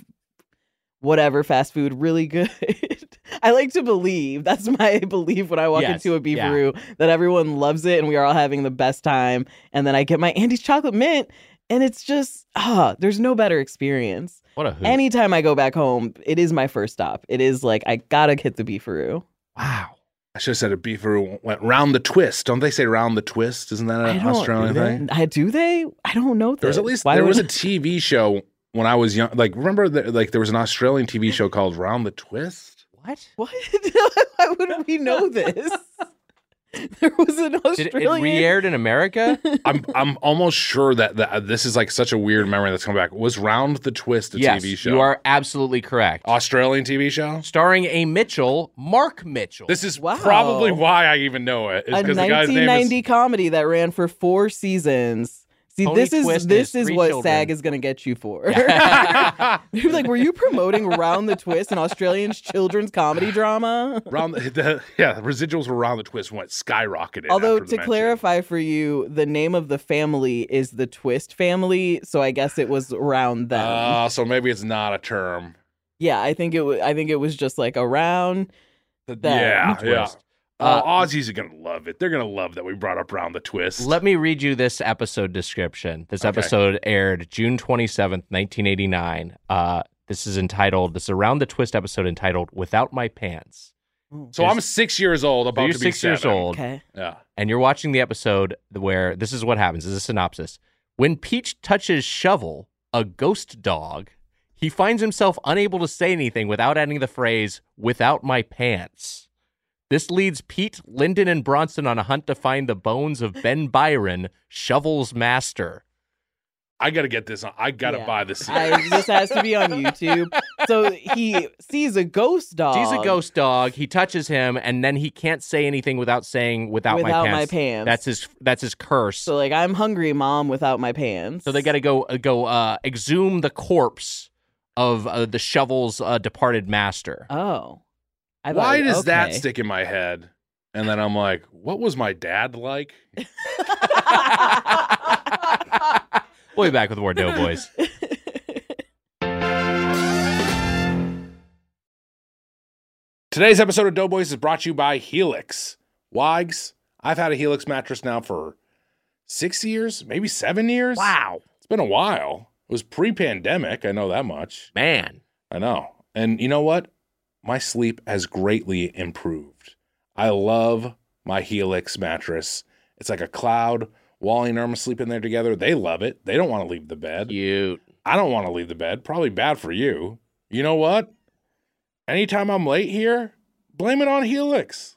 Speaker 4: whatever fast food really good. <laughs> I like to believe that's my <laughs> belief when I walk
Speaker 3: Yes,
Speaker 4: into a beef
Speaker 3: yeah.
Speaker 4: brew that everyone loves it and we are all having the best time. And then I get my Andy's chocolate mint and it's just, ah, there's no better experience.
Speaker 3: what a hoot.
Speaker 4: Anytime I go back home, it is my first stop. It is like I gotta hit the beefaroo.
Speaker 3: wow.
Speaker 2: <laughs> I should have said a beefaroo went round the twist. Don't they say round the twist? Isn't that
Speaker 4: I
Speaker 2: an
Speaker 4: don't
Speaker 2: Australian
Speaker 4: do they-
Speaker 2: thing?
Speaker 4: I do they? I don't know.
Speaker 2: There was
Speaker 4: this.
Speaker 2: at least
Speaker 4: Why
Speaker 2: there
Speaker 4: would-
Speaker 2: was
Speaker 4: <laughs>
Speaker 2: a TV show when I was young. Like remember, the, like there was an Australian TV show called Round the Twist.
Speaker 3: What?
Speaker 4: what? <laughs> Why would we know this? <laughs> there was an
Speaker 3: Did it,
Speaker 4: Australian.
Speaker 3: re-aired in
Speaker 4: <laughs>
Speaker 3: America?
Speaker 2: I'm I'm almost sure that, that this is like such a weird memory that's coming back. Was Round the Twist a
Speaker 3: yes,
Speaker 2: TV show?
Speaker 3: you are absolutely correct.
Speaker 2: Australian TV show.
Speaker 3: Starring a Mitchell, Mark Mitchell.
Speaker 2: This is
Speaker 4: Wow.
Speaker 2: probably why I even know it. Is
Speaker 4: a
Speaker 2: because the guy's name is
Speaker 4: 1990 comedy that ran for four seasons. See,
Speaker 3: Tony
Speaker 4: this is
Speaker 3: Twist
Speaker 4: this
Speaker 3: has
Speaker 4: is
Speaker 3: three
Speaker 4: what
Speaker 3: children.
Speaker 4: SAG is going to get
Speaker 3: <laughs>
Speaker 4: you for. <laughs> You're like, were you promoting Round the Twist, an Australian children's comedy drama?
Speaker 2: round the, <laughs> the yeah the residuals were round the twist went skyrocketed.
Speaker 4: Although
Speaker 2: after the
Speaker 4: to
Speaker 2: match.
Speaker 4: clarify for you, the name of the family is the Twist family, so I guess it was
Speaker 2: <laughs>
Speaker 4: around them.
Speaker 2: Ah, so maybe it's not a term.
Speaker 4: yeah, I think it. wa- I think it was just like around. them.
Speaker 2: yeah,
Speaker 3: Twist.
Speaker 2: yeah.
Speaker 3: Uh,
Speaker 2: oh, Aussies are gonna love it. They're gonna love that we brought up round the twist.
Speaker 3: Let me read you this episode description. This
Speaker 2: Okay.
Speaker 3: episode aired June 27th, 1989. Uh, this is entitled, this is around the twist episode entitled Without My Pants.
Speaker 2: so I'm six years old, about
Speaker 3: So you're
Speaker 2: to be
Speaker 3: six years
Speaker 2: seven.
Speaker 3: old,
Speaker 4: Okay.
Speaker 2: Yeah.
Speaker 3: and you're watching the episode where this is what happens. This is a synopsis. When Peach touches Shovel, a ghost dog, he finds himself unable to say anything without adding the phrase, without my pants. This leads Pete, Lyndon, and Bronson on a hunt to find the bones of Ben Byron, Shovel's master.
Speaker 2: I gotta get this on. I gotta
Speaker 4: Yeah.
Speaker 2: buy this. series.
Speaker 4: I, this has to be on YouTube. So he sees a ghost dog.
Speaker 3: He's a ghost dog. He touches him, and then he can't say anything without saying without,
Speaker 4: Without
Speaker 3: my
Speaker 4: my
Speaker 3: pants.
Speaker 4: pants.
Speaker 3: That's his. That's his curse.
Speaker 4: So
Speaker 3: So,
Speaker 4: like, I'm hungry, mom, without my pants.
Speaker 3: they got to go uh, go uh, exhume the corpse of uh, the shovel's uh, departed master.
Speaker 4: Oh. I thought-
Speaker 2: Why does that
Speaker 4: okay.
Speaker 2: stick in my head? And then I'm like, what was my dad like?
Speaker 3: we'll be back with more
Speaker 4: <laughs>
Speaker 3: Doughboys.
Speaker 2: Today's episode of Doughboys is brought to you by Helix. Wags, I've had a Helix mattress now for six years, maybe seven years.
Speaker 3: wow,
Speaker 2: It's been a while. It was pre pandemic. I know that much.
Speaker 3: man.
Speaker 2: I know. And you know what? My sleep has greatly improved. I love my Helix mattress. It's like a cloud. Wally and Irma sleep in there together. They love it. They don't want to leave the bed.
Speaker 3: Cute.
Speaker 2: I don't want to leave the bed. Probably bad for you. You know what? Anytime I'm late here, blame it on Helix.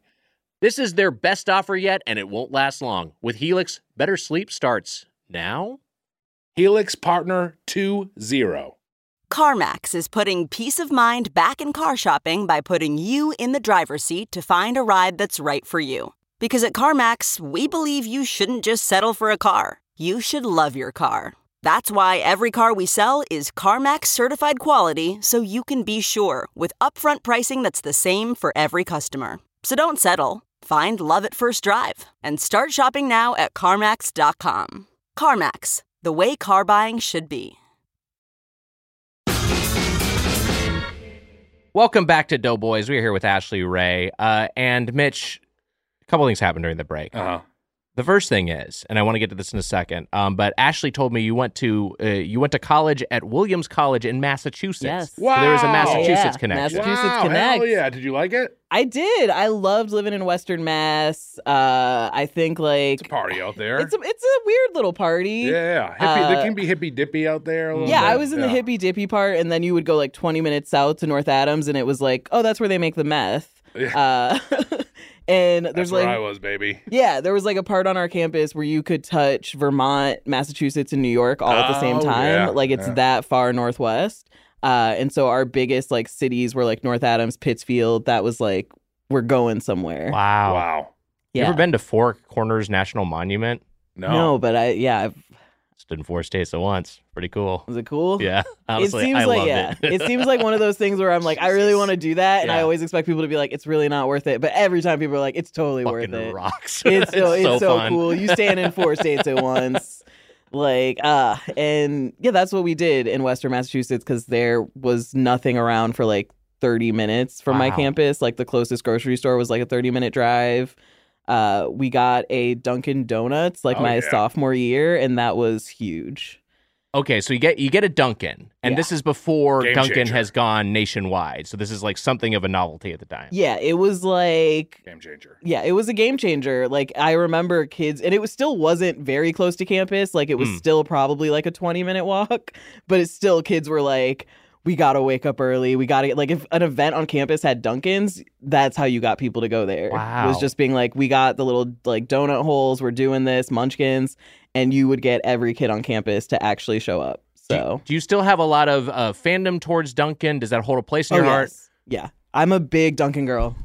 Speaker 3: This is their best offer yet, and it won't last long. With Helix, better sleep starts now.
Speaker 2: HelixPartner20.
Speaker 7: CarMax is putting peace of mind back in car shopping by putting you in the driver's seat to find a ride that's right for you. Because at CarMax, we believe you shouldn't just settle for a car, you should love your car. That's why every car we sell is CarMax certified quality so you can be sure with upfront pricing that's the same for every customer. So don't settle. Find love at first drive and start shopping now at CarMax.com. CarMax, the way car buying should be.
Speaker 3: Welcome back to Doughboys. We're here with Ashley Ray uh, and Mitch. A couple things happened during the break.
Speaker 2: Uh-huh.
Speaker 3: The first thing is, and I want to get to this in a second, um, but Ashley told me you went to uh, you went to college at Williams College in Massachusetts.
Speaker 4: Yes.
Speaker 3: So there is a
Speaker 2: Wow.
Speaker 3: Massachusetts
Speaker 4: Yeah,
Speaker 3: connection.
Speaker 4: Massachusetts
Speaker 2: wow,
Speaker 4: Connect.
Speaker 2: hell yeah. Did you like it?
Speaker 4: <laughs> I did. I loved living in Western Mass. Uh, I think
Speaker 2: It's
Speaker 4: like
Speaker 2: a party out there.
Speaker 4: it's a, it's a weird little party.
Speaker 2: Yeah, hippie. there
Speaker 4: Uh,
Speaker 2: can be hippie dippy out there. A little
Speaker 4: Yeah,
Speaker 2: bit.
Speaker 4: I was in the hippy dippy part, and then you would go like 20 minutes south to North Adams, and it was like, oh, that's where they make the meth. Uh, <laughs> and
Speaker 2: That's
Speaker 4: there's
Speaker 2: where
Speaker 4: like,
Speaker 2: I was, baby.
Speaker 4: yeah, there was like a part on our campus where you could touch Vermont, Massachusetts, and New York all at the same
Speaker 2: Oh,
Speaker 4: time.
Speaker 2: yeah,
Speaker 4: like it's
Speaker 2: yeah.
Speaker 4: that far northwest. Uh, and so our biggest like cities were like North Adams, Pittsfield. That was like we're going somewhere.
Speaker 3: Wow.
Speaker 2: Wow.
Speaker 3: You
Speaker 4: Yeah.
Speaker 3: ever been to Four Corners National Monument?
Speaker 2: No.
Speaker 4: No, but I yeah, I've-
Speaker 3: Stood in four states at once. Pretty
Speaker 4: <laughs>
Speaker 3: cool.
Speaker 4: was it cool?
Speaker 3: Yeah. Honestly,
Speaker 4: it seems
Speaker 3: I
Speaker 4: like
Speaker 3: loved <laughs>
Speaker 4: yeah.
Speaker 3: it.
Speaker 4: seems like one of those things where I'm like, I really want to do that, and I
Speaker 3: Yeah.
Speaker 4: always expect people to be like, it's really not worth it. But every time people are like, it's totally
Speaker 3: fucking
Speaker 4: worth it.
Speaker 3: <laughs> rocks.
Speaker 4: It's so it's, so
Speaker 3: fun.
Speaker 4: cool. You stand in four states at once. Like uh and yeah, that's what we did in Western Massachusetts because there was nothing around for like 30 minutes from my
Speaker 3: Wow.
Speaker 4: campus. Like the closest grocery store was like a 30 minute drive. Uh, we got a Dunkin' Donuts like
Speaker 2: Oh,
Speaker 4: my
Speaker 2: yeah.
Speaker 4: sophomore year, and that was huge.
Speaker 3: Okay, so you get you get a Duncan, and
Speaker 4: Yeah.
Speaker 3: this is before
Speaker 2: Game
Speaker 3: Duncan
Speaker 2: changer.
Speaker 3: has gone nationwide. So this is like something of a novelty at the time.
Speaker 4: Yeah, it was like
Speaker 2: Game changer.
Speaker 4: yeah, it was a game changer. Like I remember kids, and it was still wasn't very close to campus. Like it was
Speaker 3: Mm.
Speaker 4: still probably like a twenty minute walk, <laughs> but it's still kids were like, "We gotta wake up early. We gotta get like if an event on campus had Dunkin's, that's how you got people to go there.
Speaker 3: Wow.
Speaker 4: was just being like, we got the little like donut holes. We're doing this Munchkins, and you would get every kid on campus to actually show up.
Speaker 3: Do,
Speaker 4: So
Speaker 3: do you still have a lot of uh, fandom towards Duncan? Does that hold a place in
Speaker 4: Oh,
Speaker 3: your heart?
Speaker 4: yes. yeah, I'm a big Dunkin' girl.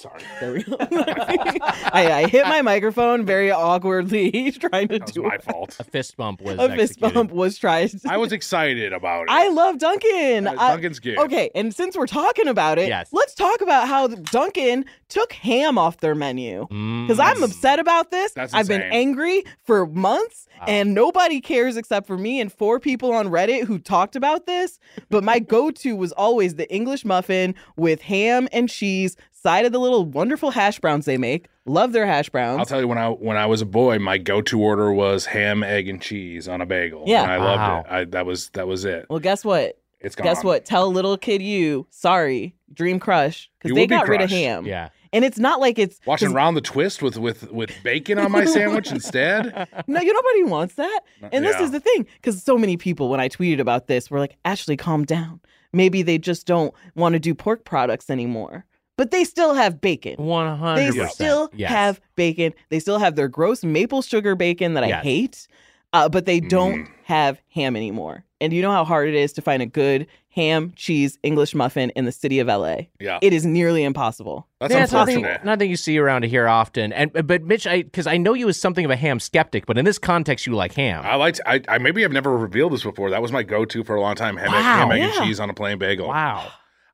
Speaker 4: <laughs>
Speaker 2: Sorry.
Speaker 4: There we go. <laughs> I, I hit my microphone very awkwardly <laughs> trying to
Speaker 2: That was
Speaker 4: do
Speaker 2: my
Speaker 4: a
Speaker 2: fault.
Speaker 3: A fist bump was
Speaker 4: fist
Speaker 3: executed.
Speaker 4: bump was tried.
Speaker 2: I was excited about it.
Speaker 4: I love Duncan.
Speaker 2: Uh,
Speaker 4: I-
Speaker 2: Duncan's good.
Speaker 4: okay, and since we're talking about it,
Speaker 3: Yes.
Speaker 4: let's talk about how Duncan took ham off their menu.
Speaker 3: Mm.
Speaker 4: Because I'm upset about this.
Speaker 2: That's
Speaker 4: I've been
Speaker 2: insane.
Speaker 4: angry for months,
Speaker 3: Wow.
Speaker 4: and nobody cares except for me and four people on Reddit who talked about this. But my go to was always the English muffin with ham and cheese, side of the little wonderful hash browns they make. Love their hash
Speaker 2: I'll
Speaker 4: browns.
Speaker 2: tell you when I when I was a boy, my go to order was ham, egg, and cheese on a bagel.
Speaker 4: Yeah.
Speaker 2: and I
Speaker 3: Wow.
Speaker 2: loved it. I, that was that was it.
Speaker 4: well, guess what?
Speaker 2: It's gone.
Speaker 4: Guess what? Tell little kid you, sorry, dream crush,
Speaker 2: You
Speaker 4: because they
Speaker 2: will be
Speaker 4: got rid of
Speaker 2: crushed.
Speaker 4: ham.
Speaker 3: Yeah.
Speaker 4: And it's not like it's
Speaker 2: Watching round the twist with with with bacon on
Speaker 4: <laughs>
Speaker 2: my sandwich instead.
Speaker 4: No, you nobody wants that. And this
Speaker 2: Yeah.
Speaker 4: is the thing, because so many people, when I tweeted about this, were like, "Ashley, calm down. Maybe they just don't want to do pork products anymore, but they still have bacon.
Speaker 3: One
Speaker 4: They
Speaker 3: hundred percent.
Speaker 4: still
Speaker 3: yes.
Speaker 4: have bacon. They still have their gross maple sugar bacon that I
Speaker 3: Yes.
Speaker 4: hate, uh, but they don't
Speaker 2: Mm.
Speaker 4: have ham anymore. And you know how hard it is to find a good ham, cheese, English muffin in the city of LA.
Speaker 2: Yeah,
Speaker 4: It is nearly impossible.
Speaker 2: that's
Speaker 3: Yeah, it's nothing,
Speaker 2: unfortunate.
Speaker 3: nothing you see around here often. And but Mitch, I because I know you as something of a ham skeptic, but in this context, you like ham.
Speaker 2: I liked. I, I maybe I've never revealed this before. That was my go to for a long time. Ham,
Speaker 3: Wow.
Speaker 2: ham egg,
Speaker 4: Yeah.
Speaker 2: and cheese on a plain bagel.
Speaker 3: wow.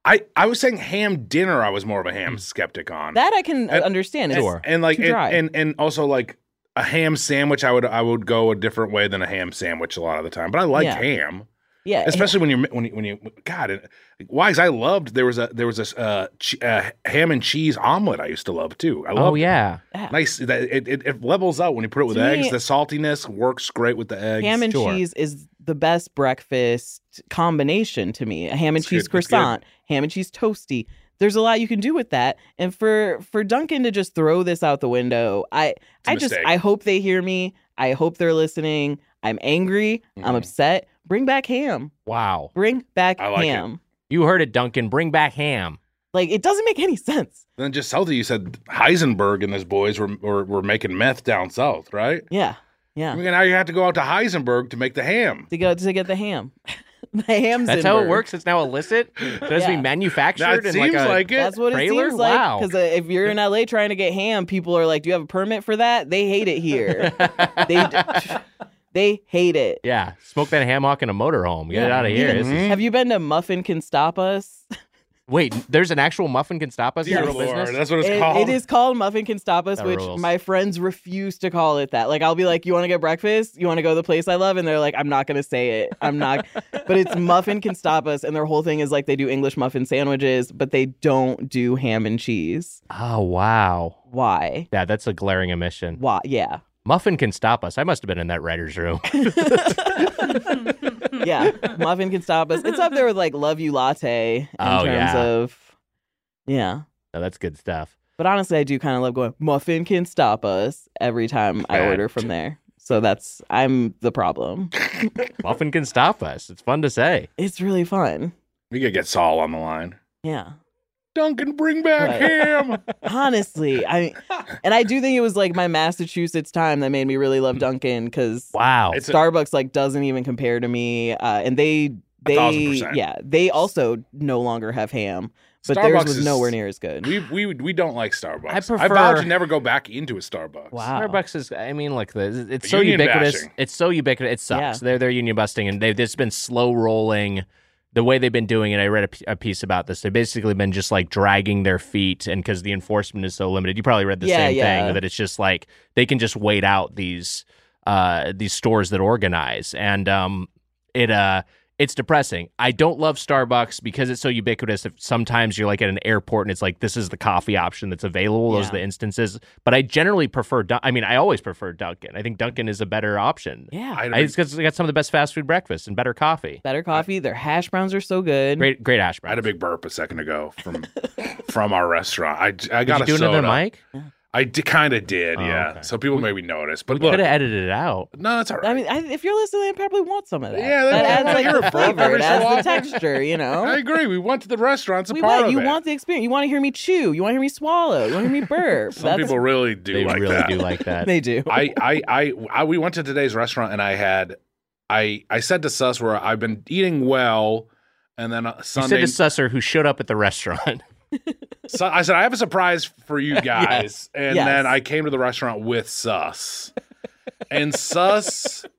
Speaker 2: I I was saying ham dinner. I was more of a ham skeptic on
Speaker 4: That I can uh,
Speaker 2: And-
Speaker 4: understand. It's-
Speaker 3: Sure.
Speaker 2: and like
Speaker 4: Too
Speaker 2: and,
Speaker 4: dry.
Speaker 2: and and also like a ham sandwich. I would I would go a different way than a ham sandwich a lot of the time. But I liked
Speaker 4: Yeah.
Speaker 2: ham.
Speaker 4: Yeah.
Speaker 2: especially when you when you, when you God it- why? Because I loved there was a there was this uh, che- uh, ham and cheese omelet I used to love too. I
Speaker 3: Oh
Speaker 2: love
Speaker 3: yeah.
Speaker 2: nice that it, it, it levels out when you put it with
Speaker 4: To
Speaker 2: eggs.
Speaker 4: me-
Speaker 2: the saltiness works great with the eggs.
Speaker 4: ham and
Speaker 3: Sure.
Speaker 4: cheese is the best breakfast combination to me. A ham and
Speaker 2: It's good,
Speaker 4: cheese
Speaker 2: it's good.
Speaker 4: croissant, ham and cheese toasty. There's a lot you can do with that. And for for Duncan to just throw this out the window, I
Speaker 2: a
Speaker 4: I just
Speaker 2: mistake.
Speaker 4: I hope they hear me. I hope they're listening. I'm angry. I'm
Speaker 2: Mhm.
Speaker 4: upset. Bring back ham.
Speaker 3: Wow.
Speaker 4: Bring back
Speaker 2: I like it.
Speaker 4: ham.
Speaker 3: You heard it, Duncan. Bring back ham.
Speaker 4: Like it doesn't make any sense.
Speaker 2: then just south of you said Heisenberg and his boys were were, were making meth down south, right? I
Speaker 4: Yeah. Yeah.
Speaker 2: mean, now you have to go out to Heisenberg to make the ham.
Speaker 4: To go to get the ham. <laughs> the ham's
Speaker 3: That's
Speaker 4: in
Speaker 3: how it
Speaker 4: bird.
Speaker 3: works. It's now illicit. So it has to be
Speaker 4: Yeah.
Speaker 3: manufactured.
Speaker 2: That
Speaker 3: in
Speaker 2: seems
Speaker 3: like, a,
Speaker 2: like, it.
Speaker 4: That's what
Speaker 3: Trailer?
Speaker 4: it seems like.
Speaker 3: Wow.
Speaker 4: Because uh, if you're in LA trying to get ham, people are like, "Do you have a permit for that?" They hate
Speaker 3: <laughs>
Speaker 4: it here. they they hate it.
Speaker 3: yeah. Smoke that hammock in a motorhome. Get it
Speaker 4: Yeah.
Speaker 3: out of here. This is-
Speaker 4: Have you been to Muffin Can Stop Us?
Speaker 3: wait, there's an actual muffin can stop us. in
Speaker 2: Dear
Speaker 3: our
Speaker 2: Lord,
Speaker 3: business?
Speaker 2: that's what it's
Speaker 4: It-
Speaker 2: called.
Speaker 4: it is called Muffin Can Stop Us,
Speaker 3: That
Speaker 4: which
Speaker 3: rules.
Speaker 4: my friends refuse to call it that. Like I'll be like, "You want to get breakfast? You want to go to the place I love?" And they're like, "I'm not gonna say it. I'm not."
Speaker 3: <laughs>
Speaker 4: but it's Muffin Can Stop Us, and their whole thing is like they do English muffin sandwiches, but they don't do ham and cheese.
Speaker 3: Oh wow.
Speaker 4: Why?
Speaker 3: Yeah, that's a glaring omission.
Speaker 4: Why? Yeah.
Speaker 3: Muffin can stop us. I must have been in that writer's room.
Speaker 4: yeah, muffin can stop us. It's up there with like love you latte in
Speaker 3: Oh,
Speaker 4: terms
Speaker 3: yeah.
Speaker 4: of yeah.
Speaker 3: No, that's good stuff.
Speaker 4: But honestly, I do kind of love going muffin can stop us every time I order from there. So that's I'm the problem.
Speaker 3: Muffin can stop us. It's fun to say.
Speaker 4: It's really fun.
Speaker 2: we could get Saul on the line.
Speaker 4: Yeah.
Speaker 2: Duncan, bring back
Speaker 3: <laughs>
Speaker 4: Right.
Speaker 2: ham.
Speaker 4: Honestly, I and I do think it was like my Massachusetts time that made me really love Dunkin' cuz
Speaker 3: Wow.
Speaker 2: It's a-
Speaker 4: Starbucks like doesn't even compare to me uh, and they
Speaker 2: thousand
Speaker 4: they
Speaker 2: percent.
Speaker 4: yeah, they also no longer have ham, but
Speaker 2: Starbucks
Speaker 4: theirs was
Speaker 2: is-
Speaker 4: nowhere near as good.
Speaker 2: We we we don't like Starbucks.
Speaker 3: I prefer-
Speaker 2: I vow to never go back into a Starbucks.
Speaker 4: Wow.
Speaker 3: Starbucks is. I mean, like the, it's so
Speaker 2: Union
Speaker 3: ubiquitous.
Speaker 2: bashing.
Speaker 3: It's so ubiquitous. It sucks.
Speaker 4: Yeah.
Speaker 3: They're they're union busting, and they've just been slow rolling the way they've been doing it. I read a, p- a piece about this. They've basically been just like dragging their feet, and because the enforcement is so limited, you probably read the
Speaker 4: Yeah,
Speaker 3: same
Speaker 4: yeah.
Speaker 3: thing that it's just like they can just wait out these uh these stores that organize, and um it uh It's depressing. I don't love Starbucks because it's so ubiquitous. If sometimes you're like at an airport and it's like this is the coffee option that's available. Those
Speaker 4: Yeah.
Speaker 3: are the instances. But I generally prefer. Dun- I mean, I always prefer Dunkin'. I think Dunkin' is a better option.
Speaker 4: Yeah. Mm-hmm.
Speaker 2: I
Speaker 3: I, it's 'cause they got some of the best fast food breakfasts and better coffee.
Speaker 4: Better coffee. Their hash browns are so good.
Speaker 3: Great, great hash
Speaker 2: I had
Speaker 3: browns.
Speaker 2: a big burp a second ago
Speaker 3: <laughs>
Speaker 2: from from our restaurant. I I got
Speaker 3: Did
Speaker 2: a
Speaker 3: you do
Speaker 2: soda.
Speaker 3: another mic?
Speaker 2: I d- kind of did,
Speaker 3: Oh,
Speaker 2: yeah.
Speaker 3: okay.
Speaker 2: So people maybe noticed, but
Speaker 3: Could
Speaker 2: look,
Speaker 3: have edited it out.
Speaker 2: no, that's all right.
Speaker 4: I mean, I, if you're listening, they probably want some of that.
Speaker 2: Yeah, they
Speaker 4: that adds
Speaker 2: want-
Speaker 4: like
Speaker 2: you're
Speaker 4: the
Speaker 2: a burp
Speaker 4: flavor.
Speaker 2: every
Speaker 4: It
Speaker 2: so
Speaker 4: adds the
Speaker 2: often. <laughs>
Speaker 4: texture. You
Speaker 2: I
Speaker 3: oh.
Speaker 4: know.
Speaker 2: agree. We went to the restaurants. a
Speaker 4: We
Speaker 2: part
Speaker 4: want
Speaker 2: of
Speaker 4: you
Speaker 2: it.
Speaker 4: want the experience. You want to hear me chew. You want to hear me swallow. You want to
Speaker 2: <laughs>
Speaker 4: hear me burp.
Speaker 2: Some people really do
Speaker 3: they
Speaker 2: like
Speaker 3: really
Speaker 2: that.
Speaker 3: do like
Speaker 2: <laughs>
Speaker 3: that.
Speaker 4: <laughs> they do.
Speaker 2: I, I, I, I, we went to today's restaurant and I had, I, I said to Sus where I've been eating well, and then uh,
Speaker 3: you said
Speaker 2: Sunday,
Speaker 3: to Susser who showed up at the restaurant. <laughs>
Speaker 2: Su- I said I have a surprise for you guys, and
Speaker 4: Yes.
Speaker 2: then I came to the restaurant with Sus, and Sus
Speaker 3: <laughs>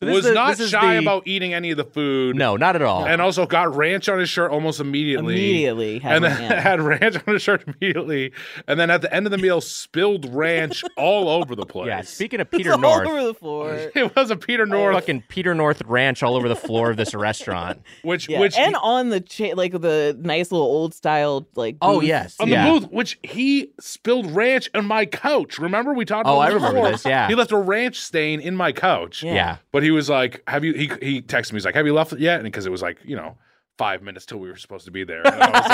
Speaker 3: So this
Speaker 2: was
Speaker 3: is-
Speaker 2: not
Speaker 3: this is
Speaker 2: shy
Speaker 3: the-
Speaker 2: about eating any of the food.
Speaker 3: No, not at all.
Speaker 2: and also got ranch on his shirt almost immediately.
Speaker 4: immediately had
Speaker 2: and
Speaker 4: my
Speaker 2: then <laughs>
Speaker 4: hand.
Speaker 2: had ranch on his shirt immediately, and then at the end of the meal, spilled ranch all over the place.
Speaker 3: yeah. Speaking of
Speaker 4: It's
Speaker 3: Peter
Speaker 4: all
Speaker 3: North,
Speaker 4: over the floor.
Speaker 2: <laughs> it was a Peter North,
Speaker 3: fucking Peter North ranch all over the floor of this
Speaker 4: <laughs>
Speaker 3: restaurant.
Speaker 2: which
Speaker 4: Yeah.
Speaker 2: which
Speaker 4: and on the cha- like the nice little old style like.
Speaker 3: Oh
Speaker 4: booth.
Speaker 3: yes,
Speaker 2: on
Speaker 3: yeah.
Speaker 2: the booth, which he spilled ranch on my couch. Remember we talked?
Speaker 3: Oh,
Speaker 2: about
Speaker 3: I
Speaker 2: this
Speaker 3: remember
Speaker 2: before?
Speaker 3: this, yeah.
Speaker 2: he left a ranch stain in my couch.
Speaker 3: Yeah.
Speaker 2: but he was like, "Have you?" He he texted me. He's like, "Have you left it yet?" And because it was like you know five minutes till we were supposed to be there, and I was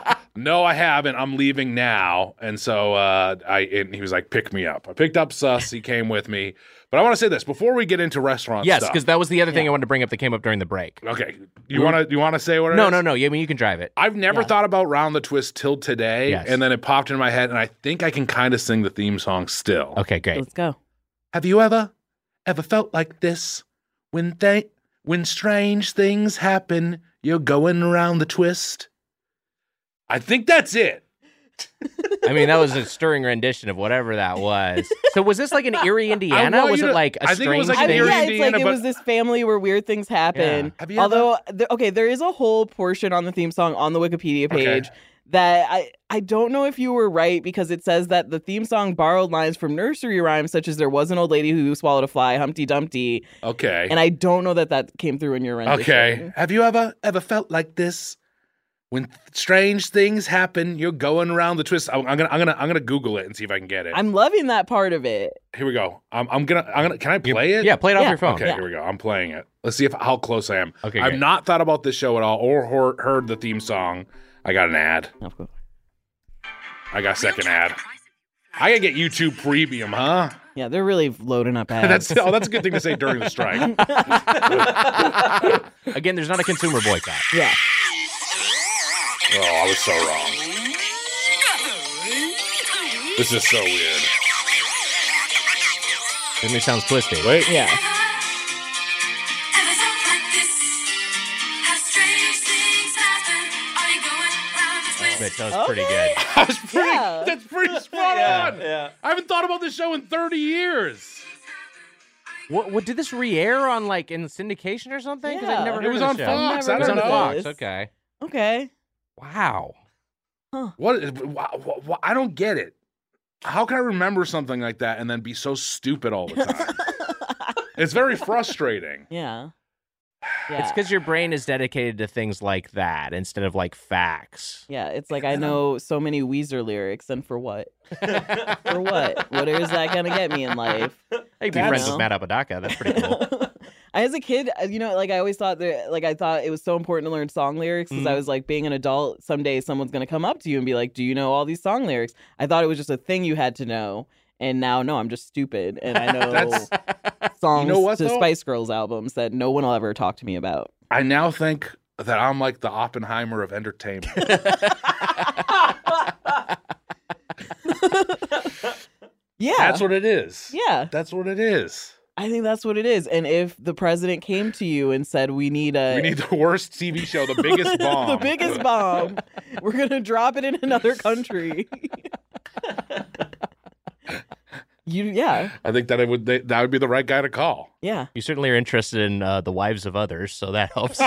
Speaker 2: like.
Speaker 3: <laughs>
Speaker 2: No, I haven't. I'm leaving now. And so uh, I and he was like, pick me up. I picked up Sus. He came with me. But I want to say this before we get into restaurant
Speaker 3: Yes,
Speaker 2: stuff.
Speaker 3: because that was the other thing I wanted to bring up that came up during the break.
Speaker 2: okay, you want to you want to say what? it
Speaker 3: No,
Speaker 2: is?
Speaker 3: no, no. Yeah, I mean you can drive it.
Speaker 2: I've never thought about round the twist till today,
Speaker 3: Yes.
Speaker 2: and then it popped into my head, and I think I can kind of sing the theme song still.
Speaker 3: Okay, great.
Speaker 4: Let's go.
Speaker 2: Have you ever, ever felt like this? When they, when strange things happen, you're going around the twist. I think that's it.
Speaker 3: I mean that was a stirring rendition of whatever that was. So was this like an Erie, Indiana?
Speaker 2: want
Speaker 3: Was
Speaker 2: you
Speaker 3: it
Speaker 2: to-
Speaker 3: like a
Speaker 2: I think it was
Speaker 3: strange
Speaker 2: like
Speaker 4: I
Speaker 2: an
Speaker 3: thing?
Speaker 4: mean,
Speaker 2: Erie,
Speaker 4: yeah, it's
Speaker 2: Indiana,
Speaker 4: like it
Speaker 2: but-
Speaker 4: was this family where weird things happen.
Speaker 3: Yeah.
Speaker 2: Have you
Speaker 4: Although, th- okay, there is a whole portion on the theme song on the Wikipedia
Speaker 2: Okay.
Speaker 4: page that I I don't know if you were right because it says that the theme song borrowed lines from nursery rhymes such as "There was an old lady who swallowed a fly, Humpty Dumpty,"
Speaker 2: Okay.
Speaker 4: and I don't know that that came through in your rendition.
Speaker 2: Okay. Have you ever ever felt like this? When strange things happen, you're going around the twist. I'm, I'm gonna I'm gonna I'm gonna Google it and see if I can get it.
Speaker 4: I'm loving that part of it.
Speaker 2: here we go. I'm, I'm gonna I'm gonna. Can I play it?
Speaker 3: Yeah, play it off
Speaker 4: Yeah.
Speaker 3: your phone.
Speaker 2: Okay,
Speaker 4: Yeah.
Speaker 2: here we go. I'm playing it. Let's see if how close I am.
Speaker 3: Okay,
Speaker 2: I've
Speaker 3: great.
Speaker 2: not thought about this show at all or heard, heard the theme song. I got an ad. I got a second ad. I gotta get YouTube Premium,
Speaker 3: <laughs>
Speaker 2: huh?
Speaker 4: Yeah, they're really
Speaker 2: <laughs>
Speaker 4: loading up ads.
Speaker 2: That's oh, that's a good thing to say during the
Speaker 3: <laughs>
Speaker 2: strike. Oh,
Speaker 3: Again, there's not a consumer boycott.
Speaker 4: yeah.
Speaker 2: Oh, I was so wrong. This is so weird. <laughs>
Speaker 3: It really sounds twisted.
Speaker 2: Wait,
Speaker 4: Yeah.
Speaker 3: Mitch, that was pretty good.
Speaker 4: Okay.
Speaker 2: that's pretty.
Speaker 4: Yeah.
Speaker 2: That's pretty <laughs> spot on. I haven't thought about this show in 30 years.
Speaker 3: What, what did this re-air on like in syndication or something? 'Cause I'd
Speaker 4: Yeah.
Speaker 3: never
Speaker 4: It
Speaker 3: heard
Speaker 2: was
Speaker 3: of
Speaker 2: on
Speaker 3: the show.
Speaker 2: Fox,
Speaker 3: It
Speaker 4: I
Speaker 3: was on
Speaker 4: don't know.
Speaker 3: Fox.
Speaker 4: Yes.
Speaker 3: Okay.
Speaker 4: Okay.
Speaker 3: Wow.
Speaker 2: What? is- wh- wh- wh- I don't get it. How can I remember something like that and then be so stupid all the time?
Speaker 4: <laughs>
Speaker 2: it's very frustrating.
Speaker 4: Yeah.
Speaker 3: It's
Speaker 4: Yeah.
Speaker 3: because your brain is dedicated to things like that instead of like facts.
Speaker 4: Yeah,
Speaker 2: <laughs>
Speaker 4: it's like I know so many Weezer lyrics, and for what? for what? What is that gonna get me
Speaker 2: <laughs>
Speaker 4: in life?
Speaker 3: I could be
Speaker 4: I
Speaker 3: friends
Speaker 4: know.
Speaker 3: with Matt Apodaca. That's pretty cool.
Speaker 4: I, as a kid, uh, you know, like I always thought that, like I thought it was so important to learn song lyrics because
Speaker 2: Mm-hmm.
Speaker 4: I was like, being an adult, someday someone's gonna come up to you and be like, "Do you know all these song lyrics?" I thought it was just a thing you had to know, and now no, I'm just stupid, and I
Speaker 2: <laughs>
Speaker 4: know
Speaker 2: That's-
Speaker 4: songs
Speaker 2: You know what,
Speaker 4: to
Speaker 2: though?
Speaker 4: Spice Girls albums that no one will ever talk to me about.
Speaker 2: I now think that I'm like the Oppenheimer of
Speaker 4: <laughs>
Speaker 2: entertainment.
Speaker 4: Yeah,
Speaker 2: That's what it is.
Speaker 4: yeah.
Speaker 2: That's what it is.
Speaker 4: I think that's what it is. And if the president came to you and said, "We need a
Speaker 2: We need the worst TV show, the biggest bomb.
Speaker 4: <laughs> the biggest bomb. We're gonna drop it in
Speaker 2: <laughs>
Speaker 4: another country. you yeah
Speaker 2: I think that it would that that would be the right guy to call.
Speaker 4: yeah
Speaker 2: <laughs>
Speaker 3: You certainly are interested in uh, the wives of others, so that helps.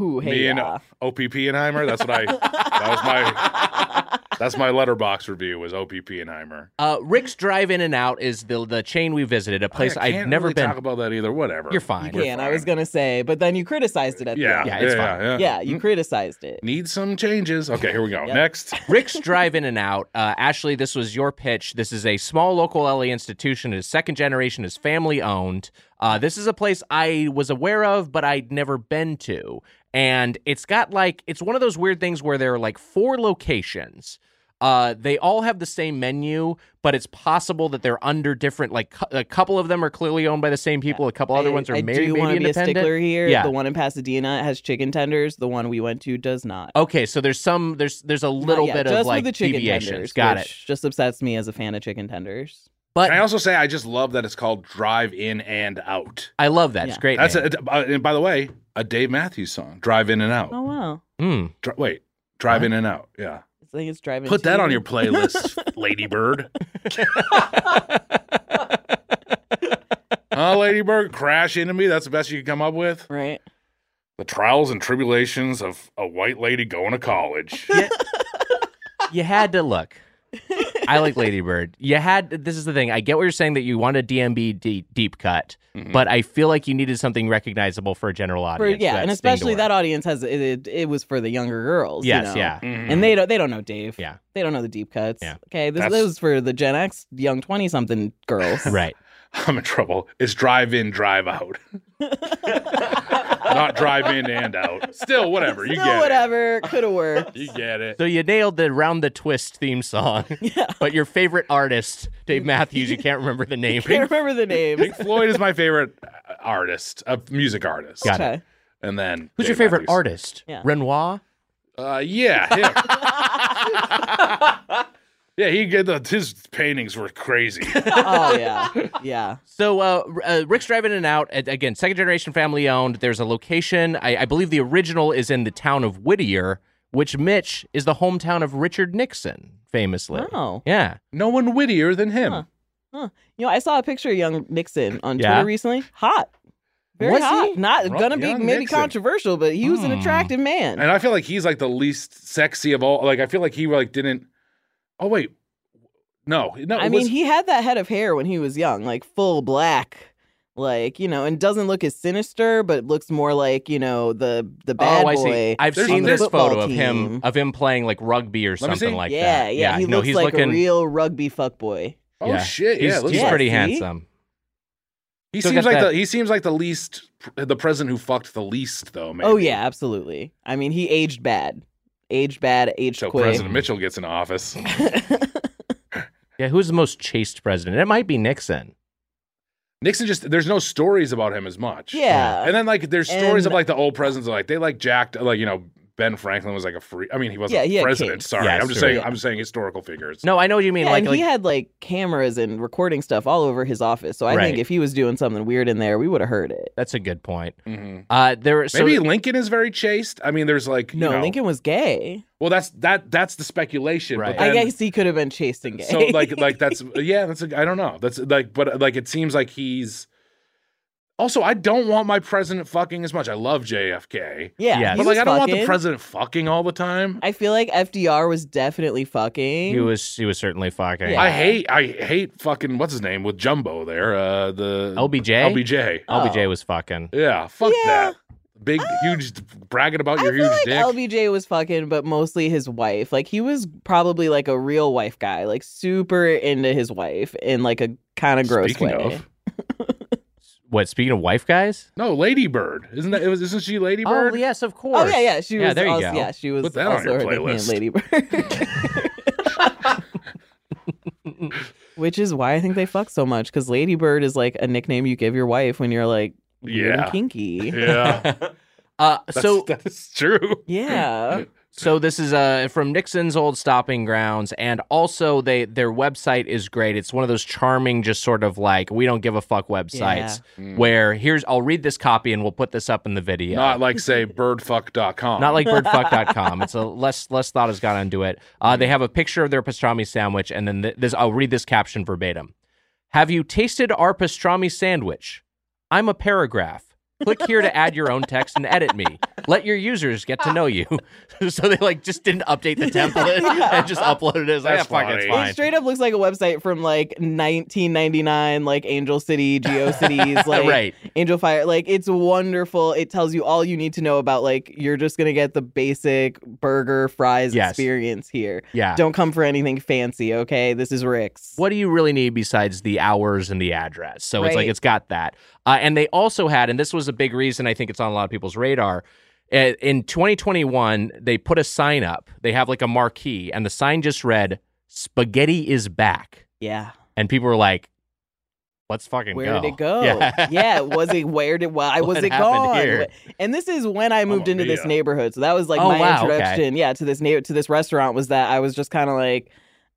Speaker 4: Ooh, hey,
Speaker 2: Me and
Speaker 4: yeah.
Speaker 2: OPP Oppenheimer. That's what I. that was my. That's my letterbox review. Was Oppenheimer.
Speaker 3: Uh, Rick's Drive In and Out is the the chain we visited, a place
Speaker 2: I
Speaker 3: I've
Speaker 2: can't
Speaker 3: never
Speaker 2: really
Speaker 3: been.
Speaker 2: Talk about that either. Whatever.
Speaker 3: You're fine.
Speaker 2: We're
Speaker 4: Can I
Speaker 2: fine.
Speaker 4: was gonna say, but then you criticized it at
Speaker 2: Yeah.
Speaker 3: Yeah,
Speaker 4: the
Speaker 2: Yeah. Mm-hmm.
Speaker 3: it's
Speaker 2: yeah,
Speaker 3: fine.
Speaker 2: yeah.
Speaker 4: end. Yeah, you criticized it.
Speaker 2: Need some changes. Okay. Here we go.
Speaker 4: Yep.
Speaker 2: Next.
Speaker 3: Rick's
Speaker 4: <laughs>
Speaker 3: Drive In and Out. Uh, Ashley, this was your pitch. This is a small local LA institution. It is second generation, is family owned. Uh, this is a place I was aware of, but I'd never been to. And it's got like, it's one of those weird things where there are like four locations. Uh, they all have the same menu, but it's possible that they're under different. Like cou- a couple of them are clearly owned by the same people. A couple other
Speaker 4: I-
Speaker 3: ones are
Speaker 4: I
Speaker 3: maybe,
Speaker 4: do
Speaker 3: maybe
Speaker 4: wanna be a
Speaker 3: independent.
Speaker 4: stickler here.
Speaker 3: Yeah.
Speaker 4: The one in Pasadena has chicken tenders. The one we went to does not.
Speaker 3: Okay, so there's some there's there's a little
Speaker 4: Not yet,
Speaker 3: bit
Speaker 4: just
Speaker 3: of
Speaker 4: with
Speaker 3: like
Speaker 4: the chicken
Speaker 3: deviations.
Speaker 4: Tenders,
Speaker 3: Got it.
Speaker 4: which Just upsets me as a fan of chicken tenders.
Speaker 3: But
Speaker 2: Can I also say I just love that it's called Drive In and Out.
Speaker 3: I love that. It's
Speaker 4: Yeah.
Speaker 3: great.
Speaker 2: That's
Speaker 3: name.
Speaker 2: a, uh, and by the way, a Dave Matthews song, Drive In and Out.
Speaker 4: Oh wow! <laughs>
Speaker 3: Mm.
Speaker 2: Dri- wait, Drive In and Out. Yeah.
Speaker 4: I think it's driving.
Speaker 2: Put
Speaker 4: to
Speaker 2: that on
Speaker 4: you.
Speaker 2: your
Speaker 4: <laughs>
Speaker 2: playlist, Lady <laughs> Bird. Oh, Lady Bird, crash into me. That's the best you can come up with.
Speaker 4: right.
Speaker 2: The trials and tribulations of a white lady going to <laughs> college.
Speaker 3: you had to look. I like Ladybird. You had this is the thing. I get what you're saying that you want a DMB deep, deep cut,
Speaker 2: Mhm.
Speaker 3: but I feel like you needed something recognizable for a general
Speaker 4: Mm-hmm. For,
Speaker 3: audience.
Speaker 4: yeah,
Speaker 3: for
Speaker 4: and
Speaker 3: that sting to
Speaker 4: especially
Speaker 3: work.
Speaker 4: that audience has it, it. It was for the younger girls. you
Speaker 3: Yes,
Speaker 4: know?
Speaker 3: yeah. Mm.
Speaker 2: Mhm.
Speaker 4: And they don't. They don't know Dave.
Speaker 3: Yeah.
Speaker 4: They don't know the deep cuts.
Speaker 3: Yeah.
Speaker 4: Okay. This,
Speaker 2: That's-
Speaker 4: this was for the Gen X, young twenty-something girls.
Speaker 3: <laughs> Right.
Speaker 2: I'm in trouble. It's drive in, drive out. Not drive in and out. Still, whatever. You
Speaker 4: Still
Speaker 2: get
Speaker 4: whatever. Could
Speaker 2: <laughs>
Speaker 4: have worked.
Speaker 2: it. You get it.
Speaker 3: So you nailed the round the twist theme song,
Speaker 4: <laughs> Yeah.
Speaker 3: but your favorite artist, Dave Matthews, you can't remember
Speaker 4: <laughs>
Speaker 3: the name.
Speaker 4: Can't remember the names.
Speaker 2: Pink Floyd is my favorite uh, artist, a music artist.
Speaker 3: Got it.
Speaker 4: Okay.
Speaker 2: And then
Speaker 3: Who's your
Speaker 2: Dave
Speaker 3: favorite
Speaker 2: Matthews.
Speaker 3: artist?
Speaker 4: Yeah.
Speaker 3: Renoir.
Speaker 2: Uh, yeah,
Speaker 4: <laughs>
Speaker 2: him. yeah, he get the, his paintings were
Speaker 4: <laughs>
Speaker 2: crazy.
Speaker 4: Oh yeah. Yeah.
Speaker 3: So uh, R- uh, Rick's driving in and out. And Again, second generation family owned. There's a location. I, I believe the original is in the town of Whittier, which Mitch is the hometown of Richard Nixon, famously.
Speaker 4: Oh.
Speaker 3: Yeah.
Speaker 2: no one wittier than him.
Speaker 4: Huh. You know, I saw a picture of young Nixon on
Speaker 3: Yeah.
Speaker 4: Twitter recently. Hot. Very
Speaker 3: Was
Speaker 4: hot.
Speaker 3: he?
Speaker 4: Not
Speaker 2: Ru-
Speaker 4: gonna be
Speaker 2: young
Speaker 4: maybe
Speaker 2: Nixon.
Speaker 4: controversial, but he was an
Speaker 3: Hmm.
Speaker 4: attractive man.
Speaker 2: And I feel like he's like the least sexy of all. Like I feel like he like didn't. Oh wait, no, no.
Speaker 4: I
Speaker 2: it
Speaker 4: mean,
Speaker 2: was-
Speaker 4: he had that head of hair when he was young, like full black, like you know, and doesn't look as sinister, but looks more like you know the the bad
Speaker 3: oh, I
Speaker 4: boy.
Speaker 3: see. I've
Speaker 2: There's
Speaker 3: seen
Speaker 2: on the
Speaker 3: this
Speaker 4: football
Speaker 3: photo of him
Speaker 4: team.
Speaker 3: of him playing like rugby or
Speaker 2: Let me
Speaker 3: something
Speaker 2: see.
Speaker 3: like
Speaker 4: yeah,
Speaker 3: that.
Speaker 4: yeah, He
Speaker 3: no,
Speaker 4: looks
Speaker 3: he's
Speaker 4: like
Speaker 3: looking.
Speaker 4: a real rugby fuck boy.
Speaker 2: oh
Speaker 3: yeah.
Speaker 2: shit, yeah.
Speaker 3: he's
Speaker 2: it looks
Speaker 3: he's
Speaker 4: Yeah,
Speaker 2: like-
Speaker 3: pretty
Speaker 4: see?
Speaker 3: handsome.
Speaker 2: he
Speaker 3: So
Speaker 2: seems
Speaker 3: got
Speaker 2: like
Speaker 3: that-
Speaker 2: the he seems like the least the president who fucked the least though. Maybe.
Speaker 4: Oh yeah, absolutely. I mean, he aged bad, aged bad, aged
Speaker 2: So
Speaker 4: quick.
Speaker 2: President Mitchell gets in office.
Speaker 3: Yeah, who's the most chaste president? It might be Nixon.
Speaker 2: Nixon just there's no stories about him as much.
Speaker 4: Yeah.
Speaker 2: And then like there's stories of
Speaker 4: And-
Speaker 2: like the old presidents like they like jacked like you know Ben Franklin was like a free I mean he
Speaker 4: Yeah,
Speaker 2: wasn't
Speaker 4: he had
Speaker 2: president
Speaker 4: kids.
Speaker 2: sorry
Speaker 3: Yeah,
Speaker 2: I'm just
Speaker 3: sure.
Speaker 2: saying
Speaker 4: Yeah.
Speaker 2: I'm just saying historical figures.
Speaker 3: No, I know what you mean.
Speaker 4: Yeah,
Speaker 3: like,
Speaker 4: and
Speaker 3: like
Speaker 4: he had like cameras and recording stuff all over his office. So I
Speaker 3: Right.
Speaker 4: think if he was doing something weird in there, we would have heard it.
Speaker 3: that's a good point.
Speaker 2: Mhm.
Speaker 3: Uh, there. So,
Speaker 2: Maybe Lincoln is very chaste. I mean there's like you
Speaker 4: No,
Speaker 2: know-
Speaker 4: Lincoln was gay.
Speaker 2: Well that's that that's the speculation.
Speaker 3: Right.
Speaker 2: But
Speaker 4: I
Speaker 2: then,
Speaker 4: guess he could have been chasing gay. <laughs>
Speaker 2: so like like that's yeah that's I I don't know that's like but like it seems like he's also I don't want my president fucking as much. I love JFK.
Speaker 4: yeah,
Speaker 3: Yeah.
Speaker 4: he
Speaker 2: But
Speaker 4: was
Speaker 2: like I don't want the
Speaker 4: fucking.
Speaker 2: president fucking all the time.
Speaker 4: I feel like FDR was definitely fucking.
Speaker 3: he was he was certainly fucking.
Speaker 4: Yeah.
Speaker 2: I hate I hate fucking what's his name with Jumbo there. Uh the
Speaker 3: LBJ?
Speaker 2: LBJ.
Speaker 3: LBJ was fucking.
Speaker 2: Yeah, fuck
Speaker 4: Oh. Yeah. Oh.
Speaker 2: that. Big huge bragging about
Speaker 4: I
Speaker 2: your
Speaker 4: feel
Speaker 2: huge
Speaker 4: like
Speaker 2: dick.
Speaker 4: LBJ was fucking, but mostly his wife. Like he was probably like a real wife guy, like super into his wife in like a kind of gross
Speaker 2: Speaking
Speaker 4: way.
Speaker 2: of.
Speaker 3: What? Speaking of wife guys.
Speaker 2: No, Ladybird. Isn't that was isn't she Ladybird?
Speaker 3: Oh yes, of course.
Speaker 4: Oh yeah, yeah. She
Speaker 3: Yeah,
Speaker 4: was
Speaker 3: there you
Speaker 4: also,
Speaker 3: go.
Speaker 4: yeah, she was
Speaker 2: Put that on
Speaker 4: also
Speaker 2: your
Speaker 4: her nickname
Speaker 2: playlist.
Speaker 4: Lady Bird. <laughs> Which is why I think they fuck so much because Lady Bird is like a nickname you give your wife when you're like weird and
Speaker 2: Yeah. <laughs>
Speaker 4: kinky.
Speaker 2: Yeah.
Speaker 4: <laughs>
Speaker 3: Uh,
Speaker 2: That's,
Speaker 3: so
Speaker 2: that's true.
Speaker 4: Yeah.
Speaker 3: so this is uh from Nixon's old stopping grounds, and also they their website is great. It's one of those charming, just sort of like we don't give a fuck websites
Speaker 4: Mm.
Speaker 3: where here's I'll read this copy and we'll put this up in the video.
Speaker 2: Not like say birdfuck.com.
Speaker 3: Not like birdfuck.com.
Speaker 2: <laughs>
Speaker 3: It's a less less thought has gone into it. Uh, they have a picture of their pastrami sandwich, and then th- this I'll read this caption verbatim. Have you tasted our pastrami sandwich? I'm a paragraph. Click here to add your own text and edit me. Let your users get to know you. <laughs> so they like just didn't
Speaker 2: <laughs>
Speaker 3: update the template and just uploaded it. It's like,
Speaker 2: That's
Speaker 3: "Ah, fuck, it's
Speaker 2: funny.
Speaker 3: fine.
Speaker 4: It straight up looks like a website from like 1999, like Angel
Speaker 3: <laughs>
Speaker 4: City, GeoCities, like
Speaker 3: Right.
Speaker 4: Angel Fire. Like it's wonderful. It tells you all you need to know about. Like you're just gonna get the basic burger fries
Speaker 3: Yes.
Speaker 4: experience here.
Speaker 3: Yeah.
Speaker 4: Don't come for anything fancy, okay? This is Rick's.
Speaker 3: what do you really need besides the hours and the address? So it's like
Speaker 4: Right.
Speaker 3: it's got that. Uh, and they also had, and this was a big reason I think it's on a lot of people's radar. uh, In 2021, they put a sign up. They have like a marquee, and the sign just read, "Spaghetti is back,"
Speaker 4: Yeah.
Speaker 3: and people were like, "Let's fucking
Speaker 4: Where
Speaker 3: go."
Speaker 4: did it go?
Speaker 3: <laughs>
Speaker 4: <laughs>
Speaker 3: Yeah.
Speaker 4: was it where did why was
Speaker 3: <laughs> What
Speaker 4: it
Speaker 3: happened
Speaker 4: gone?
Speaker 3: here?
Speaker 4: And this is when I moved
Speaker 2: Mamma
Speaker 4: into this
Speaker 2: mia.
Speaker 4: neighborhood. So that was like
Speaker 3: Oh,
Speaker 4: my
Speaker 3: wow, okay.
Speaker 4: introduction, yeah, to this neighbor to this restaurant was that I was just kind of like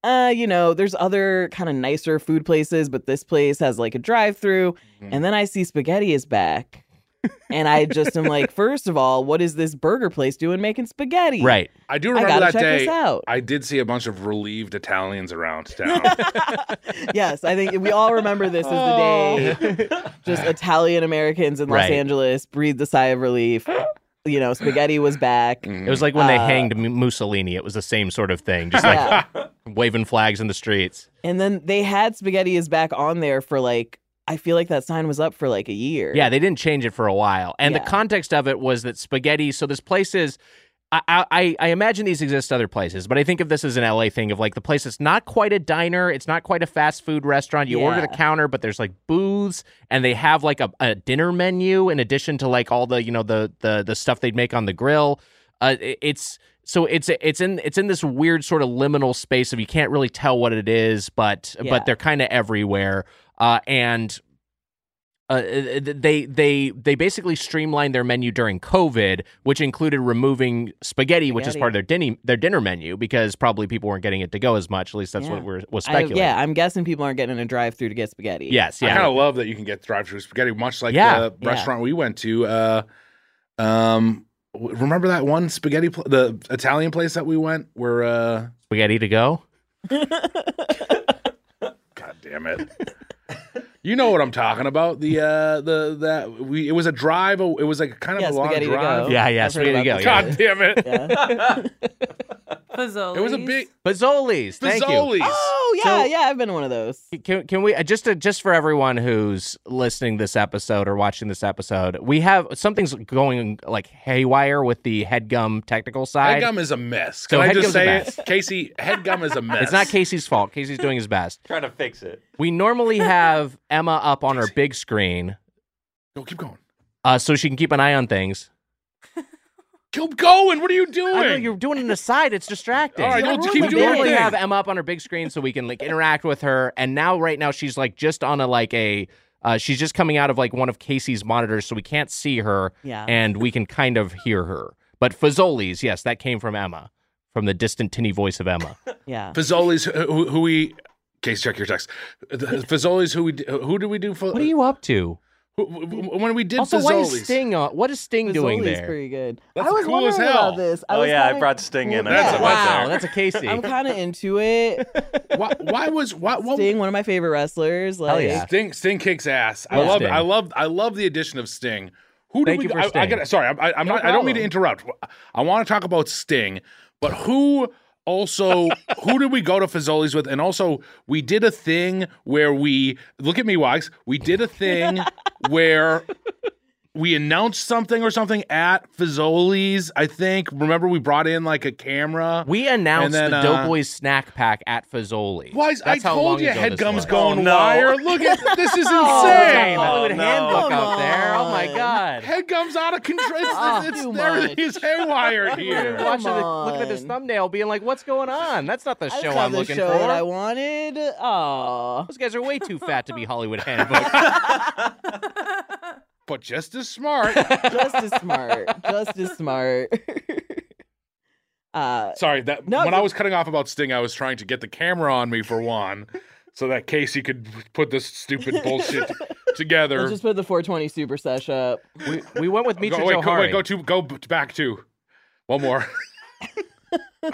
Speaker 4: uh, you know, there's other kind of nicer food places, but this place has like a drive-through,
Speaker 3: Mm-hmm.
Speaker 4: and then I see spaghetti is back. and I just
Speaker 3: <laughs>
Speaker 4: am like, first of all, what is this burger place doing making spaghetti?
Speaker 3: Right.
Speaker 2: I do
Speaker 4: I
Speaker 2: remember
Speaker 4: gotta
Speaker 2: that
Speaker 4: check this
Speaker 2: day.
Speaker 4: out.
Speaker 2: I did see a bunch of relieved Italians
Speaker 4: <laughs>
Speaker 2: around town.
Speaker 4: yes, I think we all remember this as the day
Speaker 2: Oh.
Speaker 4: <laughs> just Italian Americans in Los
Speaker 3: Right.
Speaker 4: Angeles breathed a sigh of relief. You know, spaghetti was back.
Speaker 3: It was like when they
Speaker 4: Uh,
Speaker 3: hanged M- Mussolini. It was the same sort of thing,
Speaker 4: <laughs>
Speaker 3: just like
Speaker 4: Yeah.
Speaker 3: waving flags in the streets.
Speaker 4: And then they had spaghetti is back on there for like I feel like that sign was up for like a year.
Speaker 3: Yeah, they didn't change it for a while. And the
Speaker 4: Yeah.
Speaker 3: context of it was that spaghetti. So this place is. I, I, I imagine these exist other places, but I think of this as an LA thing of like the place that's not quite a diner, it's not quite a fast food restaurant. You order the
Speaker 4: Yeah.
Speaker 3: counter, but there's like booths, and they have like a, a dinner menu in addition to like all the you know the the the stuff they'd make on the grill. Uh, it- it's so it's it's in it's in this weird sort of liminal space of you can't really tell what it is, but
Speaker 4: Yeah.
Speaker 3: but they're kind of everywhere, uh, and uh, they they they basically streamlined their menu during COVID, which included removing spaghetti, which is
Speaker 4: Spaghetti.
Speaker 3: part of their dinner their dinner menu because probably people weren't getting it to go as much. At least that's
Speaker 4: Yeah.
Speaker 3: what we're was
Speaker 4: I,
Speaker 3: speculating.
Speaker 4: yeah, I'm guessing people aren't getting in a drive through to get spaghetti.
Speaker 3: Yes.
Speaker 2: I kind
Speaker 3: Yeah.
Speaker 2: of love that you can get drive-through spaghetti, much like
Speaker 3: Yeah,
Speaker 2: the
Speaker 4: yeah.
Speaker 2: restaurant we went to. Uh, um, w- remember that one spaghetti, pl- the Italian place that we went where? Uh,
Speaker 3: Spaghetti to go.
Speaker 2: God damn
Speaker 3: <laughs>
Speaker 2: it! you know what I'm talking about. The uh, the that we it was a drive. It was like kind of a
Speaker 4: Yeah,
Speaker 2: long
Speaker 4: spaghetti to go.
Speaker 2: drive.
Speaker 3: Yeah. Yeah.
Speaker 4: I've heard
Speaker 3: Spaghetti to go.
Speaker 4: about
Speaker 3: Yeah.
Speaker 2: God damn it!
Speaker 8: Fazoli's.
Speaker 2: It was a big
Speaker 3: Fazoli's. Thank you.
Speaker 2: Fazoli's.
Speaker 4: Oh yeah,
Speaker 3: So-
Speaker 4: yeah, I've been to one of those.
Speaker 3: Can, can we uh, just to, just for everyone who's listening this episode or watching this episode, we have something's going like haywire with the headgum technical side.
Speaker 2: Headgum is a mess.
Speaker 3: So
Speaker 2: Can I
Speaker 3: headgum's a
Speaker 2: just say it,
Speaker 3: mess.
Speaker 2: Casey? Headgum is a mess.
Speaker 3: It's not Casey's fault. Casey's doing his best.
Speaker 5: Trying to fix it.
Speaker 3: We normally have Emma up on her big screen
Speaker 2: No, keep going.
Speaker 3: uh, so she can keep an eye on things.
Speaker 2: Keep going. What are you doing?
Speaker 3: I know you're doing an aside; it's distracting.
Speaker 2: All right, no,
Speaker 4: ruined
Speaker 2: keep
Speaker 4: my
Speaker 3: we
Speaker 2: doing your
Speaker 3: normally
Speaker 2: thing.
Speaker 3: have Emma up on her big screen so we can like interact with her, and now right now she's like just on a like a uh, she's just coming out of like one of Casey's monitors, so we can't see her,
Speaker 4: Yeah.
Speaker 3: and we can kind of hear her. But Fazoli's, yes, that came from Emma, from the distant tinny voice
Speaker 2: <laughs>
Speaker 3: of Emma.
Speaker 4: yeah.
Speaker 2: Fazoli's who, who we case check your text. Fazoli's who we who did we do? For,
Speaker 3: what are you up to?
Speaker 2: who- who- when we did
Speaker 3: Also, why
Speaker 2: Fazoli's?
Speaker 3: is Sting? On, what is Sting doing
Speaker 4: Fazoli's
Speaker 3: there?
Speaker 4: pretty good.
Speaker 2: That's
Speaker 4: I was
Speaker 2: cool as
Speaker 4: wondering
Speaker 2: hell.
Speaker 4: about this. I
Speaker 5: oh
Speaker 4: was
Speaker 5: yeah,
Speaker 4: kinda-
Speaker 5: I brought Sting in.
Speaker 4: Well,
Speaker 2: That's
Speaker 4: yeah.
Speaker 2: a wet
Speaker 3: Wow,
Speaker 2: there.
Speaker 3: that's a <laughs> Casey.
Speaker 4: I'm kind of
Speaker 3: <laughs>
Speaker 4: into it.
Speaker 2: why, why was why, why
Speaker 4: Sting, one of my favorite wrestlers. Like,
Speaker 3: yeah.
Speaker 2: Sting Sting kicks ass. I
Speaker 3: Yeah.
Speaker 2: love
Speaker 3: Sting.
Speaker 2: I love I love the addition of Sting. Who
Speaker 3: Thank
Speaker 2: do we,
Speaker 3: you for
Speaker 2: I, I
Speaker 3: Sting.
Speaker 2: gotta, sorry, I, I, am
Speaker 3: No
Speaker 2: not. I don't mean to
Speaker 3: problem.
Speaker 2: interrupt. I want to talk about Sting, but who
Speaker 3: <laughs>
Speaker 2: also who did we go to Fazoli's with? And also, we did a thing where we look at me, Wags. We did a
Speaker 3: <laughs>
Speaker 2: thing where we announced something or something at Fazoli's. I think. Remember, we brought in like a camera.
Speaker 3: We announced
Speaker 2: And then,
Speaker 3: the
Speaker 2: uh,
Speaker 3: Doughboys snack pack at Fazoli.
Speaker 2: Why? I
Speaker 3: That's how long
Speaker 2: told you,
Speaker 3: ago this
Speaker 2: headgum's
Speaker 3: was.
Speaker 2: going
Speaker 5: Oh, no.
Speaker 2: wire. Look at this
Speaker 3: <laughs>
Speaker 2: is
Speaker 3: Insane.
Speaker 2: insane.
Speaker 5: Oh,
Speaker 3: Hollywood
Speaker 5: no.
Speaker 3: handbook
Speaker 4: Come
Speaker 3: up there. Oh my
Speaker 4: on.
Speaker 3: god.
Speaker 2: Headgum's out of control. It's, it's,
Speaker 4: too
Speaker 2: there
Speaker 4: much.
Speaker 2: he's
Speaker 4: <laughs>
Speaker 2: haywire here.
Speaker 3: Watching the, looking at this
Speaker 4: on.
Speaker 3: thumbnail, being like, "What's going on? That's not the
Speaker 4: That's
Speaker 3: show
Speaker 4: not
Speaker 3: I'm
Speaker 4: the
Speaker 3: looking
Speaker 4: show
Speaker 3: for."
Speaker 4: that I wanted. Oh,
Speaker 3: Those guys are way too fat to be Hollywood
Speaker 2: <laughs>
Speaker 3: Handbook.
Speaker 2: But just as
Speaker 4: <laughs>
Speaker 2: smart.
Speaker 4: <laughs> just as smart. Just as smart. <laughs> uh,
Speaker 2: Sorry, that
Speaker 4: No,
Speaker 2: when I
Speaker 4: you-
Speaker 2: was cutting off about Sting, I was trying to get the camera on me for one, so that Casey could put this stupid
Speaker 4: <laughs>
Speaker 2: bullshit together.
Speaker 4: let's just put the 420 Super Sesh up.
Speaker 3: we, we went with Mitra
Speaker 2: go, wait, go,
Speaker 3: Johari.
Speaker 4: <laughs>
Speaker 2: wait, go to go b- back to one more. <laughs>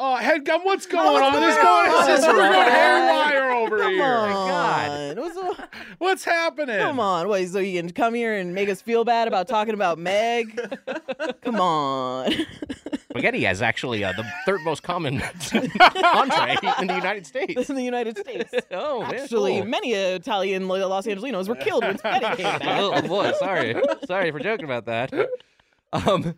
Speaker 2: Oh, headgum, what's going on? What's going on? We're going
Speaker 4: <laughs>
Speaker 2: hair wire over here.
Speaker 4: God. What's,
Speaker 2: What's happening?
Speaker 4: come on. Wait, so you can come here and make us feel bad about talking
Speaker 3: <laughs>
Speaker 4: about Meg? come on. <laughs>
Speaker 3: Spaghetti is actually uh, the third most common <laughs> entree in the United States.
Speaker 4: in the United States.
Speaker 3: Oh, <laughs> yeah,
Speaker 4: Actually,
Speaker 3: cool.
Speaker 4: many Italian Los Angelinos were killed when spaghetti came back.
Speaker 3: <laughs> oh boy, sorry, sorry for joking about that. Um,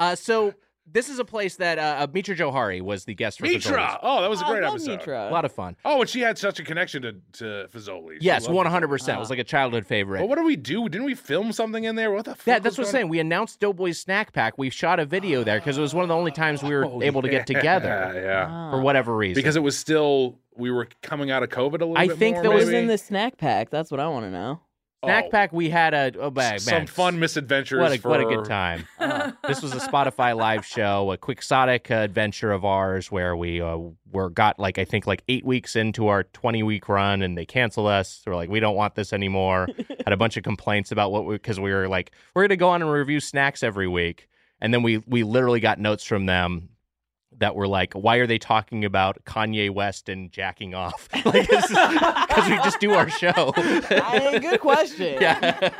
Speaker 3: uh, so this is a place that uh, Mitra Johari was the guest for.
Speaker 2: Mitra.
Speaker 3: Fazoli's.
Speaker 2: Oh, that was a
Speaker 4: I
Speaker 2: great
Speaker 4: love
Speaker 2: episode.
Speaker 4: Mitra.
Speaker 3: a lot of fun.
Speaker 2: Oh, and she had such a connection to, to Fazoli. She
Speaker 3: Yes,
Speaker 2: loved
Speaker 3: one hundred percent. It was like a childhood favorite.
Speaker 2: Uh-huh. Well, what do we do? Didn't we film something in there? What the fuck?
Speaker 3: Yeah, that's
Speaker 2: was
Speaker 3: what I'm
Speaker 2: going
Speaker 3: saying. We announced Doughboy's Snack Pack. We shot a video there because it was one of the only
Speaker 2: <laughs>
Speaker 3: times we were
Speaker 2: on?
Speaker 3: able to get
Speaker 2: Oh, Yeah, <laughs>
Speaker 3: together
Speaker 2: Yeah.
Speaker 3: for whatever reason.
Speaker 2: Because it was still we were coming out of COVID a little
Speaker 3: I
Speaker 2: bit
Speaker 3: think
Speaker 2: more,
Speaker 3: there
Speaker 4: What was
Speaker 2: maybe?
Speaker 4: in the snack pack? That's what I want to know.
Speaker 3: Snack
Speaker 2: Oh,
Speaker 3: Pack, we had a oh, man,
Speaker 2: some
Speaker 3: man,
Speaker 2: fun misadventures.
Speaker 3: What a,
Speaker 2: for,
Speaker 3: what a good time. this was a Spotify live show, a quixotic uh, adventure of ours where we uh, were got like I think like 8 weeks into our 20 week run and they canceled us. They were like we don't want this anymore. Had a bunch of complaints about what we cuz we were like we're going to go on and review snacks every week. And then we we literally got notes from them that were like, why are they talking about Kanye West and jacking off? <laughs> like, because we just do our show.
Speaker 4: I, good question.
Speaker 3: <laughs> yeah.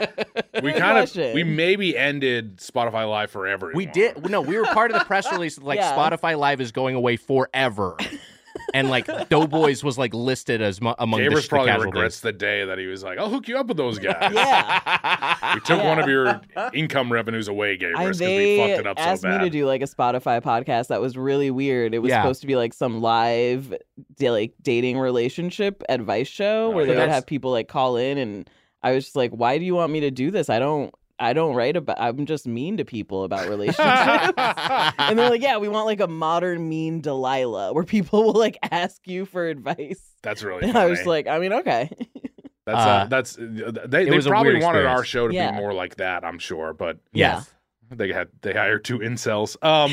Speaker 2: We
Speaker 4: Good
Speaker 2: kind of
Speaker 4: question.
Speaker 2: we maybe ended Spotify Live for everyone.
Speaker 3: We did. No, we were part of the press release. that, Like
Speaker 4: <laughs> Yeah.
Speaker 3: Spotify Live is going away forever, and like Doughboys was like listed as mu- among the,
Speaker 2: Gabriel
Speaker 3: sh- the
Speaker 2: probably
Speaker 3: casualties.
Speaker 2: regrets the day that he was like, "I'll hook you up with
Speaker 3: <laughs>
Speaker 2: those guys."
Speaker 4: Yeah.
Speaker 2: We took
Speaker 4: Yeah.
Speaker 2: one of your income revenues away, Gabriel,
Speaker 4: I,
Speaker 2: because we
Speaker 4: they
Speaker 2: fucked it up
Speaker 4: asked
Speaker 2: so
Speaker 4: me
Speaker 2: bad.
Speaker 4: to do like a Spotify podcast that was really weird. It was
Speaker 3: Yeah.
Speaker 4: supposed to be like some live da- like dating relationship advice show
Speaker 2: Oh,
Speaker 4: where
Speaker 2: yeah.
Speaker 4: they would
Speaker 3: That's-
Speaker 4: have people like call in and I was just like, Why do you want me to do this? I don't I don't write about I'm just mean to people about relationships.
Speaker 2: <laughs>
Speaker 4: and they're like, Yeah, we want like a modern mean Delilah where people <laughs> will like ask you for advice.
Speaker 2: That's really.
Speaker 3: <laughs>
Speaker 4: And I was
Speaker 2: funny.
Speaker 4: like, I mean, okay.
Speaker 2: That's
Speaker 3: Uh,
Speaker 2: uh, that's they, they
Speaker 3: it was a
Speaker 2: probably
Speaker 3: weird
Speaker 2: wanted
Speaker 3: experience.
Speaker 2: our show to
Speaker 4: Yeah.
Speaker 2: be more like that, I'm sure, but
Speaker 3: yeah.
Speaker 2: they had they hired two incels. Um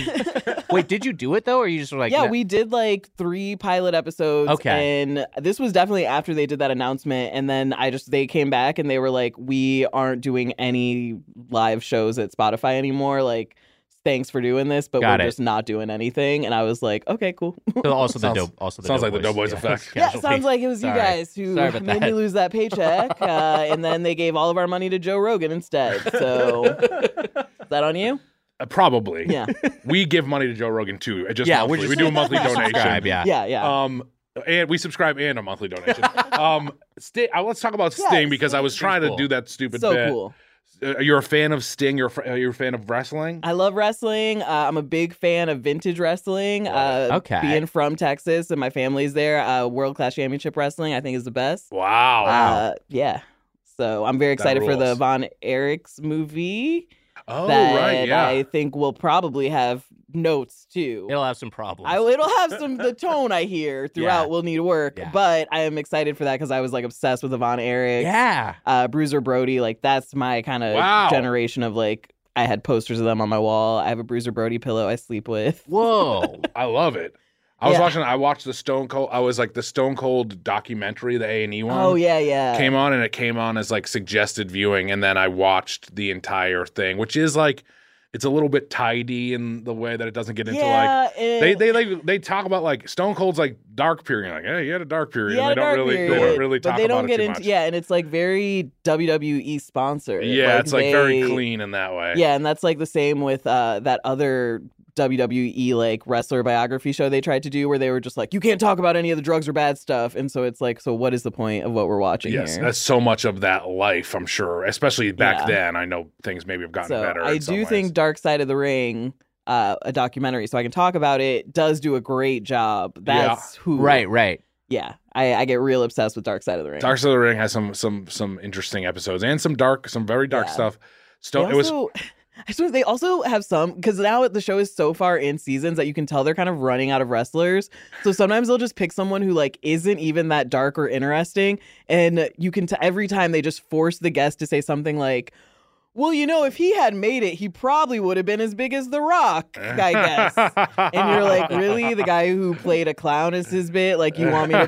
Speaker 4: <laughs>
Speaker 3: Wait, did you do it though, or you just were like,
Speaker 4: yeah,
Speaker 3: "Nah."
Speaker 4: we did like three pilot episodes.
Speaker 3: Okay.
Speaker 4: And this was definitely after they did that announcement. And then I just, they came back and they were like, we aren't doing any live shows at Spotify anymore. Like, thanks for doing this, but
Speaker 3: Got
Speaker 4: we're
Speaker 3: it.
Speaker 4: just not doing anything. And I was like, okay, cool. <laughs>
Speaker 3: So also the
Speaker 2: Sounds-
Speaker 3: dope. Also the
Speaker 2: sounds like the
Speaker 3: Doughboys,
Speaker 2: Doughboys effect.
Speaker 3: <laughs>
Speaker 4: yeah,
Speaker 3: casualties.
Speaker 4: sounds like it was
Speaker 3: Sorry.
Speaker 4: you guys who
Speaker 3: Sorry about
Speaker 4: made
Speaker 3: that.
Speaker 4: me lose
Speaker 3: <laughs>
Speaker 4: that paycheck. Uh, and then they gave all of our money to Joe Rogan instead.
Speaker 3: <laughs>
Speaker 4: So, is that on you?
Speaker 2: uh, probably.
Speaker 4: Yeah.
Speaker 2: We give money to Joe Rogan too. uh, Just
Speaker 3: Yeah, we're
Speaker 2: monthly.
Speaker 3: just-
Speaker 2: we do a monthly
Speaker 3: You
Speaker 2: donation.
Speaker 3: <laughs> subscribe, yeah.
Speaker 4: Yeah, yeah.
Speaker 2: Um and we subscribe and a monthly
Speaker 4: <laughs>
Speaker 2: donation. um Sting, I, let's talk about
Speaker 4: Yeah,
Speaker 2: Sting because I was
Speaker 3: Sting's
Speaker 2: trying
Speaker 3: cool.
Speaker 2: to do that stupid
Speaker 4: so
Speaker 2: bit.
Speaker 4: cool.
Speaker 2: Uh, you're a fan of Sting, you're, a fr- uh, you're a fan of wrestling?
Speaker 4: I love wrestling. Uh, I'm a big fan of vintage wrestling. Uh,
Speaker 3: Okay.
Speaker 4: Being from Texas and my family's there, uh, world class championship wrestling, I think, is the best.
Speaker 2: wow.
Speaker 4: Uh, yeah. So I'm very
Speaker 2: That
Speaker 4: excited for the
Speaker 2: rules.
Speaker 4: Von Erichs movie
Speaker 2: oh,
Speaker 4: that
Speaker 2: right. Yeah.
Speaker 4: I think will probably have notes too.
Speaker 3: It'll have some problems.
Speaker 4: I, it'll have
Speaker 2: <laughs>
Speaker 4: some the tone I hear throughout
Speaker 3: Yeah.
Speaker 4: will need work,
Speaker 3: Yeah.
Speaker 4: but I am excited for that because I was like obsessed with the Von Erichs
Speaker 3: yeah.
Speaker 4: uh, Bruiser Brody. Like that's my kind of
Speaker 2: Wow.
Speaker 4: generation of like I had posters of them on my wall. I have a Bruiser Brody pillow I sleep with. <laughs>
Speaker 3: Whoa.
Speaker 2: I love it. I was
Speaker 4: Yeah.
Speaker 2: watching I watched the Stone Cold I was like the Stone Cold documentary, the A and E <laughs> one.
Speaker 4: Oh yeah, yeah.
Speaker 2: came on and it came on as like suggested viewing and then i watched the entire thing which is like it's a little bit tidy in the way that it doesn't get into like
Speaker 4: yeah,
Speaker 2: they they like they talk about like stone cold's like dark period like hey you had a dark period and they don't really they don't really talk
Speaker 4: but they don't
Speaker 2: about
Speaker 4: get
Speaker 2: it too
Speaker 4: into
Speaker 2: much.
Speaker 4: yeah, and it's like very WWE sponsored.
Speaker 2: yeah it's like very
Speaker 4: they-
Speaker 2: clean in that way
Speaker 4: Yeah, and that's like the same with uh, that other WWE like wrestler biography show they tried to do where they were just like, you can't talk about any of the drugs or bad stuff, and so it's like, so what is the point of what we're watching
Speaker 2: Yes,
Speaker 4: here?
Speaker 2: that's so much of that life, I'm sure. Especially back
Speaker 4: Yeah.
Speaker 2: then, I know things maybe have gotten
Speaker 4: so
Speaker 2: better.
Speaker 4: I
Speaker 2: in some
Speaker 4: do
Speaker 2: ways.
Speaker 4: think Dark Side of the Ring, uh, a documentary, so I can talk about it, does do a great job. That's who,
Speaker 3: right. Right.
Speaker 4: Yeah, I, I get real obsessed with Dark Side of the Ring.
Speaker 2: Dark Side of the Ring has some some some interesting episodes and some dark, some very dark
Speaker 4: Yeah.
Speaker 2: stuff.
Speaker 4: They
Speaker 2: Stone, it <laughs> was
Speaker 4: also- <laughs> I suppose they also have some because now the show is so far in seasons that you can tell they're kind of running out of wrestlers. So sometimes they'll just pick someone who like isn't even that dark or interesting, and you can t- every time they just force the guest to say something like, Well, you know, if he had made it, he probably would have been as big as The Rock, I guess.
Speaker 2: <laughs>
Speaker 4: and you're like, really? The guy who played a clown is his bit? Like, you want me to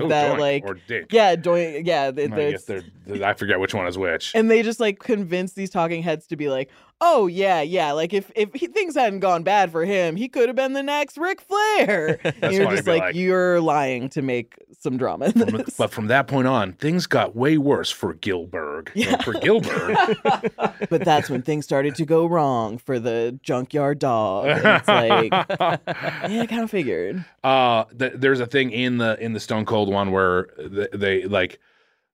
Speaker 2: <laughs> Ooh,
Speaker 4: that,
Speaker 2: joint
Speaker 4: like,
Speaker 2: or dick.
Speaker 4: yeah, doing, yeah, th-
Speaker 2: I, guess
Speaker 4: there's-
Speaker 2: they're, I forget which one is which.
Speaker 4: and they just like convince these talking heads to be like, oh yeah, yeah, like if if he, things hadn't gone bad for him, he could have been the next
Speaker 2: <laughs>
Speaker 4: Ric Flair. And you're
Speaker 2: funny,
Speaker 4: just
Speaker 2: be
Speaker 4: like,
Speaker 2: like-
Speaker 4: you're lying to make some drama. In
Speaker 2: From-
Speaker 4: this.
Speaker 2: but from that point on, things got way worse for Gilberg. Or For Gilbert.
Speaker 4: <laughs> but that's when things started to go wrong for the junkyard dog. And <laughs> it's like,
Speaker 2: <laughs>
Speaker 4: yeah, I kind of figured.
Speaker 2: uh th- there's a thing in the in the stone cold one where they, they like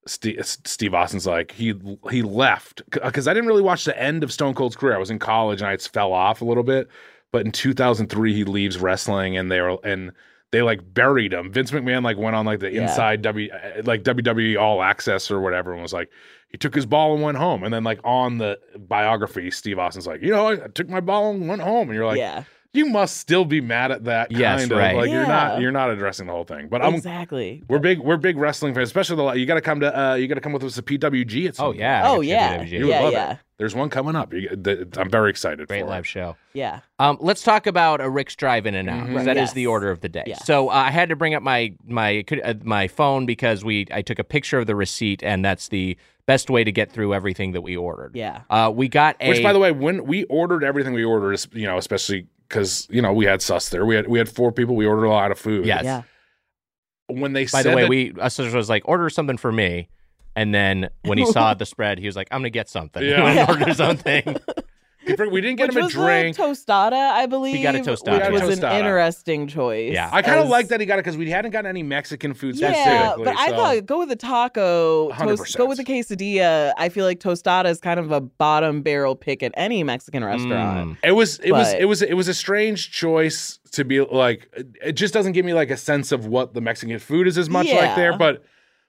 Speaker 2: Ste S- steve austin's like he he left because i didn't really watch the end of stone cold's career i was in college and i just fell off a little bit but in 2003 he leaves wrestling and they were and they like buried him vince mcmahon like went on like the
Speaker 4: Yeah.
Speaker 2: inside w uh, like wwe all access or whatever and was like he took his ball and went home and then like on the biography steve austin's like you know i, I took my ball and went home and you're like
Speaker 4: yeah,
Speaker 2: you must still be mad at that
Speaker 3: Yes,
Speaker 2: kind of
Speaker 3: right.
Speaker 2: like you're
Speaker 4: Yeah.
Speaker 2: not you're not addressing the whole thing. But I'm
Speaker 4: exactly.
Speaker 2: we're big we're big wrestling fans, especially the you got to come to uh, you got to come with us to PWG. At some
Speaker 3: Oh
Speaker 2: point.
Speaker 3: yeah. I
Speaker 4: Oh
Speaker 3: got you,
Speaker 4: yeah,
Speaker 3: WWG.
Speaker 2: You would
Speaker 4: yeah,
Speaker 2: love
Speaker 4: yeah,
Speaker 2: it. There's one coming up. You, the, I'm very excited.
Speaker 3: Great
Speaker 2: for
Speaker 3: live
Speaker 2: it.
Speaker 3: show.
Speaker 4: yeah.
Speaker 3: Um, let's talk about a Rick's drive-in and out. 'cause That is
Speaker 4: Right. Mm-hmm. Yes.
Speaker 3: the order of the day.
Speaker 4: Yeah.
Speaker 3: So uh, I had to bring up my my could- uh, my phone because we I took a picture of the receipt, and that's the best way to get through everything that we ordered.
Speaker 4: Yeah.
Speaker 3: Uh, we got a
Speaker 2: Which, by the way, when we ordered everything we ordered, is- you know, especially because you know we had sus there. We had we had four people. We ordered a lot of food.
Speaker 3: Yes.
Speaker 4: Yeah.
Speaker 2: When they
Speaker 3: by
Speaker 2: said
Speaker 3: the way
Speaker 2: that-
Speaker 3: we Usher was like order something for me, and then when he
Speaker 4: <laughs>
Speaker 3: saw the spread, he was like I'm gonna get something. <laughs>
Speaker 2: Yeah.
Speaker 3: I'm gonna order something.
Speaker 2: we didn't get
Speaker 4: Which
Speaker 2: him a
Speaker 4: was
Speaker 2: drink.
Speaker 4: a tostada, I believe.
Speaker 3: got a tostada,
Speaker 4: which
Speaker 2: yeah.
Speaker 4: was an
Speaker 2: Tostada.
Speaker 4: interesting choice.
Speaker 3: Yeah.
Speaker 2: I kind of
Speaker 4: As-
Speaker 2: like that he got it because we hadn't gotten any Mexican food.
Speaker 4: Yeah,
Speaker 2: specifically,
Speaker 4: but I
Speaker 2: so-
Speaker 4: thought go with the taco,
Speaker 2: 100%.
Speaker 4: toast, go with the quesadilla. I feel like tostada is kind of a bottom barrel pick at any Mexican restaurant.
Speaker 3: Mm.
Speaker 2: It was it was
Speaker 4: But-
Speaker 2: it was it was a strange choice to be like it- it just doesn't give me like a sense of what the Mexican food is as much like there
Speaker 4: Yeah.
Speaker 2: but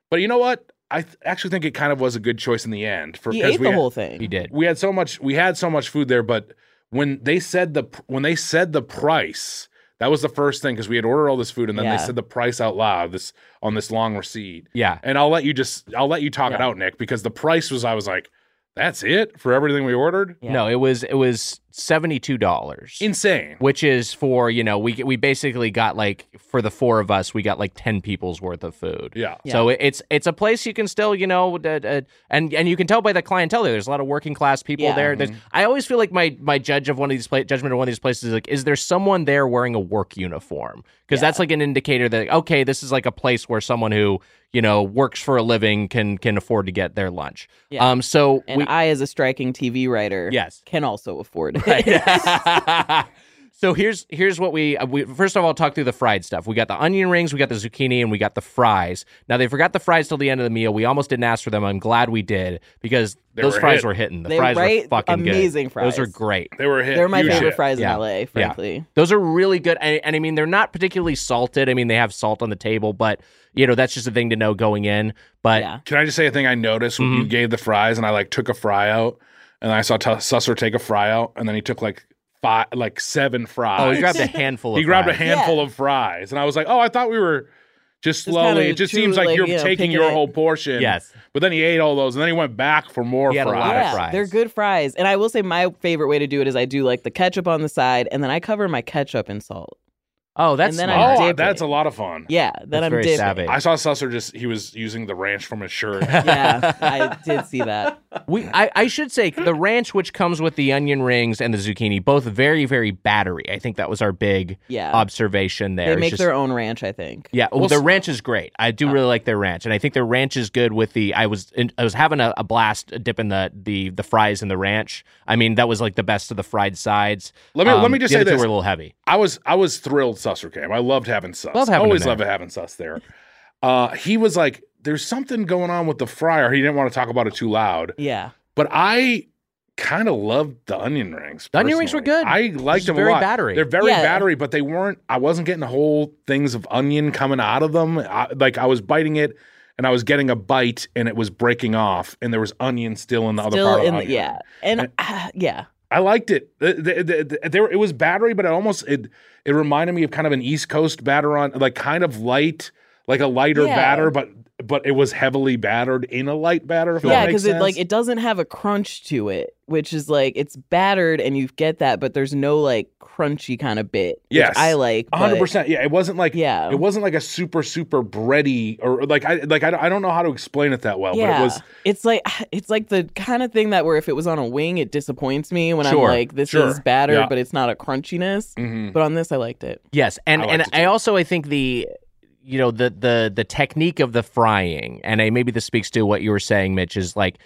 Speaker 2: but you know what I th- actually think it kind of was a good choice in the end for
Speaker 4: He ate
Speaker 2: we
Speaker 4: the
Speaker 2: had,
Speaker 4: whole thing.
Speaker 3: He did.
Speaker 2: we had so much we had so much food there but when they said the pr- when they said the price that was the first thing because we had ordered all this food and then
Speaker 4: Yeah.
Speaker 2: they said the price out loud this on this long receipt
Speaker 3: Yeah.
Speaker 2: and I'll let you just I'll let you talk it out Nick because the price was I was like that's it for everything we ordered
Speaker 4: Yeah.
Speaker 3: No, it was it was seventy two dollars.
Speaker 2: insane
Speaker 3: which is for you know we we basically got like for the four of us we got like 10 people's worth of food
Speaker 2: yeah
Speaker 3: so it- it's it's a place you can still you know d- d- and and you can tell by the clientele there. There's a lot of working class people
Speaker 4: Yeah.
Speaker 3: there. There's I always feel like my my judge of one of these pla- judgment of one of these places is like is there someone there wearing a work uniform because that's like an indicator that okay this is like a place where someone who you know works for a living can can afford to get their lunch.
Speaker 4: Yeah.
Speaker 3: Um. So
Speaker 4: And
Speaker 3: we,
Speaker 4: I, as a striking TV writer,
Speaker 3: yes.
Speaker 4: can
Speaker 3: <laughs>
Speaker 4: also afford it.
Speaker 3: Right. <laughs> so here's here's what we, uh, we first of all I'll talk through the fried stuff. We got the onion rings, we got the zucchini, and we got the fries. Now they forgot the fries till the end of the meal. We almost didn't ask for them. I'm glad we did because
Speaker 2: They
Speaker 3: those
Speaker 2: were
Speaker 3: fries
Speaker 2: hit.
Speaker 3: were hitting. The
Speaker 4: They-
Speaker 3: fries
Speaker 4: right?
Speaker 3: were fucking good.
Speaker 4: Amazing
Speaker 3: Those are
Speaker 4: fries.
Speaker 3: great.
Speaker 2: They were a hit.
Speaker 4: <laughs> They're my
Speaker 2: Huge
Speaker 4: favorite
Speaker 2: hit.
Speaker 4: fries
Speaker 3: Yeah.
Speaker 4: in LA, frankly.
Speaker 3: Those are really good, and, and I mean they're not particularly salted. I mean they have salt on the table, but you know that's just a thing to know going in. But
Speaker 4: Yeah.
Speaker 2: Can I just say a thing I noticed when
Speaker 3: Mm-hmm.
Speaker 2: you gave the fries and I like took a fry out and I saw T- Susser take a fry out and then he took like five, like seven fries. <laughs>
Speaker 3: oh, he grabbed a handful. of
Speaker 2: He grabbed a
Speaker 3: fries.
Speaker 2: handful of fries and I was like, oh, I thought we were just
Speaker 4: Just kinda
Speaker 2: slowly. it just seems like
Speaker 4: choosing,
Speaker 2: you're
Speaker 4: you know,
Speaker 2: taking
Speaker 4: picking
Speaker 2: your
Speaker 4: it.
Speaker 2: whole portion.
Speaker 3: Yes.
Speaker 2: But then he ate all those and then he went back for more
Speaker 3: He had a
Speaker 2: fries.
Speaker 3: lot of
Speaker 4: Yeah,
Speaker 3: fries.
Speaker 4: they're good fries. And I will say my favorite way to do it is I do like the ketchup on the side and then I cover my ketchup in salt.
Speaker 3: Oh, that's
Speaker 4: And then I
Speaker 3: smart.
Speaker 4: dip
Speaker 2: Oh,
Speaker 4: it.
Speaker 2: that's a lot of fun.
Speaker 4: Yeah, then
Speaker 3: That's
Speaker 4: I'm
Speaker 3: very
Speaker 4: dipping.
Speaker 3: savage.
Speaker 2: I saw Susser just he was using the ranch from his
Speaker 3: <laughs>
Speaker 2: shirt.
Speaker 4: Yeah, I did
Speaker 2: <laughs>
Speaker 4: see that.
Speaker 3: We, I, I should say the ranch, which comes with the onion rings and the zucchini, both very, very battery. I think that was our big
Speaker 4: Yeah.
Speaker 3: observation there.
Speaker 4: They
Speaker 3: It's
Speaker 4: make
Speaker 3: just-
Speaker 4: their own ranch, I think.
Speaker 3: Yeah, well,
Speaker 2: Well,
Speaker 3: their
Speaker 2: s-
Speaker 3: ranch is great. I do really like their ranch, and I think their ranch is good with the. I was in, I was having a, a blast dipping the the the fries in the ranch. I mean, that was like the best of the fried sides. Um,
Speaker 2: Let me- let me just
Speaker 3: the
Speaker 2: say
Speaker 3: other two
Speaker 2: this.
Speaker 3: were a little heavy.
Speaker 2: I was I was thrilled Susser came. I loved having Suss.
Speaker 3: Love having
Speaker 2: Always
Speaker 3: him
Speaker 2: loved having Suss there. Uh, he was like, there's something going on with the fryer. He didn't want to talk about it too loud.
Speaker 4: Yeah.
Speaker 2: But I kind of loved the onion rings.
Speaker 3: The onion rings were
Speaker 2: personally.
Speaker 3: good.
Speaker 2: I
Speaker 3: Just
Speaker 2: liked them
Speaker 3: very
Speaker 2: a lot.
Speaker 3: battery.
Speaker 2: They're very
Speaker 4: Yeah.
Speaker 2: battery, but they weren't. I wasn't getting the whole things of onion coming out of them. I, like I was biting it, and I was getting a bite, and it was breaking off, and there was onion still in the other
Speaker 4: Still
Speaker 2: part. of
Speaker 4: in
Speaker 2: the
Speaker 4: the,
Speaker 2: onion
Speaker 4: yeah.
Speaker 2: ring.
Speaker 4: And uh, <sighs> yeah.
Speaker 2: I liked it. The- the- the- the- There, it was battery, but it almost it it reminded me of kind of an East Coast batter on, like kind of light, like a lighter
Speaker 4: Yeah.
Speaker 2: batter, but but it was heavily battered in a light batter. If that
Speaker 4: Yeah,
Speaker 2: makes
Speaker 4: because it
Speaker 2: sense.
Speaker 4: like it doesn't have a crunch to it. which is like it's battered and you get that, but there's no like crunchy kind of bit. which
Speaker 2: Yes.
Speaker 4: I like. but-
Speaker 2: hundred percent. Yeah, it wasn't like
Speaker 4: Yeah.
Speaker 2: it wasn't like a super super bready or like I like I don't, I don't know how to explain it that well, but it was
Speaker 4: it's like <sighs> it's like the kind of thing that where if it was on a wing, it disappoints me when
Speaker 3: Sure,
Speaker 4: I'm like, this
Speaker 2: sure,
Speaker 4: is battered,
Speaker 2: yeah.
Speaker 4: but it's not a crunchiness.
Speaker 2: mhm.
Speaker 4: But on this, I liked it.
Speaker 3: Yes, and
Speaker 2: I liked
Speaker 3: and
Speaker 2: it, too.
Speaker 3: I also I think the you know the the the technique of the frying, and I maybe this speaks to what you were saying, Mitch, is like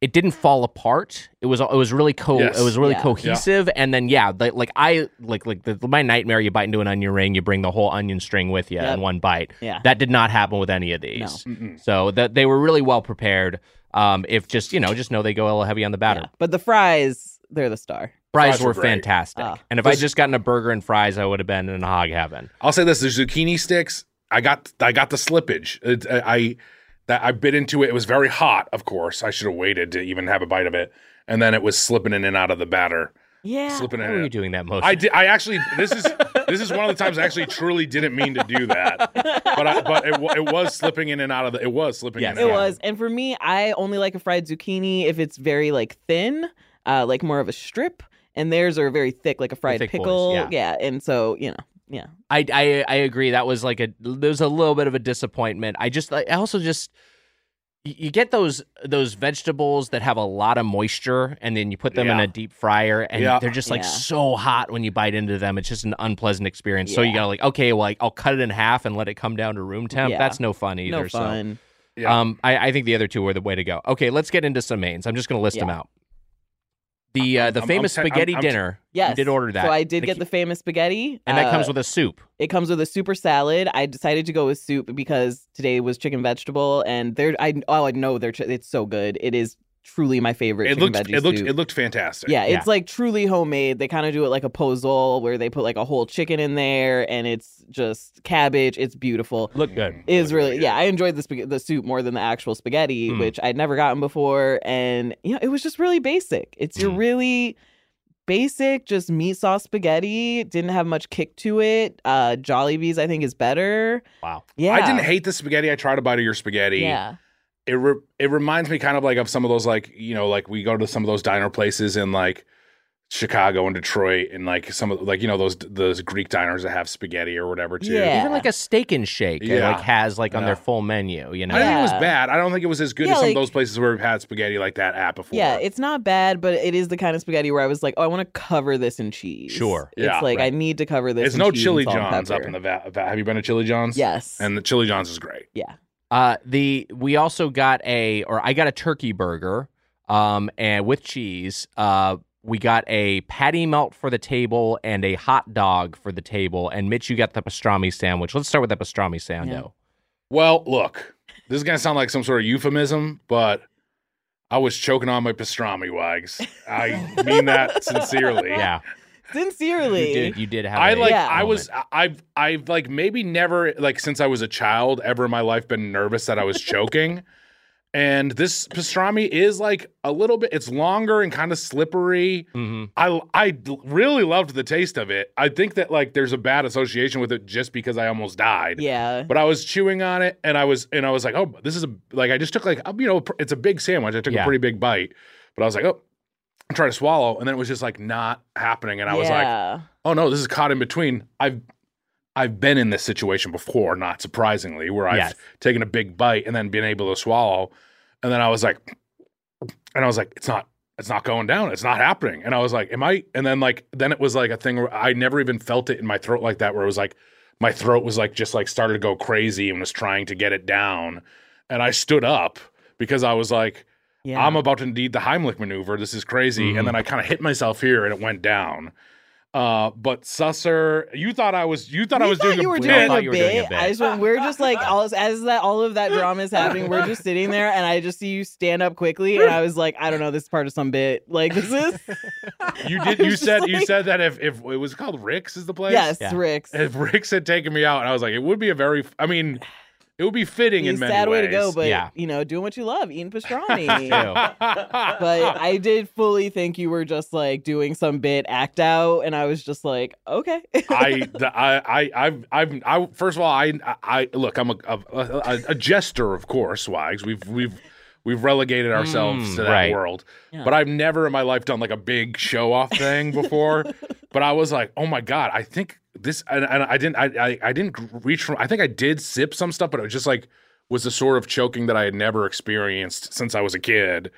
Speaker 3: it didn't fall apart. It was it was really co
Speaker 2: Yes.
Speaker 3: it was really
Speaker 4: Yeah.
Speaker 3: cohesive, and then yeah, like, like I like like the, my nightmare. You bite into an onion ring, you bring the whole onion string with you
Speaker 4: Yep.
Speaker 3: in one bite.
Speaker 4: Yeah.
Speaker 3: That did not happen with any of these.
Speaker 2: Mm-mm.
Speaker 3: So that they were really well prepared. Um, if just you know, just know they go a little heavy on the batter.
Speaker 4: Yeah. But the fries, they're the star.
Speaker 3: Fries,
Speaker 2: Fries
Speaker 3: were,
Speaker 2: were great.
Speaker 3: fantastic,
Speaker 4: Ah.
Speaker 3: and if I just gotten a burger and fries, I would have been in hog heaven.
Speaker 2: I'll say this: the zucchini sticks. I got I got the slippage. It, I, I that I bit into it. It was very hot. Of course, I should have waited to even have a bite of it, and then it was slipping in and out of the batter,
Speaker 4: Yeah.
Speaker 2: slipping
Speaker 3: Why
Speaker 2: in.
Speaker 3: were
Speaker 2: And
Speaker 3: you
Speaker 2: out.
Speaker 3: doing that motion?
Speaker 2: I did. I actually. This is this is one of the times I actually truly didn't mean to do that, but I, but it, wa- it was slipping in and out of the. It was slipping.
Speaker 3: Yes,
Speaker 2: in
Speaker 4: It
Speaker 2: and out.
Speaker 4: was. And for me, I only like a fried zucchini if it's very like thin, uh, like more of a strip. And theirs are very thick, like a fried
Speaker 3: thick boys,
Speaker 4: pickle.
Speaker 3: yeah.
Speaker 4: And so, you know, yeah.
Speaker 3: I, I I agree. That was like a there's a little bit of a disappointment. I just I also just y- you get those those vegetables that have a lot of moisture, and then you put them in
Speaker 2: Yeah.
Speaker 3: a deep fryer, and
Speaker 2: Yeah.
Speaker 3: they're just like
Speaker 4: Yeah.
Speaker 3: so hot when you bite into them. It's just an unpleasant experience. So you
Speaker 4: Yeah.
Speaker 3: gotta like okay, well, like I'll cut it in half and let it come down to room temp.
Speaker 4: Yeah.
Speaker 3: That's no fun either.
Speaker 4: no fun.
Speaker 3: So
Speaker 2: Yeah.
Speaker 3: um, I, I think the other two were the way to go. Okay, let's get into some mains. I'm just gonna list them out. The uh, the
Speaker 2: I'm- I'm
Speaker 3: famous
Speaker 2: te- I'm-
Speaker 3: spaghetti
Speaker 2: I'm te-
Speaker 3: dinner.
Speaker 4: Yes.
Speaker 3: you did order that.
Speaker 4: So I did
Speaker 3: The
Speaker 4: get
Speaker 3: cu-
Speaker 4: the famous spaghetti.
Speaker 3: and that
Speaker 4: uh,
Speaker 3: comes with a soup.
Speaker 4: It comes with a super salad. I decided to go with soup because today was chicken vegetable, and there I oh I know they're chi- it's so good. It is truly my favorite.
Speaker 2: It
Speaker 4: chicken
Speaker 2: looked.
Speaker 4: veggie
Speaker 2: It looked.
Speaker 4: soup.
Speaker 2: It looked fantastic.
Speaker 4: yeah,
Speaker 3: Yeah.
Speaker 4: it's like truly homemade. They kind of do it like a pozole where they put like a whole chicken in there, and it's just cabbage. It's beautiful.
Speaker 3: Look good.
Speaker 4: It is really yeah. I enjoyed the spag- the soup more than the actual spaghetti,
Speaker 2: Hmm.
Speaker 3: Mm.
Speaker 4: which I'd never gotten before, and you know it was just really basic. It's your
Speaker 2: Hmm.
Speaker 3: Mm.
Speaker 4: really basic, just meat sauce spaghetti. Didn't have much kick to it. Uh, Jollibee's I think is better.
Speaker 3: Wow.
Speaker 4: Yeah,
Speaker 2: I didn't hate the spaghetti. I tried a bite of your spaghetti.
Speaker 4: Yeah,
Speaker 2: it re- it reminds me kind of like of some of those like you know like we go to some of those diner places in like Chicago and Detroit and like some of like you know those those Greek diners that have spaghetti or whatever too.
Speaker 4: Yeah.
Speaker 3: Even like a steak and shake, it
Speaker 2: Yeah.
Speaker 3: like has like on
Speaker 2: Yeah.
Speaker 3: their full menu. You
Speaker 2: I
Speaker 3: know,
Speaker 2: don't think it was
Speaker 4: Yeah.
Speaker 2: bad. I don't think it was as good
Speaker 4: Yeah,
Speaker 2: as some
Speaker 4: like-
Speaker 2: of those places where we've had spaghetti like that at before.
Speaker 4: yeah. It's not bad, but it is the kind of spaghetti where I was like, oh, I want to cover this in cheese.
Speaker 3: Sure.
Speaker 4: It's
Speaker 2: Yeah,
Speaker 4: like I
Speaker 3: right.
Speaker 4: need to cover this.
Speaker 2: it's
Speaker 4: in
Speaker 2: no
Speaker 4: cheese and
Speaker 2: Chili
Speaker 4: salt and
Speaker 2: John's up
Speaker 4: pepper.
Speaker 2: in the va- va- Have you been to Chili John's?
Speaker 4: Yes.
Speaker 2: And <laughs> the Chili John's is great.
Speaker 3: uh, the we also got a or I got a turkey burger, um, and with cheese. Uh, we got a patty melt for the table and a hot dog for the table. And Mitch, you got the pastrami sandwich. Let's start with the pastrami sando.
Speaker 2: Well, look, this is gonna sound like some sort of euphemism, but I was choking on my pastrami wags.
Speaker 4: <laughs>
Speaker 2: I mean that sincerely.
Speaker 3: Yeah,
Speaker 4: Sincerely.
Speaker 3: you did. You did have.
Speaker 2: I
Speaker 3: a
Speaker 2: like
Speaker 4: Yeah.
Speaker 2: I was
Speaker 3: moment.
Speaker 2: I- I've I've like maybe never like since I was a child ever in my life been nervous that I was
Speaker 4: <laughs>
Speaker 2: choking. and this pastrami is like a little bit it's longer and kind of slippery.
Speaker 3: Mhm.
Speaker 2: I I really loved the taste of it. I think that like there's a bad association with it just because I almost died.
Speaker 4: Yeah.
Speaker 2: But I was chewing on it and I was and I was like, "Oh, this is a like I just took like you know, it's a big sandwich. I took
Speaker 3: Yeah.
Speaker 2: a pretty big bite." But I was like, "Oh, I'm trying to swallow." And then it was just like not happening and I was like,
Speaker 4: Yeah.
Speaker 2: oh no, this is caught in between. I've I've been in this situation before, not surprisingly, where I've
Speaker 3: Yes.
Speaker 2: taken a big bite and then been able to swallow, and then I was like, and I was like, it's not, it's not going down, it's not happening, and I was like, am I? And then like, then it was like a thing where I never even felt it in my throat like that, where it was like my throat was like just like started to go crazy and was trying to get it down, and I stood up because I was like.
Speaker 4: yeah. Mm-hmm.
Speaker 2: I'm about to need the Heimlich maneuver. This is crazy.
Speaker 3: Mhm.
Speaker 2: And then I kind of hit myself here and it went down. Uh, but Susser, you thought I was you thought I
Speaker 4: We
Speaker 2: was
Speaker 4: thought
Speaker 2: doing
Speaker 4: you
Speaker 2: a
Speaker 4: were
Speaker 2: bit.
Speaker 3: We all
Speaker 4: doing,
Speaker 3: thought
Speaker 4: a
Speaker 3: you were
Speaker 4: bit.
Speaker 3: doing a bit.
Speaker 4: I just went- we're just like all as that all of that drama is happening. We're just sitting there, and I just see you stand up quickly, and I was like, I don't know, this is part of some bit. Like this is
Speaker 2: you
Speaker 4: <laughs> I
Speaker 2: did
Speaker 4: was
Speaker 2: you
Speaker 4: just
Speaker 2: said you
Speaker 4: like-
Speaker 2: said that if if it was called Rick's is the <laughs> place.
Speaker 4: yes,
Speaker 3: Yeah.
Speaker 4: Rick's.
Speaker 2: If Rick's had taken me out, and I was like, it would be a very I mean, it would be fitting
Speaker 4: It's
Speaker 2: in
Speaker 4: a
Speaker 2: many
Speaker 4: sad
Speaker 2: ways.
Speaker 4: way to go, but
Speaker 3: Yeah.
Speaker 4: you know, doing what you love, eating
Speaker 2: <laughs>
Speaker 3: Ew.
Speaker 4: pastrami. but I did fully think you were just like doing some bit act out, and I was just like, okay,
Speaker 2: I, the, I, I, I've, I've, I. First of all, I, I look. I'm a, a, a, a jester, of course, Wags. We've, we've, We've relegated ourselves
Speaker 3: Mm,
Speaker 2: to that
Speaker 3: right.
Speaker 2: world. But I've never in my life done like a big show off
Speaker 3: <laughs>
Speaker 2: thing before. but I was like, oh my god, I think this. And, and I didn't. I, I I didn't reach from. I think I did sip some stuff, but it was just like was the sort of choking that I had never experienced since I was a kid.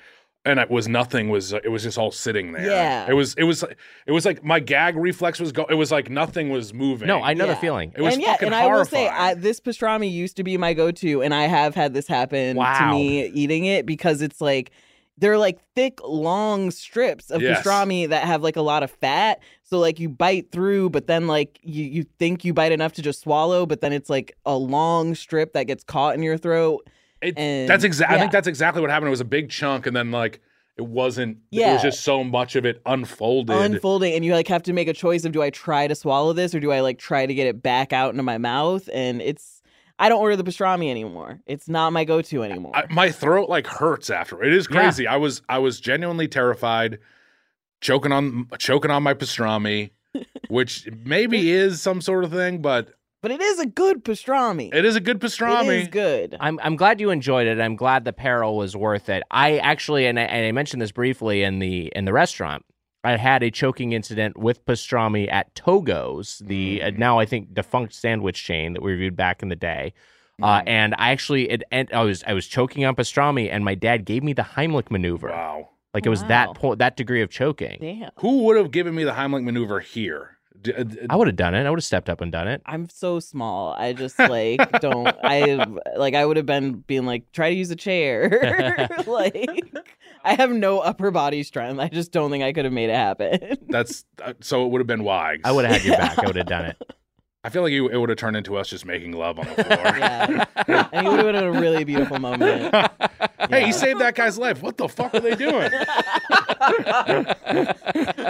Speaker 2: And it was nothing. Was it was just all sitting there.
Speaker 4: Yeah.
Speaker 2: It was. It was. It was like my gag reflex was go. It was like nothing was moving.
Speaker 3: No, I know the
Speaker 4: Yeah.
Speaker 3: feeling.
Speaker 2: It was
Speaker 4: <laughs> and yeah,
Speaker 2: fucking
Speaker 4: and I will say I,
Speaker 2: horrifying.
Speaker 4: this pastrami used to be my go-to, and I have had this happen
Speaker 3: Wow.
Speaker 4: to me eating it because it's like they're like thick, long strips of
Speaker 2: Yes.
Speaker 4: pastrami that have like a lot of fat. So like you bite through, but then like you you think you bite enough to just swallow, but then it's like a long strip that gets caught in your throat.
Speaker 2: It,
Speaker 4: And-
Speaker 2: that's exactly. I
Speaker 4: yeah.
Speaker 2: think that's exactly what happened. It was a big chunk, and then like it wasn't. It
Speaker 4: Yeah.
Speaker 2: was just so much of it unfolded.
Speaker 4: unfolding and you like have to make a choice of do I try to swallow this or do I like try to get it back out into my mouth and it's I don't order the pastrami anymore. It's not my go-to anymore.
Speaker 2: I, my throat like hurts after. It is
Speaker 3: Yeah.
Speaker 2: crazy. I was I was genuinely terrified, choking on choking on my
Speaker 3: <laughs>
Speaker 2: pastrami, which maybe is some sort of thing, but
Speaker 4: but it is a good pastrami.
Speaker 2: it is a good pastrami.
Speaker 4: It is good.
Speaker 3: I'm I'm glad you enjoyed it. I'm glad the peril was worth it. I actually and I, and I mentioned this briefly in the in the restaurant. I had a choking incident with pastrami at Togo's, the
Speaker 4: Mm.
Speaker 3: uh, now I think defunct sandwich chain that we reviewed back in the day.
Speaker 4: Mm.
Speaker 3: Uh, and I actually it and I was I was choking on pastrami and my dad gave me the Heimlich maneuver.
Speaker 2: Wow.
Speaker 3: Like it was
Speaker 4: Wow.
Speaker 3: that po- that degree of choking.
Speaker 4: Damn.
Speaker 2: Who would have given me the Heimlich maneuver here? D- uh, d-
Speaker 3: I would have done it. I would have stepped up and done it.
Speaker 4: I'm so small. I just like don't I like I would have been being like try to use a chair. <laughs> like I have no upper body strength. I just don't think I could have made it happen.
Speaker 2: that's uh, so. It would have been Wags.
Speaker 3: I would have had your back. I would have
Speaker 4: <laughs>
Speaker 3: done it.
Speaker 2: I feel like you, it would have turned into us just making love on the floor.
Speaker 4: yeah. <laughs> And it would have been a really beautiful moment.
Speaker 2: Hey, he saved that guy's life. What the fuck are they
Speaker 4: <laughs>
Speaker 2: doing?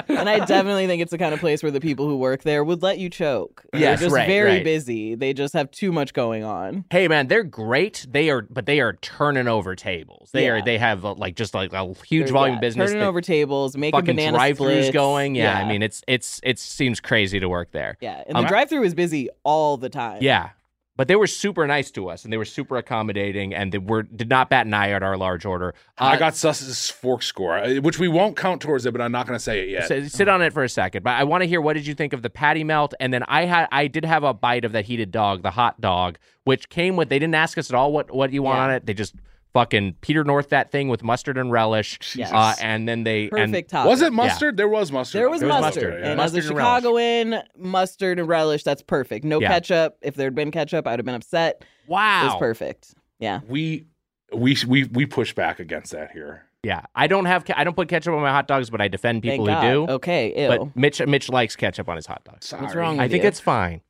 Speaker 4: and I definitely think it's the kind of place where the people who work there would let you choke.
Speaker 3: Yes,
Speaker 4: They're just
Speaker 3: right,
Speaker 4: very
Speaker 3: right.
Speaker 4: busy. They just have too much going on.
Speaker 3: hey man they're great they are but they are turning over tables they are
Speaker 4: Yeah.
Speaker 3: they have uh, like just like a huge
Speaker 4: They're,
Speaker 3: volume
Speaker 4: yeah,
Speaker 3: business
Speaker 4: turning
Speaker 3: that
Speaker 4: over tables, making
Speaker 3: fucking
Speaker 4: banana
Speaker 3: drive-throughs
Speaker 4: splits.
Speaker 3: going yeah, i mean it's it's it seems crazy to work there
Speaker 4: yeah. And the
Speaker 3: Um,
Speaker 4: drive-through is busy all the time.
Speaker 3: yeah but they were super nice to us and they were super accommodating and they were did not bat an eye at our large order uh,
Speaker 2: I got Suss's fork score, uh, which we won't count towards it, but I'm not going to say it yet.
Speaker 3: so sit on it for a second but i want to hear what did you think of the patty melt and then i had i did have a bite of that heated dog the hot dog which came with they didn't ask us at all what what you want
Speaker 4: Yeah.
Speaker 3: on it they just fucking peter north that thing with mustard and relish
Speaker 4: Yes.
Speaker 3: uh, and then they and-
Speaker 4: Perfect topic.
Speaker 2: was it mustard? There was mustard.
Speaker 4: There was,
Speaker 3: There was
Speaker 4: mustard.
Speaker 3: mustard, yeah.
Speaker 4: And
Speaker 3: Mustard
Speaker 4: as a
Speaker 3: and relish.
Speaker 4: Chicagoan, mustard and relish, that's perfect. No
Speaker 3: Yeah.
Speaker 4: ketchup. If there had been ketchup, I would have been upset. It
Speaker 3: wow
Speaker 4: was perfect. Yeah.
Speaker 2: We we we we push back against that here.
Speaker 3: Yeah, I don't have. I don't put ketchup on my hot dogs, but I defend people
Speaker 4: Thank
Speaker 3: who
Speaker 4: God.
Speaker 3: do.
Speaker 4: Okay, ew.
Speaker 3: But Mitch, Mitch likes ketchup on his hot dogs.
Speaker 2: Sorry.
Speaker 4: wrong
Speaker 3: I
Speaker 4: with
Speaker 3: think
Speaker 4: you?
Speaker 3: it's fine.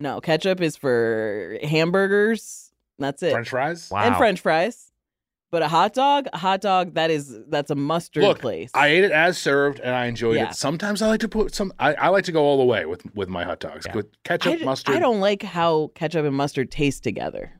Speaker 4: no, ketchup is for hamburgers. That's it.
Speaker 2: French fries.
Speaker 3: Wow.
Speaker 4: and French fries. But a hot dog, a hot dog that is that's a mustard
Speaker 2: Look,
Speaker 4: place.
Speaker 2: I ate it as served, and I enjoyed
Speaker 4: Yeah.
Speaker 2: it. Sometimes I like to put some. I, I like to go all the way with with my hot dogs
Speaker 3: Yeah.
Speaker 2: with
Speaker 4: I,
Speaker 2: ketchup,
Speaker 4: d-
Speaker 2: mustard.
Speaker 4: I don't like how ketchup and mustard taste together.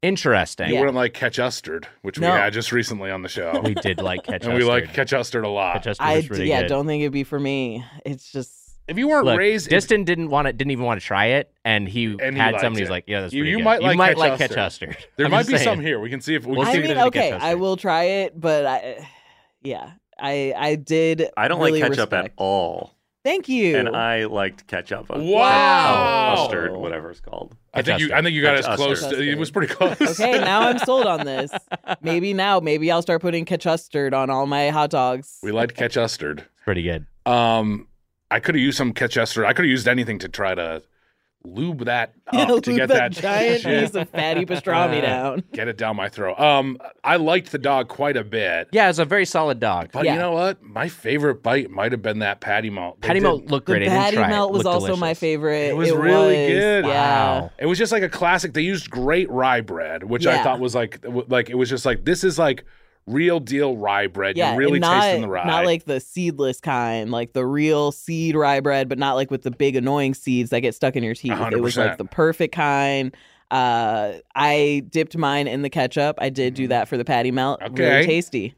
Speaker 3: Interesting.
Speaker 2: You
Speaker 4: Yeah.
Speaker 2: wouldn't like ketchustard, which
Speaker 4: No.
Speaker 2: we had just recently on the show,
Speaker 3: We did like
Speaker 2: <laughs>
Speaker 3: ketchup.
Speaker 2: and we like ketchustard a lot.
Speaker 3: ketchup.
Speaker 4: I
Speaker 3: was
Speaker 4: d-
Speaker 3: really
Speaker 4: yeah,
Speaker 3: good.
Speaker 4: don't think it'd be for me. It's just
Speaker 2: If you weren't
Speaker 3: Look,
Speaker 2: raised, if-
Speaker 3: Distin didn't want it. Didn't even want to try it, and he
Speaker 2: And he
Speaker 3: had
Speaker 2: liked
Speaker 3: some. and He's
Speaker 2: it.
Speaker 3: like, yeah, that's
Speaker 2: You-
Speaker 3: pretty
Speaker 2: you
Speaker 3: good.
Speaker 2: might
Speaker 3: you
Speaker 2: like
Speaker 3: might like
Speaker 2: ketchustard.
Speaker 3: ketchustard.
Speaker 2: <laughs> there
Speaker 3: I'm
Speaker 2: might
Speaker 3: just
Speaker 2: be
Speaker 3: saying.
Speaker 2: some here. We can see if we can
Speaker 3: We'll
Speaker 2: see
Speaker 4: I
Speaker 2: if
Speaker 3: it
Speaker 4: mean,
Speaker 3: as a
Speaker 4: okay,
Speaker 3: ketchup
Speaker 4: I
Speaker 3: stain.
Speaker 4: will try it, but I yeah, I I did
Speaker 5: I don't
Speaker 4: really
Speaker 5: like ketchup at
Speaker 4: respect-
Speaker 5: all,
Speaker 4: Thank you.
Speaker 5: and I <laughs> liked ketchup. on-
Speaker 2: Wow.
Speaker 5: Oh, mustard, whatever it's called.
Speaker 2: I think you. I think you got as close.
Speaker 5: Ketchustard.
Speaker 2: to- it was pretty close.
Speaker 4: Okay, now I'm sold on this. Maybe now, maybe I'll start putting ketchustard on all my hot dogs.
Speaker 2: <laughs> we liked ketchustard.
Speaker 3: Pretty good.
Speaker 2: Um, I could have used some Ketchester. I could have used anything to try to lube
Speaker 4: <laughs>
Speaker 2: that up oh, to
Speaker 4: Loop
Speaker 2: get
Speaker 4: that
Speaker 2: that,
Speaker 4: giant
Speaker 2: shit-
Speaker 4: piece of fatty pastrami down.
Speaker 2: get it down my throat. Um, I liked the dog quite a bit.
Speaker 3: Yeah, it's a very solid dog.
Speaker 2: But
Speaker 4: Yeah.
Speaker 2: you know what? My favorite bite might have been that patty melt. They
Speaker 3: Patty
Speaker 2: did-
Speaker 3: melt looked great.
Speaker 4: The
Speaker 3: I didn't
Speaker 4: patty
Speaker 3: try it.
Speaker 4: melt was
Speaker 3: Looked
Speaker 4: also my
Speaker 3: delicious.
Speaker 4: favorite.
Speaker 2: It was really
Speaker 4: was,
Speaker 2: good.
Speaker 4: Yeah.
Speaker 3: Wow.
Speaker 2: It was just like a classic. They used great rye bread, which
Speaker 4: Yeah.
Speaker 2: I thought was like, like it was just like this is like real deal rye bread.
Speaker 4: Yeah,
Speaker 2: You're really
Speaker 4: and not,
Speaker 2: tasting the rye.
Speaker 4: Not like the seedless kind, like the real seed rye bread, but not like with the big annoying seeds that get stuck in your teeth. It was
Speaker 2: 100%.
Speaker 4: like the perfect kind. Uh, I dipped mine in the ketchup. I did do that for the patty melt.
Speaker 2: Mm-hmm. Okay.
Speaker 4: Really tasty.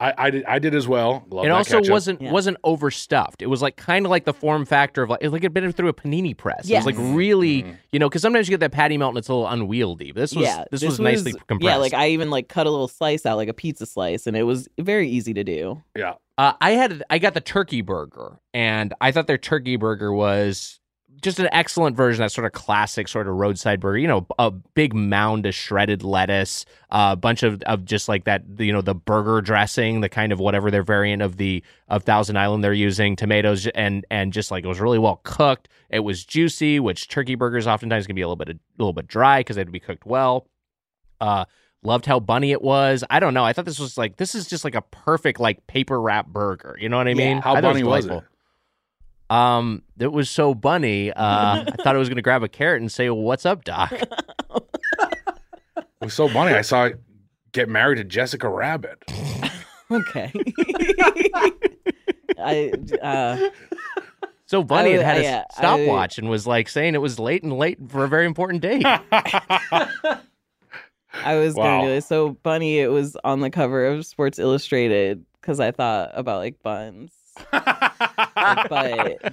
Speaker 2: I I did, I did as well. Love
Speaker 3: it
Speaker 2: that
Speaker 3: also
Speaker 2: ketchup.
Speaker 3: wasn't
Speaker 4: Yeah.
Speaker 3: wasn't overstuffed. It was like kind of like the form factor of like it was like it'd been through a panini press. It was like
Speaker 4: Yes.
Speaker 3: really
Speaker 2: Mm-hmm.
Speaker 3: you know because sometimes you get that patty melt and it's a little unwieldy. But this was
Speaker 4: yeah,
Speaker 3: this, was, nicely compressed.
Speaker 4: Yeah, like I even like cut a little slice out, like a pizza slice, and it was very easy to do.
Speaker 2: yeah.
Speaker 3: Uh, I had I got the turkey burger, and I thought their turkey burger was just an excellent version, that sort of classic sort of roadside burger. You know, a big mound of shredded lettuce, a bunch of, of just like that, you know, the burger dressing, the kind of whatever their variant of the of Thousand Island they're using, tomatoes, and and just like it was really well cooked. It was juicy, which turkey burgers oftentimes can be a little bit a little bit dry because they had to be cooked well. Uh, loved how bunny it was. I don't know. I thought this was like this is just like a perfect like paper wrap burger. You know what I mean?
Speaker 2: How
Speaker 3: I thought
Speaker 2: bunny was it?
Speaker 3: delightful. Um, it was so bunny. Uh, I thought I was gonna grab a carrot and say, "What's up, Doc?"
Speaker 2: It was so funny. I saw it get married to Jessica Rabbit.
Speaker 4: Okay. <laughs> I uh,
Speaker 3: So bunny had
Speaker 4: I-
Speaker 3: had a
Speaker 4: uh, Oh, yeah, I-
Speaker 3: stopwatch and was like saying it was late and late for a very important date.
Speaker 4: I was
Speaker 2: Wow.
Speaker 4: gonna do it. So Bunny, it was on the cover of Sports Illustrated because I thought about like buns, like
Speaker 3: <laughs>
Speaker 4: butt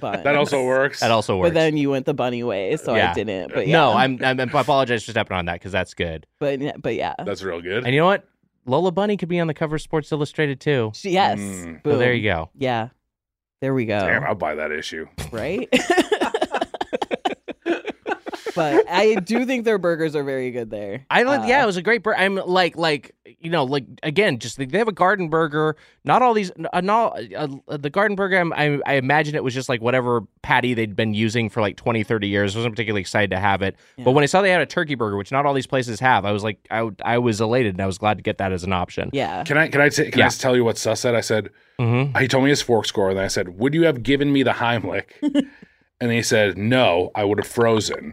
Speaker 4: buns.
Speaker 2: that also works.
Speaker 3: That also works.
Speaker 4: But then you went the bunny way, so
Speaker 3: Yeah.
Speaker 4: I didn't. But yeah.
Speaker 3: No, I'm, I'm I apologize for stepping on that because that's good.
Speaker 4: But but yeah.
Speaker 2: That's real good.
Speaker 3: And you know what? Lola Bunny could be on the cover of Sports Illustrated too.
Speaker 4: She- Yes.
Speaker 2: Mm.
Speaker 3: So there
Speaker 4: Boom.
Speaker 3: you go.
Speaker 4: Yeah. There we go.
Speaker 2: Damn, I'll buy that issue.
Speaker 3: <laughs>
Speaker 4: right? <laughs> but I do think their burgers are very good there.
Speaker 3: I like,
Speaker 4: Uh,
Speaker 3: yeah, it was a great burger. I'm like, like, you know, like again, just they they have a garden burger. Not all these, uh, not uh, uh, the garden burger. I'm, I, I imagine it was just like whatever patty they'd been using for like 20, 30 years. I wasn't particularly excited to have it, but when I saw they had a turkey burger, which not all these places have, I was like, I, w- I was elated and I was glad to get that as an option.
Speaker 4: Yeah.
Speaker 2: Can I can I t- can
Speaker 3: Yeah.
Speaker 2: I just tell you what Sus said? I said
Speaker 3: Mm-hmm.
Speaker 2: he told me his fork score, and then I said, "Would you have given me the
Speaker 3: <laughs>
Speaker 2: Heimlich?" and he said, "No, I would have frozen."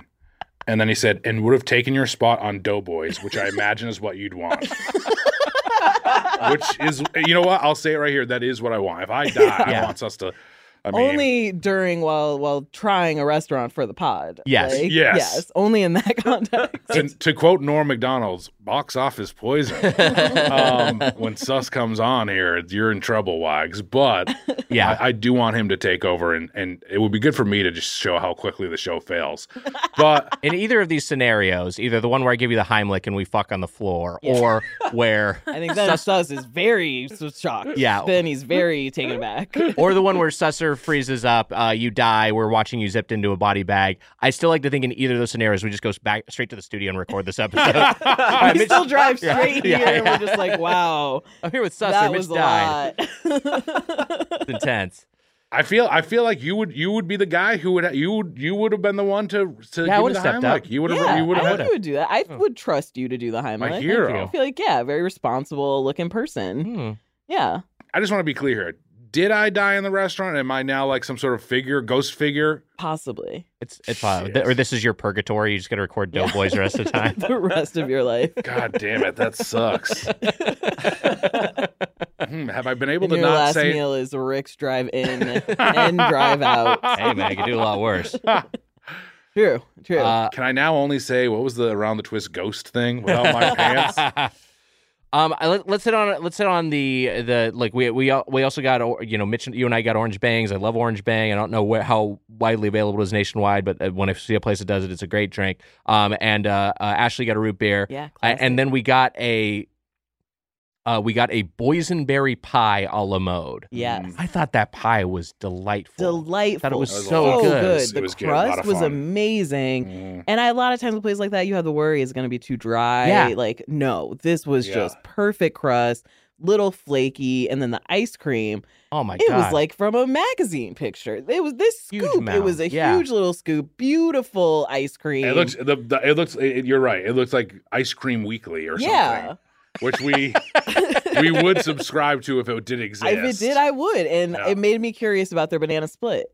Speaker 2: And then he said, "And would have taken your spot on Doughboys, which I imagine is what you'd
Speaker 3: <laughs>
Speaker 2: want." which is, you know what? I'll say it right here. That is what I want. If I die,
Speaker 3: <laughs> Yeah.
Speaker 2: I want Sus to. I mean,
Speaker 4: only during while while trying a restaurant for the pod.
Speaker 3: Yes.
Speaker 4: Like,
Speaker 2: Yes.
Speaker 4: Only in that <laughs> context.
Speaker 2: to, to quote Norm McDonald's, box office poison.
Speaker 3: <laughs>
Speaker 2: um, when Sus comes on here, you're in trouble, Wags.
Speaker 3: <laughs>
Speaker 2: But
Speaker 3: Yeah.
Speaker 2: <laughs> I, I do want him to take over, and, and it would be good for me to just show how quickly the show fails. But
Speaker 3: In either of these scenarios, either the one where I give you the Heimlich and we fuck on the floor, or where
Speaker 4: I think then Sus is very s- shocked.
Speaker 3: Yeah.
Speaker 4: Then he's very taken
Speaker 2: <laughs>
Speaker 4: aback. <laughs>
Speaker 3: or the one where Susser freezes up, uh, you die, we're watching you zipped into a body bag. I still like to think in either of those scenarios, we just go back straight to the studio and record this episode. I'm,
Speaker 2: <laughs>
Speaker 4: we still drive straight
Speaker 3: Yeah,
Speaker 4: here and
Speaker 3: yeah.
Speaker 4: we're just
Speaker 3: <laughs>
Speaker 4: like, wow.
Speaker 3: I'm here with Susser.
Speaker 4: that
Speaker 3: Mitch
Speaker 4: was a
Speaker 3: died. <laughs>
Speaker 4: lot.
Speaker 3: It's
Speaker 4: <laughs>
Speaker 3: intense.
Speaker 2: I feel I feel like you would you would be the guy who would you would you would have been the one to to give
Speaker 3: Yeah, I
Speaker 2: me
Speaker 3: would've
Speaker 2: the
Speaker 3: stepped
Speaker 2: Heimlich.
Speaker 3: up.
Speaker 2: You would have
Speaker 4: yeah,
Speaker 2: you would
Speaker 4: I
Speaker 2: have
Speaker 4: think you would do that. I would trust you to do the Heimlich.
Speaker 2: my
Speaker 4: Thank
Speaker 2: hero. Mm-hmm.
Speaker 4: I feel like, yeah, very responsible looking person.
Speaker 3: Hmm.
Speaker 4: Yeah.
Speaker 2: I just want to be clear here. Did I die in the restaurant? Am I now like some sort of figure, ghost figure?
Speaker 4: Possibly. <laughs>
Speaker 3: It's it's uh, th- or this is your purgatory. You just got to record Doughboys the rest of the
Speaker 4: <laughs>
Speaker 3: time.
Speaker 4: the rest of your life.
Speaker 2: God damn it, that sucks. Hmm, have I been able
Speaker 4: And
Speaker 2: to
Speaker 4: your
Speaker 2: not
Speaker 4: last
Speaker 2: say
Speaker 4: meal is Rick's drive in
Speaker 2: <laughs>
Speaker 4: and drive out.
Speaker 3: hey man, I could do a lot worse.
Speaker 4: True, true.
Speaker 3: Uh,
Speaker 2: Can I now only say what was the around the twist ghost thing without my pants?
Speaker 3: <laughs> Um, I- let, us hit on let's hit on the the like we we al- we also got or- you know Mitch you and I got Orange Bangs. I love Orange Bang. I don't know where, how widely available it is nationwide, but uh, when I see a place that does it, it's a great drink. Um, and uh, uh, Ashley got a root beer.
Speaker 4: yeah.
Speaker 3: I- and then we got a uh, we got a boysenberry pie a la mode.
Speaker 4: Yes.
Speaker 3: I thought that pie was delightful.
Speaker 4: Delightful.
Speaker 3: Mm. Thought it was
Speaker 2: so
Speaker 3: good.
Speaker 2: It was-
Speaker 4: The
Speaker 2: it was good, a lot
Speaker 4: crust
Speaker 2: of
Speaker 4: was
Speaker 2: fun.
Speaker 4: amazing.
Speaker 2: Mm.
Speaker 4: And I, a lot of times with places like that, you have the worry it's going to be too dry.
Speaker 3: Yeah.
Speaker 4: Like, no, this was
Speaker 2: Yeah.
Speaker 4: just perfect crust, little flaky, and then the ice cream.
Speaker 3: oh my
Speaker 4: it
Speaker 3: god!
Speaker 4: was like from a magazine picture. It was this
Speaker 3: Huge
Speaker 4: scoop. It was a
Speaker 3: mound, yeah.
Speaker 4: huge little scoop. Beautiful ice cream.
Speaker 2: It looks the, the it looks it, you're right. It looks like Ice Cream Weekly or
Speaker 4: yeah.
Speaker 2: something, which we we would subscribe to if it did exist.
Speaker 4: If it did, I would. And
Speaker 2: Yeah.
Speaker 4: it made me curious about their banana split.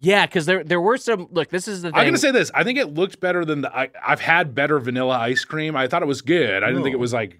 Speaker 3: yeah, because there there were some. Look, this is the thing.
Speaker 2: I'm gonna say this. I think it looked better than the. I, I've had better vanilla ice cream. I thought it was good. I didn't think it was like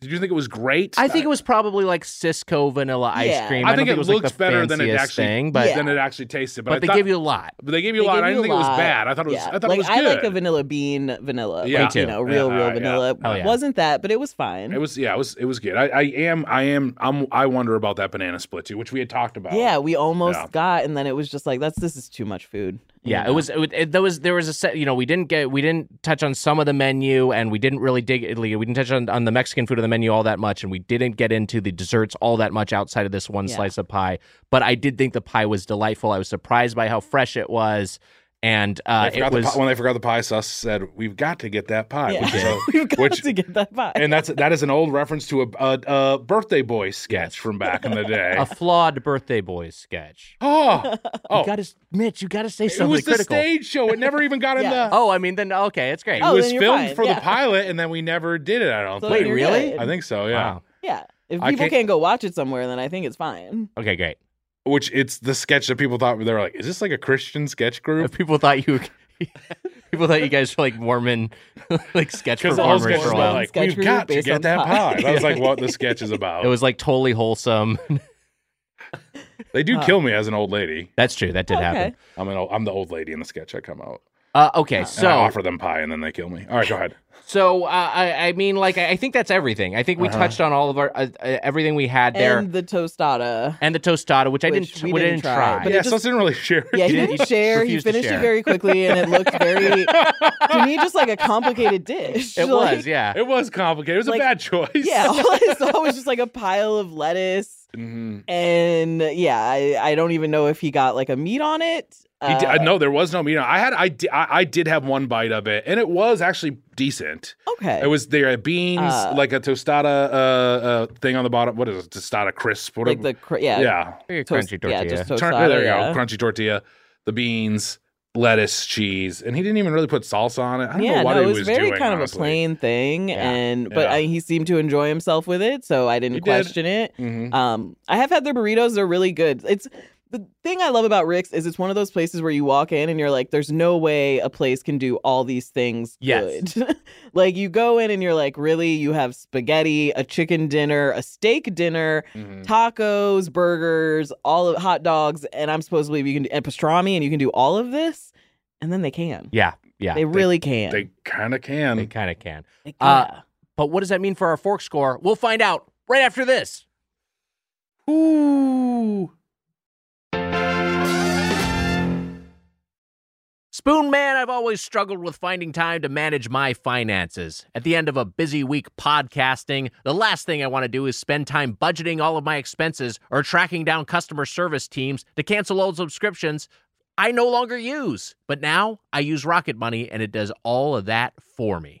Speaker 2: Did you think it was great?
Speaker 3: I think it was probably like Cisco vanilla
Speaker 4: Yeah.
Speaker 3: ice cream.
Speaker 2: I
Speaker 3: don't
Speaker 2: think it
Speaker 3: was
Speaker 2: looks
Speaker 3: like the
Speaker 2: better than it
Speaker 3: fanciest
Speaker 2: actually-
Speaker 3: thing, but
Speaker 4: Yeah.
Speaker 2: than it actually tasted. But,
Speaker 3: but
Speaker 2: I
Speaker 3: they
Speaker 2: thought,
Speaker 3: give you a lot.
Speaker 2: But they gave you a
Speaker 4: They
Speaker 2: lot.
Speaker 4: give
Speaker 2: and I didn't
Speaker 4: you
Speaker 2: think
Speaker 4: a
Speaker 2: it was
Speaker 4: lot.
Speaker 2: bad. I thought it was.
Speaker 4: Yeah.
Speaker 2: I thought
Speaker 4: like,
Speaker 2: it was
Speaker 4: I
Speaker 2: good.
Speaker 4: like a vanilla bean vanilla.
Speaker 2: Yeah.
Speaker 3: Me
Speaker 4: Like,
Speaker 3: too.
Speaker 4: you know, real,
Speaker 2: Yeah,
Speaker 4: real
Speaker 2: yeah.
Speaker 4: vanilla.
Speaker 3: Oh, yeah.
Speaker 4: Wasn't that, but it was fine.
Speaker 2: It was yeah, it was it was good. I, I am I am I'm I wonder about that banana split too, which we had talked about.
Speaker 4: yeah, we almost
Speaker 2: Yeah.
Speaker 4: got, and then it was just like, that's this is too much food. you
Speaker 3: Yeah, it
Speaker 4: know?
Speaker 3: was. It, was- it, there was there was a set. You know, we didn't get we didn't touch on some of the menu, and we didn't really dig. Italy. We didn't touch on, on the Mexican food of the menu all that much, and we didn't get into the desserts all that much outside of this one
Speaker 4: Yeah.
Speaker 3: slice of pie. But I did think the pie was delightful. I was surprised by how fresh it was, and uh,
Speaker 2: I forgot
Speaker 3: it
Speaker 2: the
Speaker 3: was.
Speaker 2: pie, when they forgot the pie sauce said we've got to get that pie,
Speaker 4: Yeah.
Speaker 2: which is a-
Speaker 4: <laughs> We've got
Speaker 2: which-
Speaker 4: to get that pie.
Speaker 2: and that's that is an old reference to a, a, a birthday boy sketch from back
Speaker 4: <laughs>
Speaker 2: in the day.
Speaker 3: a flawed birthday boys sketch.
Speaker 2: oh,
Speaker 3: You
Speaker 2: oh,
Speaker 3: got to, Mitch. You got to say
Speaker 2: it
Speaker 3: something
Speaker 2: was the
Speaker 3: critical.
Speaker 2: stage show. It never even got in the.
Speaker 4: Yeah.
Speaker 3: Oh, I mean, then okay, it's great.
Speaker 2: It
Speaker 4: Oh,
Speaker 2: was
Speaker 4: then you're
Speaker 2: filmed
Speaker 4: fine.
Speaker 2: for
Speaker 4: Yeah.
Speaker 2: the pilot, and then we never did it. I don't
Speaker 4: So
Speaker 2: think.
Speaker 4: then you're
Speaker 3: really?
Speaker 4: good.
Speaker 2: I think so. Yeah.
Speaker 3: Wow.
Speaker 4: Yeah. If
Speaker 2: I
Speaker 4: people can't...
Speaker 2: can't-
Speaker 4: go watch it somewhere, then I think it's fine.
Speaker 3: Okay, great.
Speaker 2: Which it's the sketch that people thought they were like, is this like a Christian sketch group?
Speaker 3: If <laughs> people thought you people thought you guys were like Mormon <laughs> like sketch
Speaker 2: Because the whole
Speaker 3: performers
Speaker 2: sketch
Speaker 3: for
Speaker 2: was
Speaker 3: a while.
Speaker 2: like,
Speaker 4: Sketch
Speaker 2: we've
Speaker 4: group
Speaker 2: got to
Speaker 4: based on
Speaker 2: get that
Speaker 4: pie."
Speaker 2: pie. That
Speaker 4: <laughs>
Speaker 2: was like what the sketch is about.
Speaker 3: It was like totally wholesome. <laughs>
Speaker 2: they do kill me as an old lady.
Speaker 3: That's true. That did happen.
Speaker 4: Oh, Okay.
Speaker 2: I'm an old, I'm the old lady in the sketch. I come out
Speaker 3: Uh, okay,
Speaker 2: and I
Speaker 3: so
Speaker 2: offer them pie, and then they kill me. All right, go ahead.
Speaker 3: so uh, I, I mean, like, I I think that's everything. I think
Speaker 2: Uh-huh.
Speaker 3: we touched on all of our uh, uh, everything we had there,
Speaker 4: And
Speaker 3: and,
Speaker 4: the tostada.
Speaker 3: the tostada, which, I
Speaker 4: Which
Speaker 3: didn't,
Speaker 4: we
Speaker 3: we didn't,
Speaker 4: didn't try,
Speaker 3: try.
Speaker 4: but
Speaker 2: yeah,
Speaker 4: it
Speaker 2: so
Speaker 4: just-
Speaker 2: didn't really share.
Speaker 4: Yeah, he
Speaker 3: didn't-
Speaker 4: didn't
Speaker 3: he
Speaker 4: share. He
Speaker 3: refused to
Speaker 4: finished
Speaker 3: share.
Speaker 4: it very quickly, and it looked very to me just like a complicated dish.
Speaker 3: it
Speaker 4: <laughs> Like,
Speaker 3: was, yeah.
Speaker 2: <laughs> It was complicated. It was
Speaker 4: Like-
Speaker 2: a bad choice. <laughs>
Speaker 4: Yeah, all I saw was just like a pile of lettuce,
Speaker 2: Mhm.
Speaker 4: and yeah, I, I don't even know if he got like a meat on it.
Speaker 2: He did-
Speaker 4: Uh,
Speaker 2: no, there was no meat. on it. I had I, di- I I did have one bite of it, and it was actually decent.
Speaker 4: Okay.
Speaker 2: It was there had beans,
Speaker 4: Uh,
Speaker 2: like a tostada uh, uh, thing on the bottom. What is it? Tostada crisp? Whatever.
Speaker 4: like the cr- yeah
Speaker 2: yeah.
Speaker 3: Very
Speaker 4: toast-
Speaker 3: crunchy tortilla.
Speaker 4: Yeah, just
Speaker 2: Tur-
Speaker 4: tostada,
Speaker 2: there you
Speaker 4: yeah.
Speaker 2: go. Crunchy tortilla, the beans, lettuce, cheese, and he didn't even really put salsa on it. I don't
Speaker 4: yeah,
Speaker 2: know what
Speaker 4: no,
Speaker 2: he
Speaker 4: it was, very
Speaker 2: doing,
Speaker 4: kind of a
Speaker 2: honestly.
Speaker 4: plain thing,
Speaker 3: Yeah.
Speaker 4: and but
Speaker 2: Yeah.
Speaker 4: I, he seemed to enjoy himself with it, so I didn't
Speaker 2: He did.
Speaker 4: question it.
Speaker 2: Mhm.
Speaker 4: Um, I have had their burritos; they're really good. It's the thing I love about Rick's is it's one of those places where you walk in and you're like, "There's no way a place can do all these things
Speaker 3: Yes.
Speaker 4: good." <laughs> like you go in and you're like, "Really? You have spaghetti, a chicken dinner, a steak dinner,
Speaker 2: Mhm.
Speaker 4: tacos, burgers, all of hot dogs, and I'm supposed to believe you can do and pastrami, and you can do all of this." And then they can.
Speaker 3: yeah, yeah.
Speaker 4: They really can.
Speaker 2: They kind of can.
Speaker 3: they kind of can.
Speaker 4: Like,
Speaker 3: Uh,
Speaker 4: yeah.
Speaker 3: But what does that mean for our fork score? We'll find out right after this.
Speaker 2: Ooh.
Speaker 3: Spoon Man, I've always struggled with finding time to manage my finances. At the end of a busy week podcasting, the last thing I want to do is spend time budgeting all of my expenses or tracking down customer service teams to cancel old subscriptions I no longer use. But now I use Rocket Money and it does all of that for me.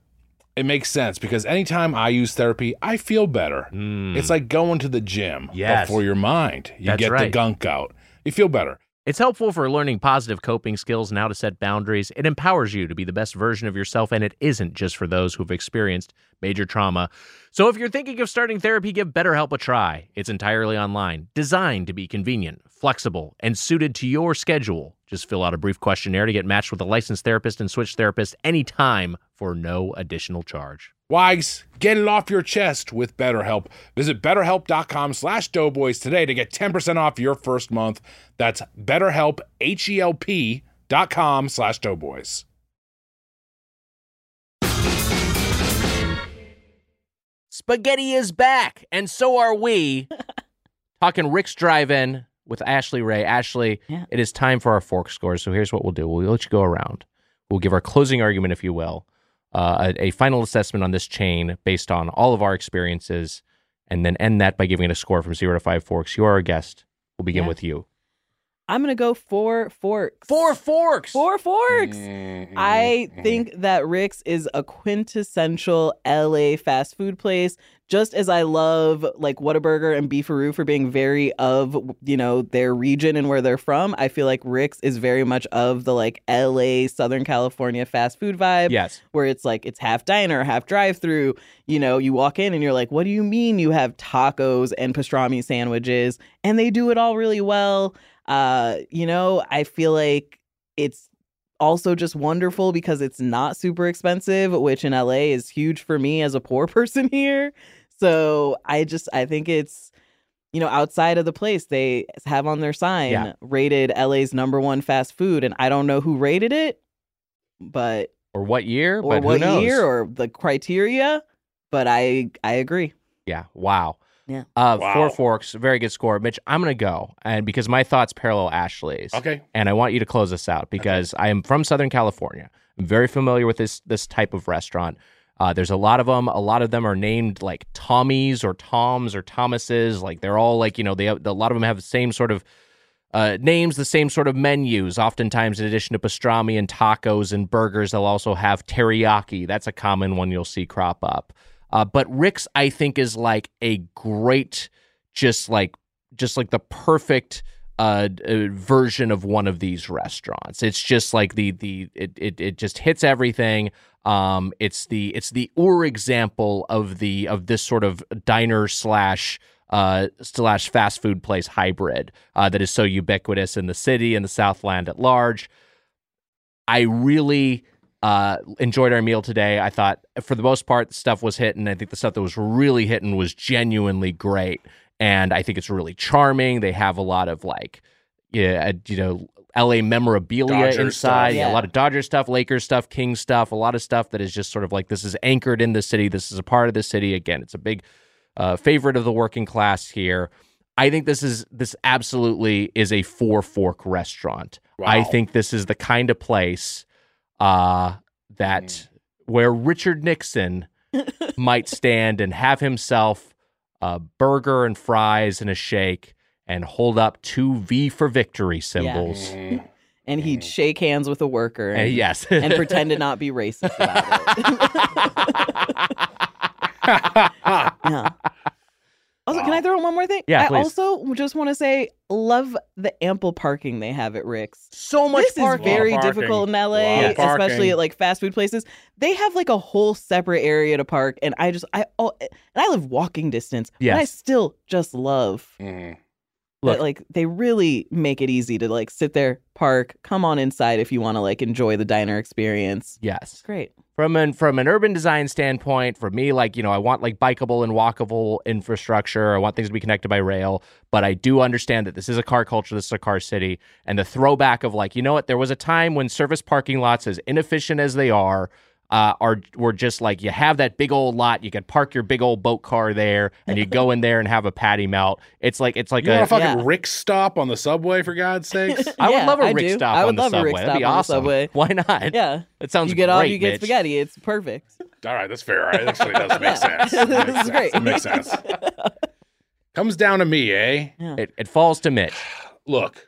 Speaker 2: It makes sense because anytime I use therapy, I feel better. It's like going to the gym
Speaker 3: Hmm. Yes.
Speaker 2: but for your mind. You
Speaker 3: That's
Speaker 2: get the
Speaker 3: right.
Speaker 2: gunk out. You feel better.
Speaker 3: It's helpful for learning positive coping skills and how to set boundaries. It empowers you to be the best version of yourself, and it isn't just for those who've experienced major trauma. So, if you're thinking of starting therapy, give BetterHelp a try. It's entirely online, designed to be convenient, flexible, and suited to your schedule. Just fill out a brief questionnaire to get matched with a licensed therapist and switch therapist anytime for no additional charge.
Speaker 2: Wags, get it off your chest with BetterHelp. Visit betterhelp.com slash doughboys today to get 10% off your first month. That's betterhelp, H-E-L-P dot com slash doughboys.
Speaker 3: Spaghetti is back, and so are we. <laughs> Talking Rick's Drive-In with Ashley Ray. Ashley,
Speaker 4: Yeah.
Speaker 3: it is time for our fork scores. So here's what we'll do: we'll let you go around. We'll give our closing argument, if you will, uh, a, a final assessment on this chain based on all of our experiences, and then end that by giving it a score from zero to five forks. You are our guest. We'll begin
Speaker 4: Yeah.
Speaker 3: with you.
Speaker 4: I'm gonna go four Mm-hmm, forks.
Speaker 3: Four forks.
Speaker 4: Four forks. I think that Rick's is a quintessential LA fast food place. Just as I love like Whataburger and Beefaroo for being very of you know their region and where they're from, I feel like Rick's is very much of the like LA Southern California fast food vibe
Speaker 3: Yes.
Speaker 4: where it's like it's half diner, half drive through. You know, you walk in and you're like, what do you mean you have tacos and pastrami sandwiches? And they do it all really well. Uh, you know, I feel like it's also just wonderful because it's not super expensive, which in LA is huge for me as a poor <laughs> person here. So I just I think it's you know outside of the place they have on their sign
Speaker 3: Yeah.
Speaker 4: rated LA's number one fast food, and I don't know who rated it, but
Speaker 3: Or what year?
Speaker 4: or
Speaker 3: but who
Speaker 4: what
Speaker 3: knows?
Speaker 4: year or the criteria, but I I agree.
Speaker 3: Yeah. Wow.
Speaker 4: Yeah.
Speaker 3: Uh, Four
Speaker 5: Wow.
Speaker 3: forks. Very good score, Mitch. I'm gonna go, and because my thoughts parallel Ashley's.
Speaker 2: Okay.
Speaker 3: and I want you to close us out because I am from Southern California. I'm very familiar with this this type of restaurant. Uh, there's a lot of them. A lot of them are named like Tommies or Toms or Thomases. Like they're all like you know they a lot of them have the same sort of uh, names, the same sort of menus. Oftentimes, in addition to pastrami and tacos and burgers, they'll also have teriyaki. That's a common one you'll see crop up. Uh, but Rick's, I think, is like a great, just like just like the perfect uh, d- uh, version of one of these restaurants. It's just like the the it it, it just hits everything. Um, it's the it's the or example of the of this sort of diner slash uh, slash fast food place hybrid uh, that is so ubiquitous in the city and the Southland at large. I really uh, enjoyed our meal today. I thought, for the most part, the stuff was hitting. I think the stuff that was really hitting was genuinely great, and I think it's really charming. They have a lot of like, yeah, uh, you know, L.A. memorabilia
Speaker 2: Dodger
Speaker 3: inside.
Speaker 2: stuff.
Speaker 3: Yeah, a
Speaker 4: Yeah.
Speaker 3: lot of Dodger stuff, Lakers stuff, King stuff, a lot of stuff that is just sort of like this is anchored in the city. This is a part of the city. Again, it's a big uh, favorite of the working class here. I think this is this absolutely is a four fork restaurant. I
Speaker 2: Wow.
Speaker 3: think this is the kind of place uh, that
Speaker 4: Mm.
Speaker 3: where Richard
Speaker 4: <laughs>
Speaker 3: Nixon might stand and have himself a burger and fries and a shake and hold up two V for victory symbols.
Speaker 4: And he'd shake hands with a worker
Speaker 3: And
Speaker 4: and,
Speaker 3: yes.
Speaker 4: Mm. and <laughs> pretend to not be racist about it. <laughs> Yeah. Also, can I throw in one more thing?
Speaker 3: Yeah,
Speaker 4: I
Speaker 3: please.
Speaker 4: also just want to say, love the ample parking they have at Rick's.
Speaker 3: <laughs> so much
Speaker 4: this
Speaker 3: parking.
Speaker 4: is very
Speaker 2: Lot of
Speaker 4: difficult in
Speaker 2: parking.
Speaker 4: LA,
Speaker 2: Lot of parking.
Speaker 4: especially at like fast food places. They have like a whole separate area to park, and I just I oh, and I live walking distance.
Speaker 3: Yes.
Speaker 4: but I still just love
Speaker 2: Mm-hmm.
Speaker 3: Look,
Speaker 4: that like they really make it easy to like sit there, park, come on inside if you want to like enjoy the diner experience.
Speaker 3: yes.
Speaker 4: It's great.
Speaker 3: from an from an urban design standpoint, for me, like you know, I want like bikeable and walkable infrastructure. I want things to be connected by rail, but I do understand that this is a car culture. This is a car city, and the throwback of like you know what, there was a time when surface parking lots, as inefficient as they are. Uh, are were just like you have that big old lot, you can park your big old boat car there, and you go in there and have a patty melt. It's like it's like
Speaker 2: You want
Speaker 3: a
Speaker 2: a fucking
Speaker 4: Yeah.
Speaker 2: Rick stop on the subway, for God's
Speaker 4: <laughs>
Speaker 2: sakes?
Speaker 3: I would
Speaker 4: Yeah,
Speaker 3: love
Speaker 4: I
Speaker 3: a Rick
Speaker 4: do.
Speaker 3: stop
Speaker 4: I would
Speaker 3: on the
Speaker 4: love a
Speaker 3: subway.
Speaker 4: Rick
Speaker 3: That'd be
Speaker 4: stop on the
Speaker 3: awesome.
Speaker 4: subway.
Speaker 3: <laughs> Why not?
Speaker 4: Yeah.
Speaker 3: That sounds
Speaker 4: you get
Speaker 3: great,
Speaker 4: off, you get
Speaker 3: Mitch.
Speaker 4: spaghetti. It's perfect.
Speaker 2: All right, that's fair. All right, actually does make
Speaker 4: Yeah. <laughs>
Speaker 2: sense. It makes
Speaker 4: This is
Speaker 2: sense.
Speaker 4: great.
Speaker 2: It makes sense. Comes down to me, eh?
Speaker 3: It, it falls to Mitch.
Speaker 2: Look,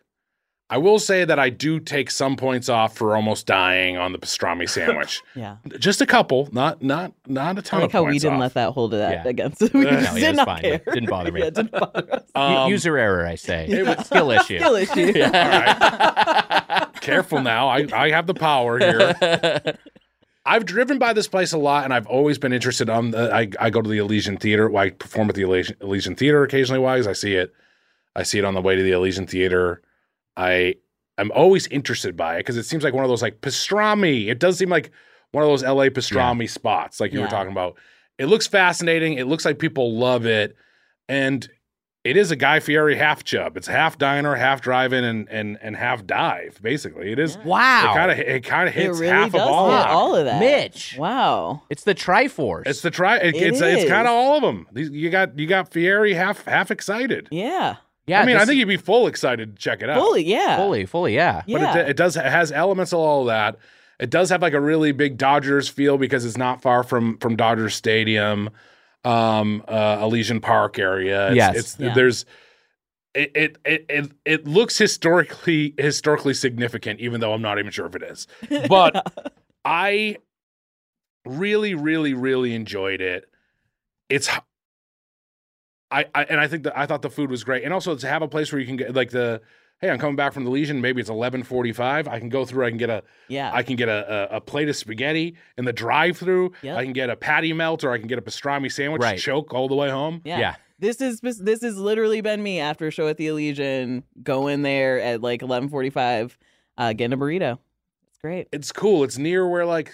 Speaker 2: I will say that I do take some points off for almost dying on the pastrami sandwich.
Speaker 4: <laughs> Yeah.
Speaker 2: Just a couple, not not not a
Speaker 4: I
Speaker 2: ton
Speaker 4: like
Speaker 2: of
Speaker 4: how
Speaker 2: points
Speaker 4: we didn't
Speaker 2: off.
Speaker 4: let that hold of that
Speaker 3: Yeah.
Speaker 4: against us. <laughs> We
Speaker 2: No,
Speaker 4: just
Speaker 3: yeah,
Speaker 4: did
Speaker 3: it's
Speaker 4: not
Speaker 3: fine.
Speaker 4: care.
Speaker 3: Didn't bother me. <laughs>
Speaker 4: <laughs> yeah, didn't bother us.
Speaker 3: U-
Speaker 2: Um,
Speaker 3: User error, I say.
Speaker 2: was-
Speaker 3: Skill issue.
Speaker 4: Still issue.
Speaker 3: <laughs>
Speaker 2: All right. Careful now. I, I have the power here.
Speaker 3: <laughs>
Speaker 2: I've driven by this place a lot, and I've always been interested. On the, I, I go to the Elysian Theater. Well, I perform at the Elysian, Elysian Theater occasionally. Wise, I see it. I see it on the way to the Elysian Theater. I I'm always interested by it because it seems like one of those like pastrami. It does seem like one of those LA pastrami spots, like you
Speaker 4: Yeah.
Speaker 2: were talking about. It looks fascinating. It looks like people love it, and it is a Guy Fieri half chub. It's half diner, half drive-in, and and and half dive. Basically, it is. It kind
Speaker 3: Wow.
Speaker 2: of it kind of
Speaker 4: It
Speaker 2: hits
Speaker 4: really
Speaker 2: half
Speaker 4: does
Speaker 2: of all.
Speaker 4: hit
Speaker 2: of them.
Speaker 4: all of that.
Speaker 3: Mitch.
Speaker 4: Wow.
Speaker 3: It's the Triforce.
Speaker 2: It's the try. It,
Speaker 4: It
Speaker 2: it's it's
Speaker 4: is.
Speaker 2: kind of all of them. These, you got you got Fieri half half excited.
Speaker 4: Yeah.
Speaker 3: yeah,
Speaker 2: I mean, I
Speaker 3: this
Speaker 2: think
Speaker 3: is
Speaker 2: you'd be full excited to check it out.
Speaker 4: Fully. Yeah.
Speaker 3: fully, fully, yeah.
Speaker 2: but
Speaker 4: Yeah. <laughs>
Speaker 2: it, it does it has elements of all that. It does have like a really big Dodgers feel because it's not far from from Dodgers Stadium, um, uh, Elysian Park area. It's,
Speaker 3: Yes.
Speaker 2: it's
Speaker 4: Yeah.
Speaker 2: there's it, it it it it looks historically historically significant, even though I'm not even sure if it is. But I really, really, really enjoyed it. It's h- I, I and I think that I thought the food was great, and also to have a place where you can get like the hey, I'm coming back from the Legion. Maybe it's 11:45. I can go through. I can get a
Speaker 4: Yeah.
Speaker 2: I can get a a, a plate of spaghetti in the drive-through.
Speaker 4: Yep.
Speaker 2: I can get a patty melt, or I can get a pastrami sandwich.
Speaker 3: Right.
Speaker 2: Choke all the way home.
Speaker 4: yeah.
Speaker 3: Yeah.
Speaker 4: This is this has literally been me after a show at the Elysian. Go in there at like eleven forty five, uh, getting a burrito. It's great.
Speaker 2: It's cool. It's near where like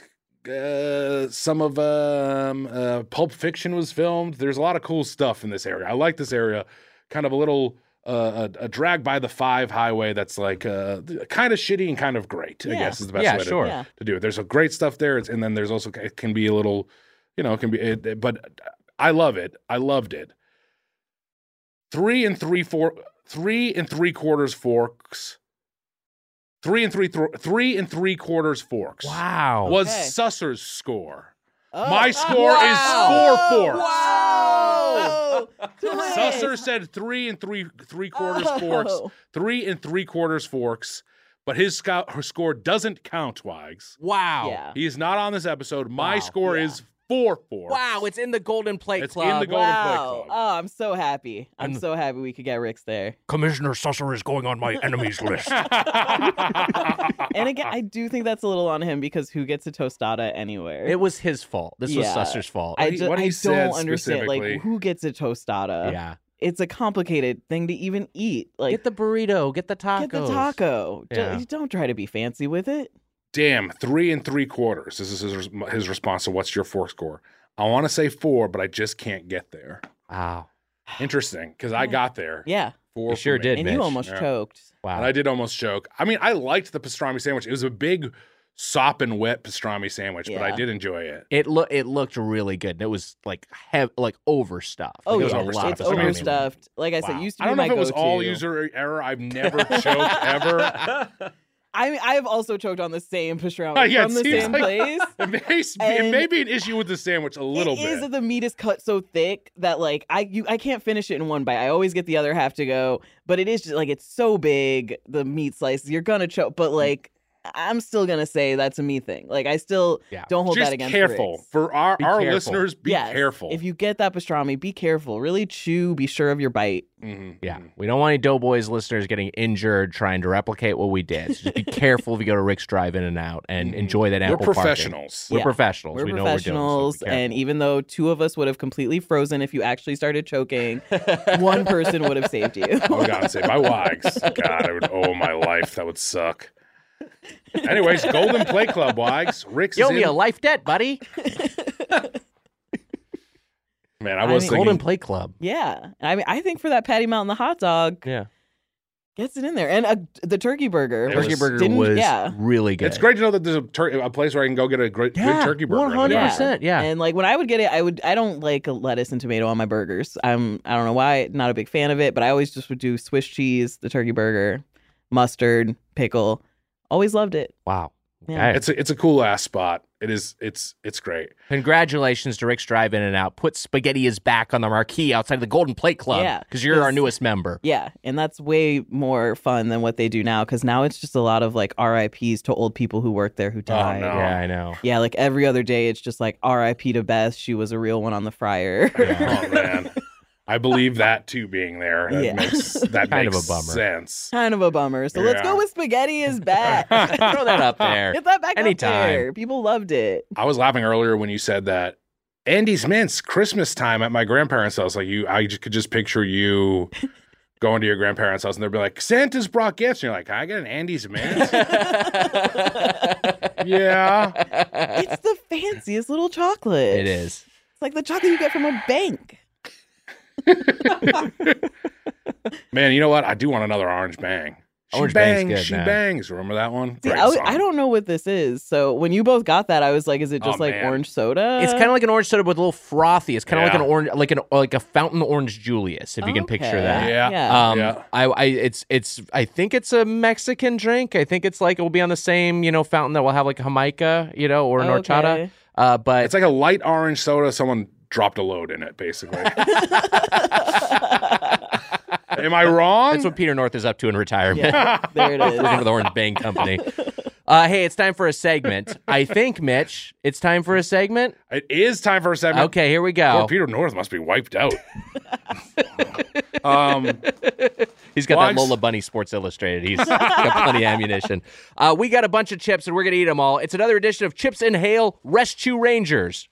Speaker 2: uh some of um uh pulp fiction was filmed there's a lot of cool stuff in this area i like this area kind of a little uh a, a drag by the five highway that's like uh kind of shitty and kind of great i
Speaker 4: Yeah.
Speaker 2: guess is the best
Speaker 3: Yeah,
Speaker 2: way to,
Speaker 3: sure.
Speaker 4: Yeah.
Speaker 2: to do it. There's a great stuff there, it's, and then there's also it can be a little, you know, it can be. It, it- but I love it. I loved it. Three and three four, three and three quarters forks. Three and three thro- three and three quarters forks.
Speaker 3: Wow.
Speaker 2: Was
Speaker 4: Okay.
Speaker 2: Susser's score?
Speaker 4: Oh.
Speaker 2: My score
Speaker 4: Wow.
Speaker 2: is four forks.
Speaker 4: Wow. Twins.
Speaker 2: Susser said three and three three quarters forks.
Speaker 4: Oh.
Speaker 2: Three and three quarters forks. But his scout, her score doesn't count, Wags.
Speaker 3: Wow.
Speaker 4: Yeah.
Speaker 2: He is not on this episode. My
Speaker 3: Wow.
Speaker 2: score
Speaker 4: Yeah.
Speaker 2: is four four.
Speaker 3: Wow,
Speaker 4: <laughs>
Speaker 3: it's in the Golden Plate
Speaker 2: It's in
Speaker 3: Club.
Speaker 2: the Golden Plate
Speaker 4: Wow.
Speaker 2: Club.
Speaker 4: Oh, I'm so happy. I'm
Speaker 3: And-
Speaker 4: so happy we could get Rick's
Speaker 2: <laughs>
Speaker 4: there.
Speaker 3: Commissioner Susser is going on my <laughs> enemies list.
Speaker 4: And again, I do think that's a little on him because who gets a tostada anywhere?
Speaker 3: It was his fault. This was
Speaker 4: Yeah.
Speaker 3: Susser's fault.
Speaker 4: I,
Speaker 2: he-
Speaker 4: ju-
Speaker 2: what he
Speaker 4: I
Speaker 2: said
Speaker 4: don't understand.
Speaker 2: specifically-
Speaker 4: Like, who gets a tostada?
Speaker 3: yeah.
Speaker 4: It's a complicated thing to even eat. uh, Like,
Speaker 3: get the burrito. Get the tacos.
Speaker 4: get the taco. Ju-
Speaker 3: Yeah.
Speaker 4: you Don't try to be fancy with it.
Speaker 2: <laughs> Damn, three and three quarters. This is his, his response to what's your fork score. I want to say four, but I just can't get there.
Speaker 3: Wow.
Speaker 2: Interesting, because I got there.
Speaker 4: Yeah.
Speaker 2: Four
Speaker 3: You
Speaker 2: for
Speaker 3: sure
Speaker 2: me.
Speaker 3: did.
Speaker 4: And
Speaker 3: Mitch.
Speaker 4: you almost
Speaker 2: Yeah.
Speaker 4: choked.
Speaker 3: Wow.
Speaker 2: And I did almost choke. I mean, I liked the pastrami sandwich. It was a big, sop and wet pastrami sandwich, but I
Speaker 4: Yeah.
Speaker 2: did enjoy it.
Speaker 3: It looked it looked really good, and it was like hev- like overstuffed.
Speaker 4: Oh,
Speaker 3: Like, it was
Speaker 4: yeah. It's
Speaker 3: a lot
Speaker 4: overstuffed.
Speaker 3: of stuff.
Speaker 4: Like I said,
Speaker 3: Wow.
Speaker 4: used to
Speaker 2: I
Speaker 4: be
Speaker 2: don't know
Speaker 4: my
Speaker 2: if it was all
Speaker 4: go-to.
Speaker 2: user e-, error. I've
Speaker 4: <laughs>
Speaker 2: never choked ever.
Speaker 4: I mean, I have also choked on
Speaker 2: <laughs>
Speaker 4: the same
Speaker 2: Oh,
Speaker 4: pastrami
Speaker 2: yeah, it
Speaker 4: from the
Speaker 2: seems
Speaker 4: same
Speaker 2: like-
Speaker 4: place.
Speaker 2: <laughs> It may, s- it
Speaker 4: And-
Speaker 2: may be an issue with the sandwich a little
Speaker 4: It is
Speaker 2: bit.
Speaker 4: that the meat is cut so thick that like I you, I can't finish it in one bite. I always get the other half to go, but it is just like it's so big the meat slices you're gonna choke.
Speaker 2: Mm.
Speaker 4: But like I'm still gonna say that's a me thing. Like I still
Speaker 3: Yeah.
Speaker 4: don't hold
Speaker 2: Just
Speaker 4: that against.
Speaker 2: careful
Speaker 4: Riggs.
Speaker 2: for our,
Speaker 3: Be
Speaker 2: our
Speaker 3: careful.
Speaker 2: listeners. Be
Speaker 4: Yes.
Speaker 2: careful.
Speaker 4: If you get that pastrami, be careful. Really chew. Be sure of your bite.
Speaker 2: Mhm,
Speaker 3: Yeah,
Speaker 2: mhm.
Speaker 3: we don't want any Doughboys listeners getting injured trying to replicate what we did. So just
Speaker 2: <laughs>
Speaker 3: be careful if you go to Rick's Drive in and out and
Speaker 2: Mhm.
Speaker 3: enjoy that
Speaker 2: we're
Speaker 3: apple parking.
Speaker 2: professionals.
Speaker 3: We're
Speaker 4: Yeah.
Speaker 3: professionals.
Speaker 4: We're
Speaker 3: we know
Speaker 4: professionals,
Speaker 3: what we're doing.
Speaker 4: and
Speaker 2: e-
Speaker 4: even though two of us would have completely frozen if you actually started choking, one person would have saved you.
Speaker 2: <laughs> Oh God, say my wags.
Speaker 4: <laughs>
Speaker 2: God, I would owe my life. That would suck. Anyways, Golden Play Club wags. Rick's
Speaker 3: you
Speaker 2: is
Speaker 3: owe me
Speaker 2: in-
Speaker 3: a life debt, buddy.
Speaker 2: man. I
Speaker 4: I
Speaker 2: was
Speaker 4: mean-
Speaker 2: thinking.
Speaker 3: Golden Play Club.
Speaker 4: <laughs> Yeah, I mean, I think for that patty melt and the hot dog,
Speaker 3: Yeah,
Speaker 4: gets it in there, and uh, the turkey burger,
Speaker 2: It
Speaker 4: which
Speaker 3: Turkey
Speaker 2: was-
Speaker 3: Burger
Speaker 4: didn't-
Speaker 3: was
Speaker 4: yeah.
Speaker 3: really good.
Speaker 2: It's great to know that there's a, tur- a place where I can go get a great
Speaker 3: Yeah,
Speaker 2: good turkey burger. in the
Speaker 3: One hundred
Speaker 2: dark.
Speaker 3: percent. Yeah,
Speaker 4: And like when I would get it, I would I don't like lettuce and tomato on my burgers. I'm I don't know why, not a big fan of it, but I always just would do Swiss cheese, the turkey burger, mustard, pickle. Always loved it.
Speaker 3: wow.
Speaker 4: Yeah.
Speaker 3: Okay.
Speaker 2: It's a it's a cool ass spot. It is. It's. It's great.
Speaker 3: Congratulations to Rick's Drive In and Out. Put Spaghetti is back on the marquee outside of the Golden Plate Club.
Speaker 4: Yeah,
Speaker 3: Because you're our
Speaker 4: it's-
Speaker 3: newest member.
Speaker 4: Yeah, and that's way more fun than what they do now because now it's just a lot of like RIPS to old people who work there who died.
Speaker 2: Oh, no.
Speaker 3: Yeah, I know.
Speaker 4: Yeah, like every other day, it's just like RIP to Beth. She was a real one on the fryer. <laughs>
Speaker 2: Oh man, I believe that too. Being there, that
Speaker 4: Yeah.
Speaker 2: makes that
Speaker 3: Kind of
Speaker 2: makes
Speaker 3: a bummer.
Speaker 2: sense.
Speaker 4: kind of a bummer. So let's
Speaker 2: Yeah.
Speaker 4: go with spaghetti
Speaker 3: <laughs>
Speaker 4: is back. Get
Speaker 3: Throw that up there.
Speaker 4: that back
Speaker 3: Anytime.
Speaker 4: up there. People loved it.
Speaker 2: I was laughing earlier when you said that Andy's mints Christmas time at my grandparents' house. Like you, I just, could just picture you going to your grandparents' house and they'd be like, "Santa's brought gifts," and you're like, "Can I get an Andy's
Speaker 3: <laughs>
Speaker 2: mint?" yeah,
Speaker 3: <laughs>
Speaker 4: It's the fanciest little chocolate.
Speaker 3: It is.
Speaker 4: It's like the chocolate you get from a bank.
Speaker 2: man. You know what? I do want another orange bang. She
Speaker 3: Orange Bang's
Speaker 2: bangs,
Speaker 3: good,
Speaker 2: she
Speaker 3: man.
Speaker 2: bangs. Remember that one?
Speaker 4: See,
Speaker 2: Great
Speaker 4: I, was-
Speaker 2: song.
Speaker 4: I don't know what this is. So when you both got that, I was like, is it
Speaker 2: Oh,
Speaker 4: just like
Speaker 2: man.
Speaker 4: orange soda?
Speaker 3: It's kind of like an orange soda, but a little frothy. It's kind of like
Speaker 2: Yeah.
Speaker 3: an orange, like an like a fountain orange Julius, if you can picture
Speaker 4: Okay.
Speaker 3: that.
Speaker 2: Yeah.
Speaker 4: yeah.
Speaker 3: Um,
Speaker 2: Yeah.
Speaker 3: I, I, it's, it's, I think it's a Mexican drink. I think it's like it will be on the same, you know, fountain that will have like Jamaica, you know, or an horchata.
Speaker 4: Oh, Okay.
Speaker 3: Uh, but
Speaker 2: It's like a light orange soda. Someone dropped a load in it,
Speaker 4: <laughs>
Speaker 2: basically. <laughs> Am I wrong?
Speaker 3: That's what Peter North is up to in retirement. <laughs>
Speaker 4: Yeah, there it is.
Speaker 3: Working for the Orange Bang
Speaker 4: <laughs>
Speaker 3: Company. Uh, hey, it's time for a segment. I think, Mitch, it's time for a segment.
Speaker 2: it is time for a segment.
Speaker 3: Okay, here we
Speaker 2: Poor
Speaker 3: go.
Speaker 2: Peter North must be wiped
Speaker 3: <laughs>
Speaker 2: out. um,
Speaker 3: He's got that
Speaker 2: Wags.
Speaker 3: Lola Bunny Sports Illustrated. He's got plenty of ammunition. Uh, we got a bunch of chips, and we're going to eat them all. It's another edition of Chips and Hail Rescue Rangers.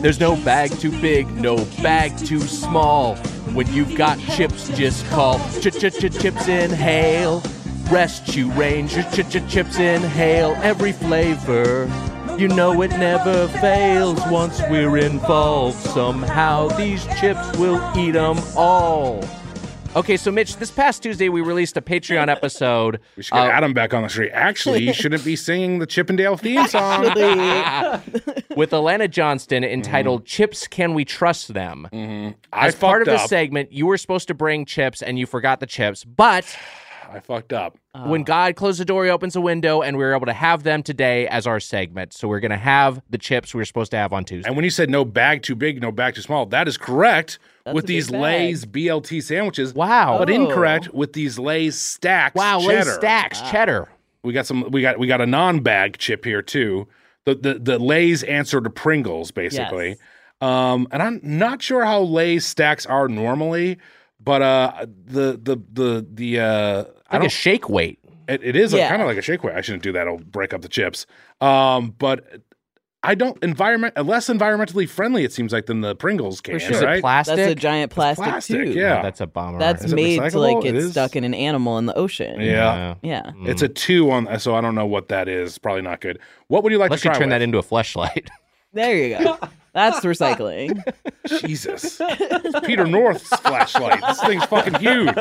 Speaker 3: There's no bag too big, no bag too small. When you've got chips, just call Ch-ch-ch-chips in hail. Rescue Rangers, ch-ch-chips in hail. Every flavor, you know it never fails. Once we're involved, somehow these chips will eat them all. Okay, so Mitch, this past Tuesday we released a Patreon episode.
Speaker 2: we should get Adam back on the street. Actually, you shouldn't be singing the Chippendale
Speaker 3: <laughs>
Speaker 2: theme song.
Speaker 3: uh, with Alana Johnston entitled
Speaker 2: Mm-hmm.
Speaker 3: Chips Can We Trust Them?
Speaker 2: I
Speaker 3: As part of
Speaker 2: fucked
Speaker 3: this
Speaker 2: up.
Speaker 3: segment, you were supposed to bring chips and you forgot the chips. But
Speaker 2: I fucked up.
Speaker 4: Oh.
Speaker 3: when God closed the door, he opens a window, and we were able to have them today as our segment. So we're going to have the chips we were supposed to have on Tuesday.
Speaker 2: And when you said no bag too big, no bag too small, that is correct
Speaker 4: a
Speaker 2: with
Speaker 4: big
Speaker 2: these
Speaker 4: bag.
Speaker 2: Lay's BLT sandwiches.
Speaker 3: Wow.
Speaker 2: But
Speaker 4: Oh.
Speaker 2: incorrect with these Lay's stacks.
Speaker 3: wow, Lay's
Speaker 2: cheddar.
Speaker 3: stacks, cheddar.
Speaker 2: We got some. We got we got a non-bag chip here too. The the the Lay's answer to Pringles, basically.
Speaker 4: Yes.
Speaker 2: Um, and I'm not sure how Lay's stacks are normally, but uh, the the the the uh, I
Speaker 3: Like a
Speaker 2: don't.
Speaker 3: shake weight.
Speaker 2: it, it is
Speaker 4: Yeah.
Speaker 2: kind of like a shake weight. I shouldn't do that. I'll break up the chips. Um, but I don't environment uh, less environmentally friendly. It seems like than the Pringles can,
Speaker 4: sure.
Speaker 3: Is
Speaker 4: Is
Speaker 3: it
Speaker 2: right?
Speaker 3: plastic?
Speaker 4: That's a giant plastic,
Speaker 2: plastic,
Speaker 4: tube.
Speaker 2: yeah.
Speaker 3: Oh, that's a bomber.
Speaker 4: That's
Speaker 2: Is it
Speaker 4: made to like
Speaker 2: recyclable? It
Speaker 4: it's
Speaker 2: is.
Speaker 4: stuck in an animal in the ocean.
Speaker 2: yeah.
Speaker 4: Yeah.
Speaker 2: It's
Speaker 3: mm.
Speaker 2: a two on, so I don't know what that is. Probably not good. What would you like
Speaker 3: Unless
Speaker 2: to
Speaker 3: you
Speaker 2: try
Speaker 3: turn that
Speaker 2: with?
Speaker 3: into a fleshlight.
Speaker 4: There you
Speaker 3: <laughs>
Speaker 4: go. That's recycling.
Speaker 2: Jesus. It's Peter North's flashlight. This thing's fucking huge.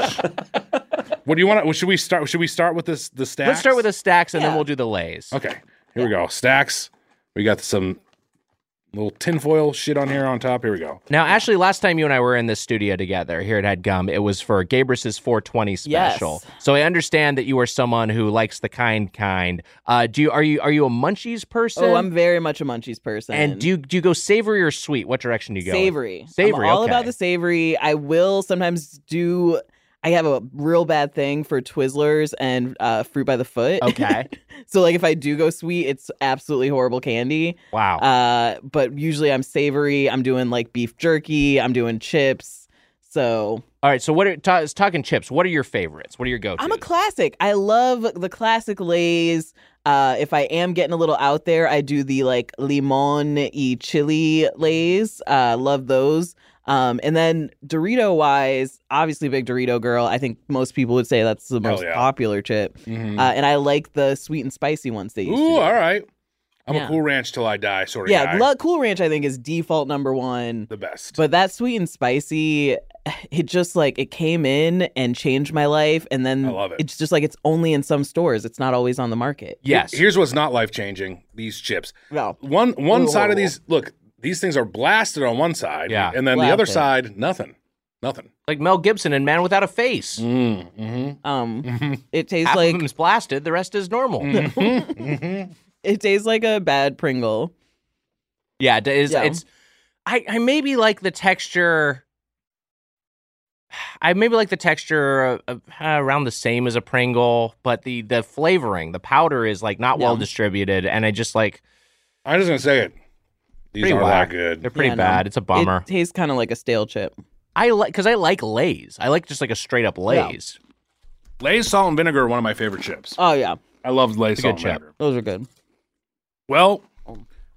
Speaker 2: What do you want to should we start should we start with this the stacks?
Speaker 3: Let's start with the stacks and then
Speaker 4: Yeah.
Speaker 3: we'll do the lays.
Speaker 2: Okay. Here we go. Stacks. We got some little tinfoil shit on here on top. Here we go.
Speaker 3: Now, Ashley, last time you and I were in the studio together here at Head Gum, it was for Gabrus's 420 special. So I understand that you are someone who likes the kind kind. Uh, do you are you are you a munchies person?
Speaker 4: oh, I'm very much a munchies person.
Speaker 3: and do you do you go savory or sweet? What direction do you go? with?
Speaker 4: savory.
Speaker 3: Savory,
Speaker 4: I'm all
Speaker 3: okay.
Speaker 4: about the savory. I will sometimes do. I have a real bad thing for Twizzlers and uh, fruit by the foot.
Speaker 3: Okay.
Speaker 4: <laughs> so like if I do go sweet, it's absolutely horrible candy.
Speaker 3: Wow.
Speaker 4: Uh, but usually I'm savory. I'm doing like beef jerky. I'm doing chips. So
Speaker 3: all right. So what are ta- talking chips? What are your favorites? What are your go to?
Speaker 4: I'm a classic. I love the classic Lay's. Uh, if I am getting a little out there, I do the like limon y chili Lay's. Uh, love those. Um, and then Dorito wise, obviously big Dorito girl. I think most people would say that's the most
Speaker 2: yeah.
Speaker 4: popular chip.
Speaker 2: Mhm.
Speaker 4: Uh, and I like the sweet and spicy ones they used to
Speaker 2: Ooh,
Speaker 4: do.
Speaker 2: all right. I'm
Speaker 4: Yeah.
Speaker 2: a cool ranch till I die sort of
Speaker 4: Yeah,
Speaker 2: guy.
Speaker 4: lo- Cool Ranch I think is default number one.
Speaker 2: the best.
Speaker 4: But that sweet and spicy, <sighs> it just like it came in and changed my life. And then
Speaker 2: I love it.
Speaker 4: it's just like it's only in some stores. It's not always on the market.
Speaker 3: yes.
Speaker 2: Here's what's not life changing, these chips.
Speaker 4: No.
Speaker 2: One one
Speaker 4: Whoa,
Speaker 2: side
Speaker 4: whoa,
Speaker 2: of these look, these things are blasted on one side.
Speaker 3: Yeah.
Speaker 2: And then the other
Speaker 4: Blasted.
Speaker 2: side, nothing. Nothing.
Speaker 3: like Mel Gibson and Man Without a Face.
Speaker 2: Mm, mm-hmm.
Speaker 3: <laughs>
Speaker 4: Um, it tastes
Speaker 3: Half
Speaker 4: like Mm.
Speaker 3: of them's blasted. The rest is normal.
Speaker 4: It tastes like a bad Pringle.
Speaker 3: Yeah, it is,
Speaker 4: Yeah.
Speaker 3: it's. I I maybe like the texture. I maybe like the texture uh, uh, around the same as a Pringle, but the the flavoring, the powder is like not well
Speaker 4: Yeah.
Speaker 3: distributed, and I just like
Speaker 2: I'm just gonna say it. These
Speaker 3: pretty
Speaker 2: are
Speaker 3: whack.
Speaker 2: that good.
Speaker 3: They're pretty
Speaker 4: Yeah, no.
Speaker 3: bad. It's a bummer.
Speaker 4: It tastes kind of like a stale chip.
Speaker 3: I like because I like Lay's. I like just like a straight up Lay's.
Speaker 2: Lay's salt and vinegar are one of my favorite chips.
Speaker 4: Oh yeah,
Speaker 2: I love Lay's
Speaker 3: a good
Speaker 2: salt and
Speaker 3: chip.
Speaker 2: vinegar.
Speaker 4: those are good.
Speaker 2: Well,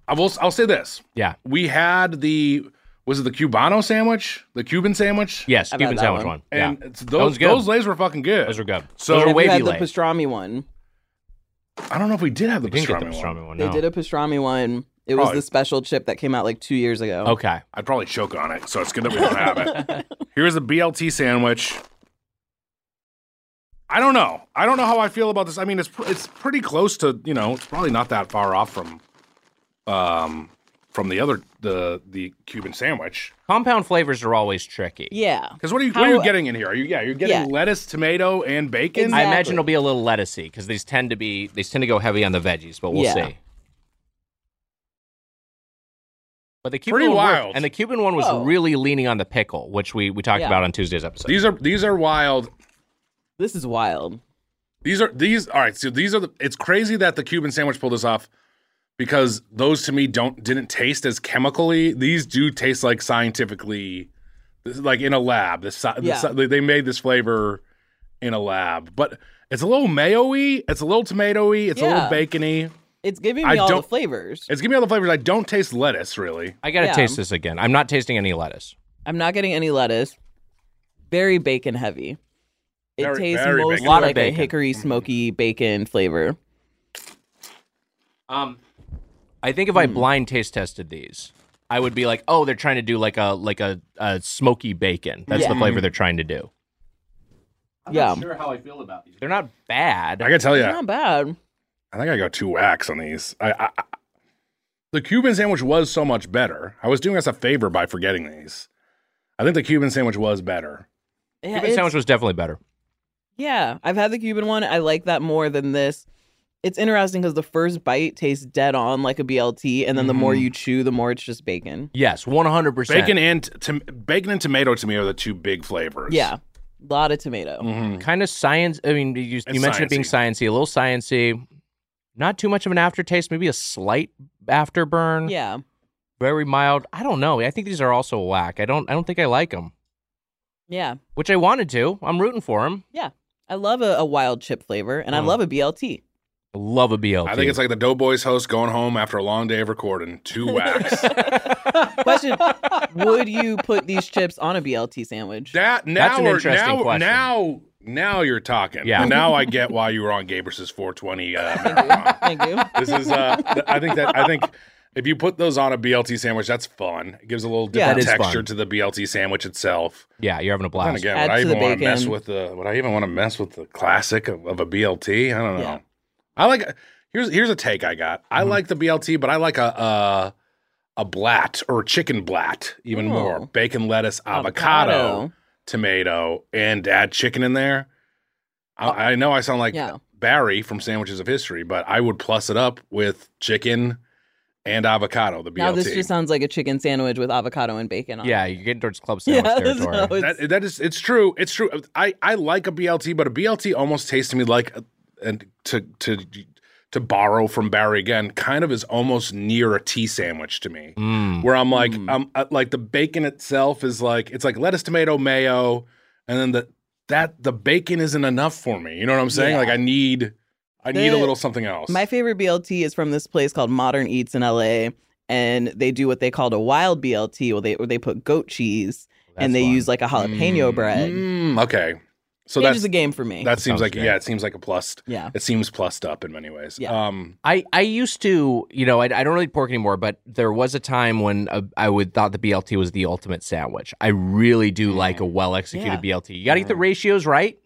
Speaker 2: I will. I'll say this.
Speaker 3: Yeah.
Speaker 2: we had the was it the Cubano sandwich, the Cuban sandwich?
Speaker 3: Yes,
Speaker 4: I've had
Speaker 3: Cuban
Speaker 4: that
Speaker 3: sandwich
Speaker 4: one.
Speaker 3: one.
Speaker 2: and
Speaker 3: yeah,
Speaker 2: it's
Speaker 3: one's
Speaker 2: those
Speaker 3: good.
Speaker 2: those Lay's were fucking good.
Speaker 3: those are good.
Speaker 2: So-
Speaker 3: those are
Speaker 2: Have
Speaker 4: Have you
Speaker 3: wavy
Speaker 4: had the
Speaker 3: Lay's.
Speaker 4: pastrami one?
Speaker 2: I don't know if we did have the
Speaker 3: We didn't get the
Speaker 2: pastrami, one.
Speaker 3: pastrami one.
Speaker 4: They
Speaker 3: no.
Speaker 4: did a pastrami one. It was
Speaker 2: Probably.
Speaker 4: the special chip that came out like two years ago.
Speaker 3: Okay.
Speaker 2: I'd probably choke on it, so it's good that we don't have
Speaker 4: <laughs>
Speaker 2: it. Here's a BLT sandwich. I don't know. I don't know how I feel about this. I mean, it's pr- it's pretty close to you know, it's probably not that far off from, um, from the other the the Cuban sandwich.
Speaker 3: Compound flavors are always tricky.
Speaker 4: Yeah.
Speaker 2: Because what are you what are you
Speaker 4: How-
Speaker 2: getting in here? Are you yeah? You're getting
Speaker 4: Yeah.
Speaker 2: lettuce, tomato, and bacon.
Speaker 3: I
Speaker 4: Exactly.
Speaker 3: imagine it'll be a little lettucey because these tend to be these tend to go heavy on the veggies, but we'll
Speaker 4: Yeah.
Speaker 3: see. But the Cuban
Speaker 2: Pretty
Speaker 3: one worked,
Speaker 2: wild.
Speaker 3: and the Cuban one was
Speaker 4: Oh.
Speaker 3: really leaning on the pickle, which we we talked
Speaker 4: Yeah.
Speaker 3: about on Tuesday's episode.
Speaker 2: These are these are wild.
Speaker 4: This is wild.
Speaker 2: These are these. All right, so these are the. It's crazy that the Cuban sandwich pulled this off because those to me don't didn't taste as chemically. These do taste like scientifically, this is like in a lab. This si-
Speaker 4: Yeah.
Speaker 2: this, si- they- they made this flavor in a lab, but it's a little mayo-y, it's a little tomatoey, it's a
Speaker 4: Yeah.
Speaker 2: little bacony.
Speaker 4: It's giving me
Speaker 2: I
Speaker 4: all the
Speaker 2: don't-
Speaker 4: flavors.
Speaker 2: It's giving me all the flavors. I don't taste lettuce really.
Speaker 3: I gotta
Speaker 4: Yeah.
Speaker 3: taste this again. I'm not tasting any lettuce.
Speaker 4: I'm not getting any lettuce. Very bacon heavy. It
Speaker 2: Very-
Speaker 4: tastes
Speaker 2: very
Speaker 4: mostly
Speaker 2: bacon.
Speaker 3: Lot of
Speaker 4: like a
Speaker 3: bacon.
Speaker 4: hickory smoky bacon flavor.
Speaker 3: Um, I think if I
Speaker 4: Mm.
Speaker 3: blind taste tested these, I would be like, oh, they're trying to do like a like a, a smoky bacon. That's the
Speaker 4: Yeah.
Speaker 3: flavor they're trying to do.
Speaker 4: yeah.
Speaker 3: sure how I feel about these. They're not bad.
Speaker 2: I gotta tell you,
Speaker 4: Not bad.
Speaker 2: I think I got two whacks on these. I, I, I the Cuban sandwich was so much better. I was doing us a favor by forgetting these. I think the Cuban sandwich was better.
Speaker 4: Yeah,
Speaker 3: Cuban
Speaker 4: it's-
Speaker 3: sandwich was definitely better.
Speaker 4: Yeah, I've had the Cuban one. I like that more than this. It's interesting because the first bite tastes dead on like a BLT, and then the more you chew, the more it's just bacon.
Speaker 3: Yes, one hundred percent.
Speaker 2: Bacon and tom- bacon and tomato to me are the two big flavors.
Speaker 4: Yeah, lot of tomato.
Speaker 3: kind of science. I mean, you, you mentioned it being sciencey, a little sciencey. Not too much of an aftertaste, maybe a slight afterburn.
Speaker 4: Yeah,
Speaker 3: very mild. I don't know. I think these are also whack. I don't. I don't think I like them,
Speaker 4: yeah,
Speaker 3: which I wanted to. I'm rooting for them.
Speaker 4: yeah. I love a, a wild chip flavor, and I
Speaker 3: Mm.
Speaker 4: love a BLT.
Speaker 3: Love a BLT.
Speaker 2: I think it's like the Doughboys host going home after a long day of recording. Two
Speaker 3: <laughs>
Speaker 2: whacks.
Speaker 4: Question: Would you put these chips on a BLT sandwich?
Speaker 2: that now
Speaker 3: That's an
Speaker 2: we're-
Speaker 3: interesting
Speaker 2: now,
Speaker 3: question.
Speaker 2: now now you're talking.
Speaker 3: Yeah.
Speaker 2: And now I get why you were on Gabrus's 420. Uh,
Speaker 3: <laughs>
Speaker 2: marathon.
Speaker 4: Thank you.
Speaker 2: this is. Uh, th- I think that I think. If you put those on a BLT sandwich, that's fun. It gives a little
Speaker 4: Yeah,
Speaker 2: different
Speaker 3: that is
Speaker 2: texture
Speaker 3: fun.
Speaker 2: to the BLT sandwich itself.
Speaker 3: yeah, you're having a
Speaker 2: And
Speaker 3: blast.
Speaker 2: again,
Speaker 4: Add
Speaker 2: would I
Speaker 4: to
Speaker 2: even
Speaker 4: the
Speaker 2: want to mess
Speaker 4: bacon.
Speaker 2: with the? Would I even want to mess with the classic of, of a BLT? I don't know.
Speaker 4: Yeah. Mm-hmm.
Speaker 2: I like. Here's here's a take I got. I like the BLT, but I like a a, a blat or chicken blat even more.
Speaker 4: Oh.
Speaker 2: Bacon, lettuce, avocado, tomato, and add chicken in there. I, I know I sound like
Speaker 4: Oh. Yeah.
Speaker 2: Barry from Sandwiches of History, but I would plus it up with chicken and avocado. The BLT.
Speaker 4: Now this just sounds like a chicken sandwich with avocado and bacon on. it.
Speaker 3: yeah, you're getting towards club
Speaker 4: <laughs> yeah.
Speaker 3: sandwich territory.
Speaker 4: so it's-
Speaker 2: that, that is it's true it's true i i like a blt but a blt almost tastes to me like a- and to to to borrow from barry again kind of is almost near a tea sandwich to me
Speaker 3: Mm.
Speaker 2: where i'm like
Speaker 4: Mm.
Speaker 2: i'm uh, like the bacon itself is like it's like lettuce tomato mayo and then the that the bacon isn't enough for me you know what i'm saying
Speaker 4: Yeah.
Speaker 2: like i need i need a
Speaker 4: The-
Speaker 2: little something else
Speaker 4: My favorite BLT is from this place called Modern Eats in LA, and they do what they called a wild BLT, where they where they put goat cheese
Speaker 3: Oh, That's
Speaker 4: and they
Speaker 3: fun.
Speaker 4: use like a jalapeno
Speaker 3: Mm.
Speaker 4: bread.
Speaker 2: Mm, okay so that's
Speaker 4: Changes the game for me.
Speaker 2: that seems
Speaker 3: Sounds
Speaker 2: like
Speaker 3: great.
Speaker 2: yeah it seems like a plus
Speaker 4: yeah,
Speaker 2: it seems plussed up in many ways
Speaker 4: Yeah.
Speaker 2: um
Speaker 3: I, I used to, you know, I, I don't really eat pork anymore, but there was a time when uh, I would thought the BLT was the ultimate sandwich. I really do like a well executed
Speaker 4: Yeah.
Speaker 3: BLT. You got to get the ratios right.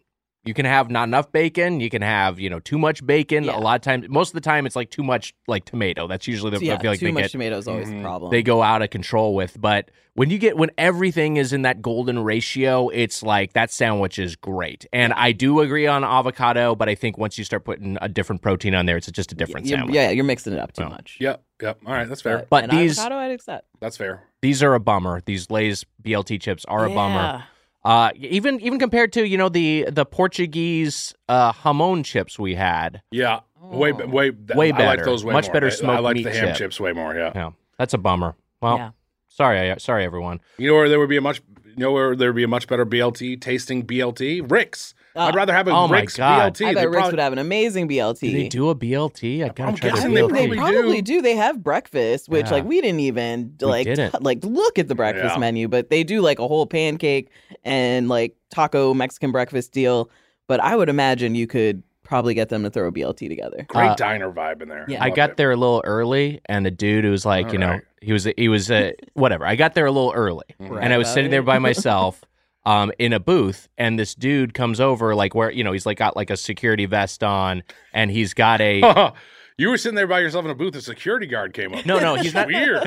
Speaker 3: You You can have not enough bacon. You can have you know too much bacon.
Speaker 4: Yeah.
Speaker 3: A lot of times, most of the time, it's like too much like tomato. That's usually the
Speaker 4: yeah,
Speaker 3: I feel like
Speaker 4: too
Speaker 3: they
Speaker 4: much
Speaker 3: get Mm-hmm.
Speaker 4: tomato is always the
Speaker 5: Mhm.
Speaker 4: problem.
Speaker 3: they go out of control with. But when you get when everything is in that golden ratio, it's like that sandwich is great. And I do agree on avocado, but I think once you start putting a different protein on there, it's just a different
Speaker 4: yeah,
Speaker 3: sandwich.
Speaker 4: yeah, you're mixing it up too
Speaker 3: Well,
Speaker 4: much.
Speaker 2: Yep, yep. All right, that's fair.
Speaker 3: But
Speaker 4: an
Speaker 3: these-
Speaker 4: avocado, I'd accept.
Speaker 2: That's fair.
Speaker 3: These are a bummer. These Lay's BLT chips are a bummer.
Speaker 4: Yeah.
Speaker 3: Uh, even even compared to you know the the Portuguese uh, hamon chips we had,
Speaker 2: Yeah, way be- way th-
Speaker 3: Oh. Way
Speaker 2: I like
Speaker 3: better.
Speaker 2: those way
Speaker 3: Much
Speaker 2: more.
Speaker 3: better
Speaker 2: I- I
Speaker 3: smoked
Speaker 2: like
Speaker 3: meat
Speaker 2: the ham
Speaker 3: chip.
Speaker 2: chips way more. Yeah.
Speaker 3: yeah, that's a bummer. Well,
Speaker 4: Yeah.
Speaker 3: sorry, I- sorry everyone.
Speaker 2: You know where there would be a much you know where there would be a much better BLT tasting BLT Rick's. I'd rather have a
Speaker 3: oh my
Speaker 2: Rick's
Speaker 3: God.
Speaker 2: BLT.
Speaker 4: I
Speaker 2: They
Speaker 4: bet Rich
Speaker 2: probably-
Speaker 4: would have an amazing BLT.
Speaker 3: Do they do a BLT? I gotta
Speaker 2: I'm
Speaker 3: try their
Speaker 2: guessing
Speaker 4: they,
Speaker 3: BLT.
Speaker 2: probably
Speaker 4: probably,
Speaker 2: do.
Speaker 4: do. They have breakfast, which
Speaker 3: Yeah.
Speaker 4: like we didn't even
Speaker 3: We
Speaker 4: like
Speaker 3: didn't.
Speaker 4: t- like look at the breakfast
Speaker 2: Yeah.
Speaker 4: menu, but they do like a whole pancake and like taco Mexican breakfast deal. But I would imagine you could probably get them to throw a BLT together.
Speaker 2: great
Speaker 3: Uh,
Speaker 2: diner vibe in there.
Speaker 4: yeah.
Speaker 3: I
Speaker 2: Love
Speaker 3: got
Speaker 2: it.
Speaker 3: there a little early, and the dude who was like,
Speaker 2: All
Speaker 3: you know,
Speaker 2: right.
Speaker 3: he was he was
Speaker 4: <laughs>
Speaker 3: uh, whatever. I got there a little early,
Speaker 2: Mhm.
Speaker 3: and I was
Speaker 4: about
Speaker 3: sitting there
Speaker 4: it.
Speaker 3: by
Speaker 4: <laughs>
Speaker 3: myself, um, in a booth, and this dude comes over, like where you know he's like got like a security vest on, and he's got a
Speaker 2: <laughs> you were sitting there by yourself in a booth. A security guard came up.
Speaker 3: No, no, he's
Speaker 2: It's
Speaker 3: not-
Speaker 2: weird.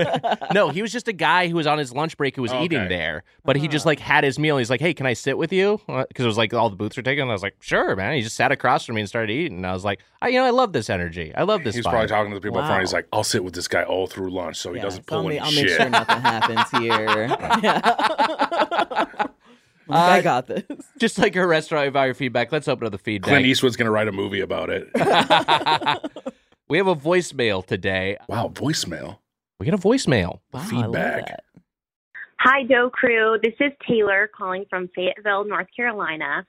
Speaker 3: no, he was just a guy who was on his lunch break who was
Speaker 2: Okay.
Speaker 3: eating there, but he just like had his meal. He's like, "Hey, can I sit with you?" Because it was like all the booths were taken. And I was like, "Sure, man." He just sat across from me and started eating. And I was like, I, "You know, I love this energy. I love <laughs> this."
Speaker 2: He's
Speaker 3: vibe.
Speaker 2: probably talking to the people in
Speaker 4: Wow.
Speaker 2: front. He's like, "I'll sit with this guy all through lunch, so he
Speaker 4: Yeah,
Speaker 2: doesn't
Speaker 4: so I'll
Speaker 2: pull
Speaker 4: ma-
Speaker 2: any
Speaker 4: I'll
Speaker 2: shit."
Speaker 4: make sure nothing happens
Speaker 2: <laughs>
Speaker 4: here. <laughs> Yeah. I
Speaker 3: Uh,
Speaker 4: got this.
Speaker 3: just like her restaurant value feedback. Let's open up the feedback.
Speaker 2: Clint Eastwood's gonna write a movie about
Speaker 3: <laughs>
Speaker 2: it.
Speaker 3: we have a voicemail today.
Speaker 2: wow, voicemail.
Speaker 3: We get a voicemail.
Speaker 4: Wow, I love
Speaker 2: feedback.
Speaker 4: that.
Speaker 8: Hi, Doe Crew. This is Taylor calling from Fayetteville, North Carolina.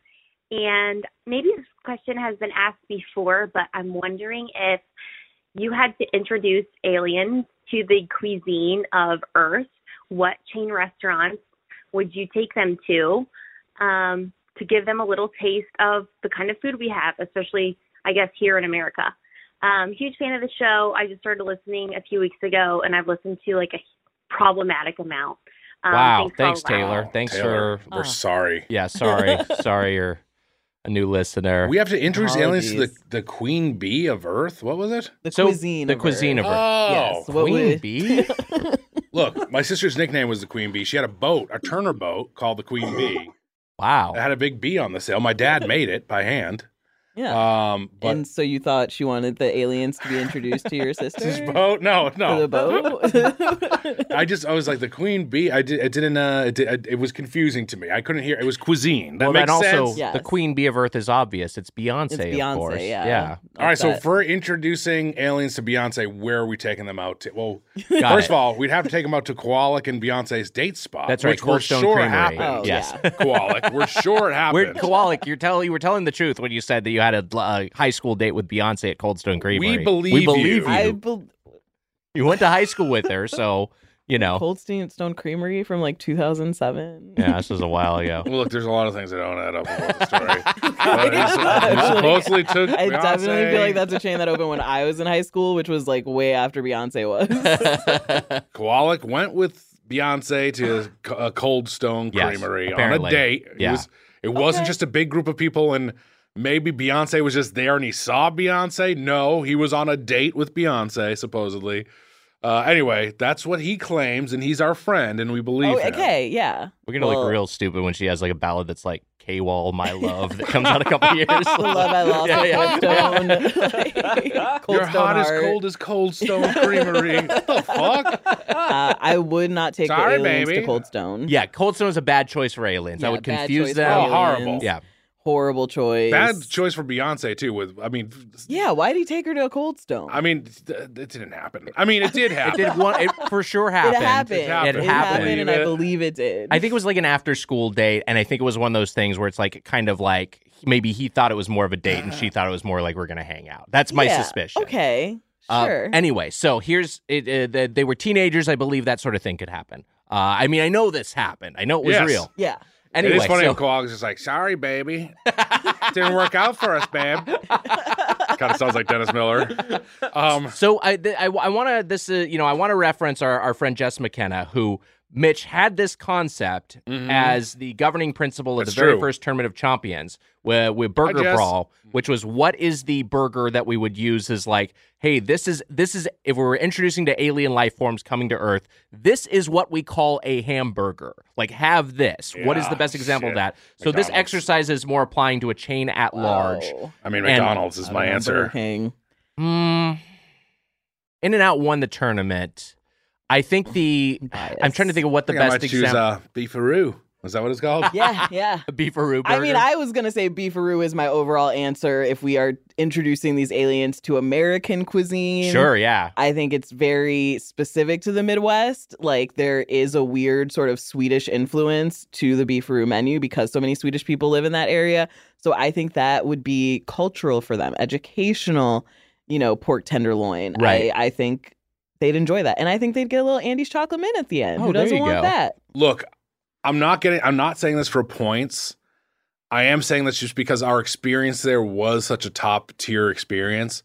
Speaker 8: And maybe this question has been asked before, but I'm wondering if you had to introduce aliens to the cuisine of Earth, what chain restaurants would you take them to um, to give them a little taste of the kind of food we have, especially, I guess, here in America? Um, huge fan of the show. I just started listening a few weeks ago, and I've listened to like a problematic amount. Um,
Speaker 3: wow.
Speaker 8: for
Speaker 3: Thanks,
Speaker 8: allowing-
Speaker 3: Taylor. Thanks
Speaker 2: Taylor,
Speaker 3: for.
Speaker 2: We're sorry. <laughs>
Speaker 3: Yeah, sorry. sorry, you're a new listener.
Speaker 2: We have to introduce aliens to the,
Speaker 4: Apologies.
Speaker 2: the queen bee of Earth. What was it?
Speaker 4: The
Speaker 3: So,
Speaker 4: cuisine.
Speaker 3: the
Speaker 4: of
Speaker 3: cuisine
Speaker 4: Earth.
Speaker 3: of- Never.
Speaker 2: Oh,
Speaker 4: Yes. What
Speaker 3: Queen
Speaker 4: would-
Speaker 3: bee?
Speaker 2: look, my sister's nickname was the queen bee. She had a boat, a Turner boat called the queen bee.
Speaker 3: wow.
Speaker 2: It had a big bee on the sail. My dad made it by hand.
Speaker 4: Yeah.
Speaker 3: Uh,
Speaker 2: Um, but
Speaker 4: and so you thought she wanted the aliens to be introduced to your
Speaker 2: <laughs>
Speaker 4: sister?
Speaker 2: this boat, no,
Speaker 4: For
Speaker 2: no.
Speaker 4: the
Speaker 2: <laughs>
Speaker 4: boat?
Speaker 2: I just, I was like the queen bee. I did, it didn't, uh, it, did, it was confusing to me. I couldn't hear. It was cuisine. That
Speaker 3: well,
Speaker 2: makes
Speaker 3: then also,
Speaker 2: sense.
Speaker 3: the
Speaker 4: Yes.
Speaker 3: queen bee of Earth is obvious. It's Beyonce,
Speaker 4: it's
Speaker 3: of course.
Speaker 4: Beyonce, yeah.
Speaker 2: All right,
Speaker 4: Like
Speaker 2: so
Speaker 4: that.
Speaker 2: if we're introducing aliens to Beyonce, where are we taking them out to? Well,
Speaker 4: <laughs>
Speaker 3: Got
Speaker 2: first of
Speaker 3: it.
Speaker 2: all, we'd have to take them out to Koalik and Beyonce's date spot.
Speaker 3: That's right,
Speaker 2: which
Speaker 3: Cold
Speaker 2: we're
Speaker 3: Stone
Speaker 2: sure
Speaker 3: Creamery.
Speaker 2: happened.
Speaker 4: Oh,
Speaker 3: Yes.
Speaker 4: yeah.
Speaker 2: <laughs> Koalik, we're sure it happened.
Speaker 3: <laughs> We're Kowalik, you're telling you were telling the truth when you said that you had a, uh high school date with Beyonce at Cold Stone Creamery.
Speaker 2: believe
Speaker 3: we
Speaker 2: you.
Speaker 3: believe you.
Speaker 4: I bel
Speaker 3: You went to high school with her, so you know.
Speaker 4: Cold Stone Stone Creamery from like 2007.
Speaker 3: Oh. <laughs>
Speaker 4: <laughs>
Speaker 3: Yeah, this was a while ago.
Speaker 2: Well, look, there's a lot of things that don't add up about the story.
Speaker 4: I
Speaker 2: But it's- it supposedly took
Speaker 4: I definitely feel like
Speaker 2: Beyonce.
Speaker 4: that's a chain that opened when I was in high school, which was like way after
Speaker 3: <laughs>
Speaker 4: Beyonce was.
Speaker 2: Koalik went with Beyonce to c-
Speaker 3: <gasps>
Speaker 2: a Cold Stone
Speaker 3: Yes,
Speaker 2: Creamery on
Speaker 3: apparently.
Speaker 2: a date. It,
Speaker 3: Yeah.
Speaker 2: was, it wasn't just a big group of people and maybe Beyonce was just there and he saw Beyonce. No, he was on a date with Beyonce, supposedly. Uh, anyway, that's what he claims, and he's our friend, and we believe
Speaker 4: oh,
Speaker 2: him.
Speaker 4: okay, yeah.
Speaker 3: We're gonna
Speaker 4: Well-
Speaker 3: look real stupid when she has like a ballad that's like "K Wall My Love" that comes out a
Speaker 4: <laughs>
Speaker 3: couple years.
Speaker 4: The love I
Speaker 3: <laughs>
Speaker 4: lost
Speaker 3: Yeah,
Speaker 4: at
Speaker 3: yeah.
Speaker 4: Cold Stone.
Speaker 3: <laughs>
Speaker 4: <laughs> Like, Cold
Speaker 2: You're
Speaker 4: Stone
Speaker 2: hot as
Speaker 4: Heart.
Speaker 2: cold as Cold Stone
Speaker 4: <laughs>
Speaker 2: Creamery. what the fuck?
Speaker 4: Uh, I would not take
Speaker 2: Sorry,
Speaker 4: the aliens
Speaker 2: baby.
Speaker 4: to Cold Stone.
Speaker 3: yeah, Cold Stone is a bad choice for aliens.
Speaker 4: Yeah,
Speaker 3: I would
Speaker 4: bad
Speaker 3: confuse
Speaker 4: choice
Speaker 3: them.
Speaker 4: for
Speaker 2: Oh, horrible.
Speaker 4: aliens.
Speaker 3: Yeah,
Speaker 4: Horrible choice.
Speaker 2: Bad choice for Beyonce too. With I mean,
Speaker 4: Yeah, why did he take her to a cold stone?
Speaker 2: I mean, th- th- it didn't happen. I mean, it did
Speaker 3: <laughs> it
Speaker 2: happen.
Speaker 3: did one. It for sure happened.
Speaker 4: It happened.
Speaker 2: It happened.
Speaker 3: It
Speaker 4: It
Speaker 3: happened.
Speaker 4: happened, and I
Speaker 2: Believe it.
Speaker 4: believe it did.
Speaker 3: I think it was like an after-school date, and I think it was one of those things where it's like kind of like maybe he thought it was more of a date, and she thought it was more like we're gonna hang out. That's my
Speaker 4: Uh-huh. Yeah,
Speaker 3: suspicion.
Speaker 4: Okay.
Speaker 3: Uh,
Speaker 4: Sure.
Speaker 3: anyway, so here's it, uh, they- they were teenagers. I believe that sort of thing could happen. Uh, I mean, I know this happened. I know it was
Speaker 2: Yes.
Speaker 3: real.
Speaker 4: yeah.
Speaker 3: Anyway,
Speaker 2: it is funny
Speaker 3: so-
Speaker 2: when Koala's just like, sorry, baby. Didn't work out for us, babe. kind of sounds like Dennis Miller. Um,
Speaker 3: So I th- I, want to this uh, you know I want to reference our, our friend Jess McKenna who Mitch had this concept
Speaker 2: Mhm.
Speaker 3: as the governing principle of
Speaker 2: That's
Speaker 3: the very
Speaker 2: true.
Speaker 3: first tournament of champions with, with Burger
Speaker 2: Jess.
Speaker 3: Brawl, which was what is the burger that we would use as like, hey, this is this is if we were introducing to alien life forms coming to Earth, this is what we call a hamburger. Like, have this. what is
Speaker 2: Yeah,
Speaker 3: the best example
Speaker 2: shit.
Speaker 3: of that? So this
Speaker 2: McDonald's.
Speaker 3: exercise is more applying to a chain at large.
Speaker 4: Oh.
Speaker 2: I mean,
Speaker 3: And-
Speaker 2: McDonald's is
Speaker 4: I
Speaker 2: my
Speaker 4: don't know, Burger
Speaker 2: answer.
Speaker 4: King.
Speaker 3: Mm. In and out won the tournament. I think the I'm trying to think of what
Speaker 2: I
Speaker 3: the
Speaker 2: think I
Speaker 3: best
Speaker 2: might choose
Speaker 3: example.
Speaker 2: uh, beefaroo. Is that what it's called?
Speaker 4: <laughs> Yeah, yeah.
Speaker 3: Beefaroo
Speaker 4: I mean,
Speaker 3: burger.
Speaker 4: I was gonna say beefaroo is my overall answer. If we are introducing these aliens to American cuisine,
Speaker 3: sure, yeah.
Speaker 4: I think it's very specific to the Midwest. Like there is a weird sort of Swedish influence to the beefaroo menu because so many Swedish people live in that area. So I think that would be cultural for them, educational. You know, pork tenderloin.
Speaker 3: Right.
Speaker 4: I, I think they'd enjoy that, and I think they'd get a little Andy's chocolate mint at the end.
Speaker 3: Oh,
Speaker 4: Who
Speaker 3: there
Speaker 4: doesn't
Speaker 3: you
Speaker 4: want
Speaker 3: go.
Speaker 4: that?
Speaker 2: Look, I'm not getting. I'm not saying this for points. I am saying this just because our experience there was such a top tier experience.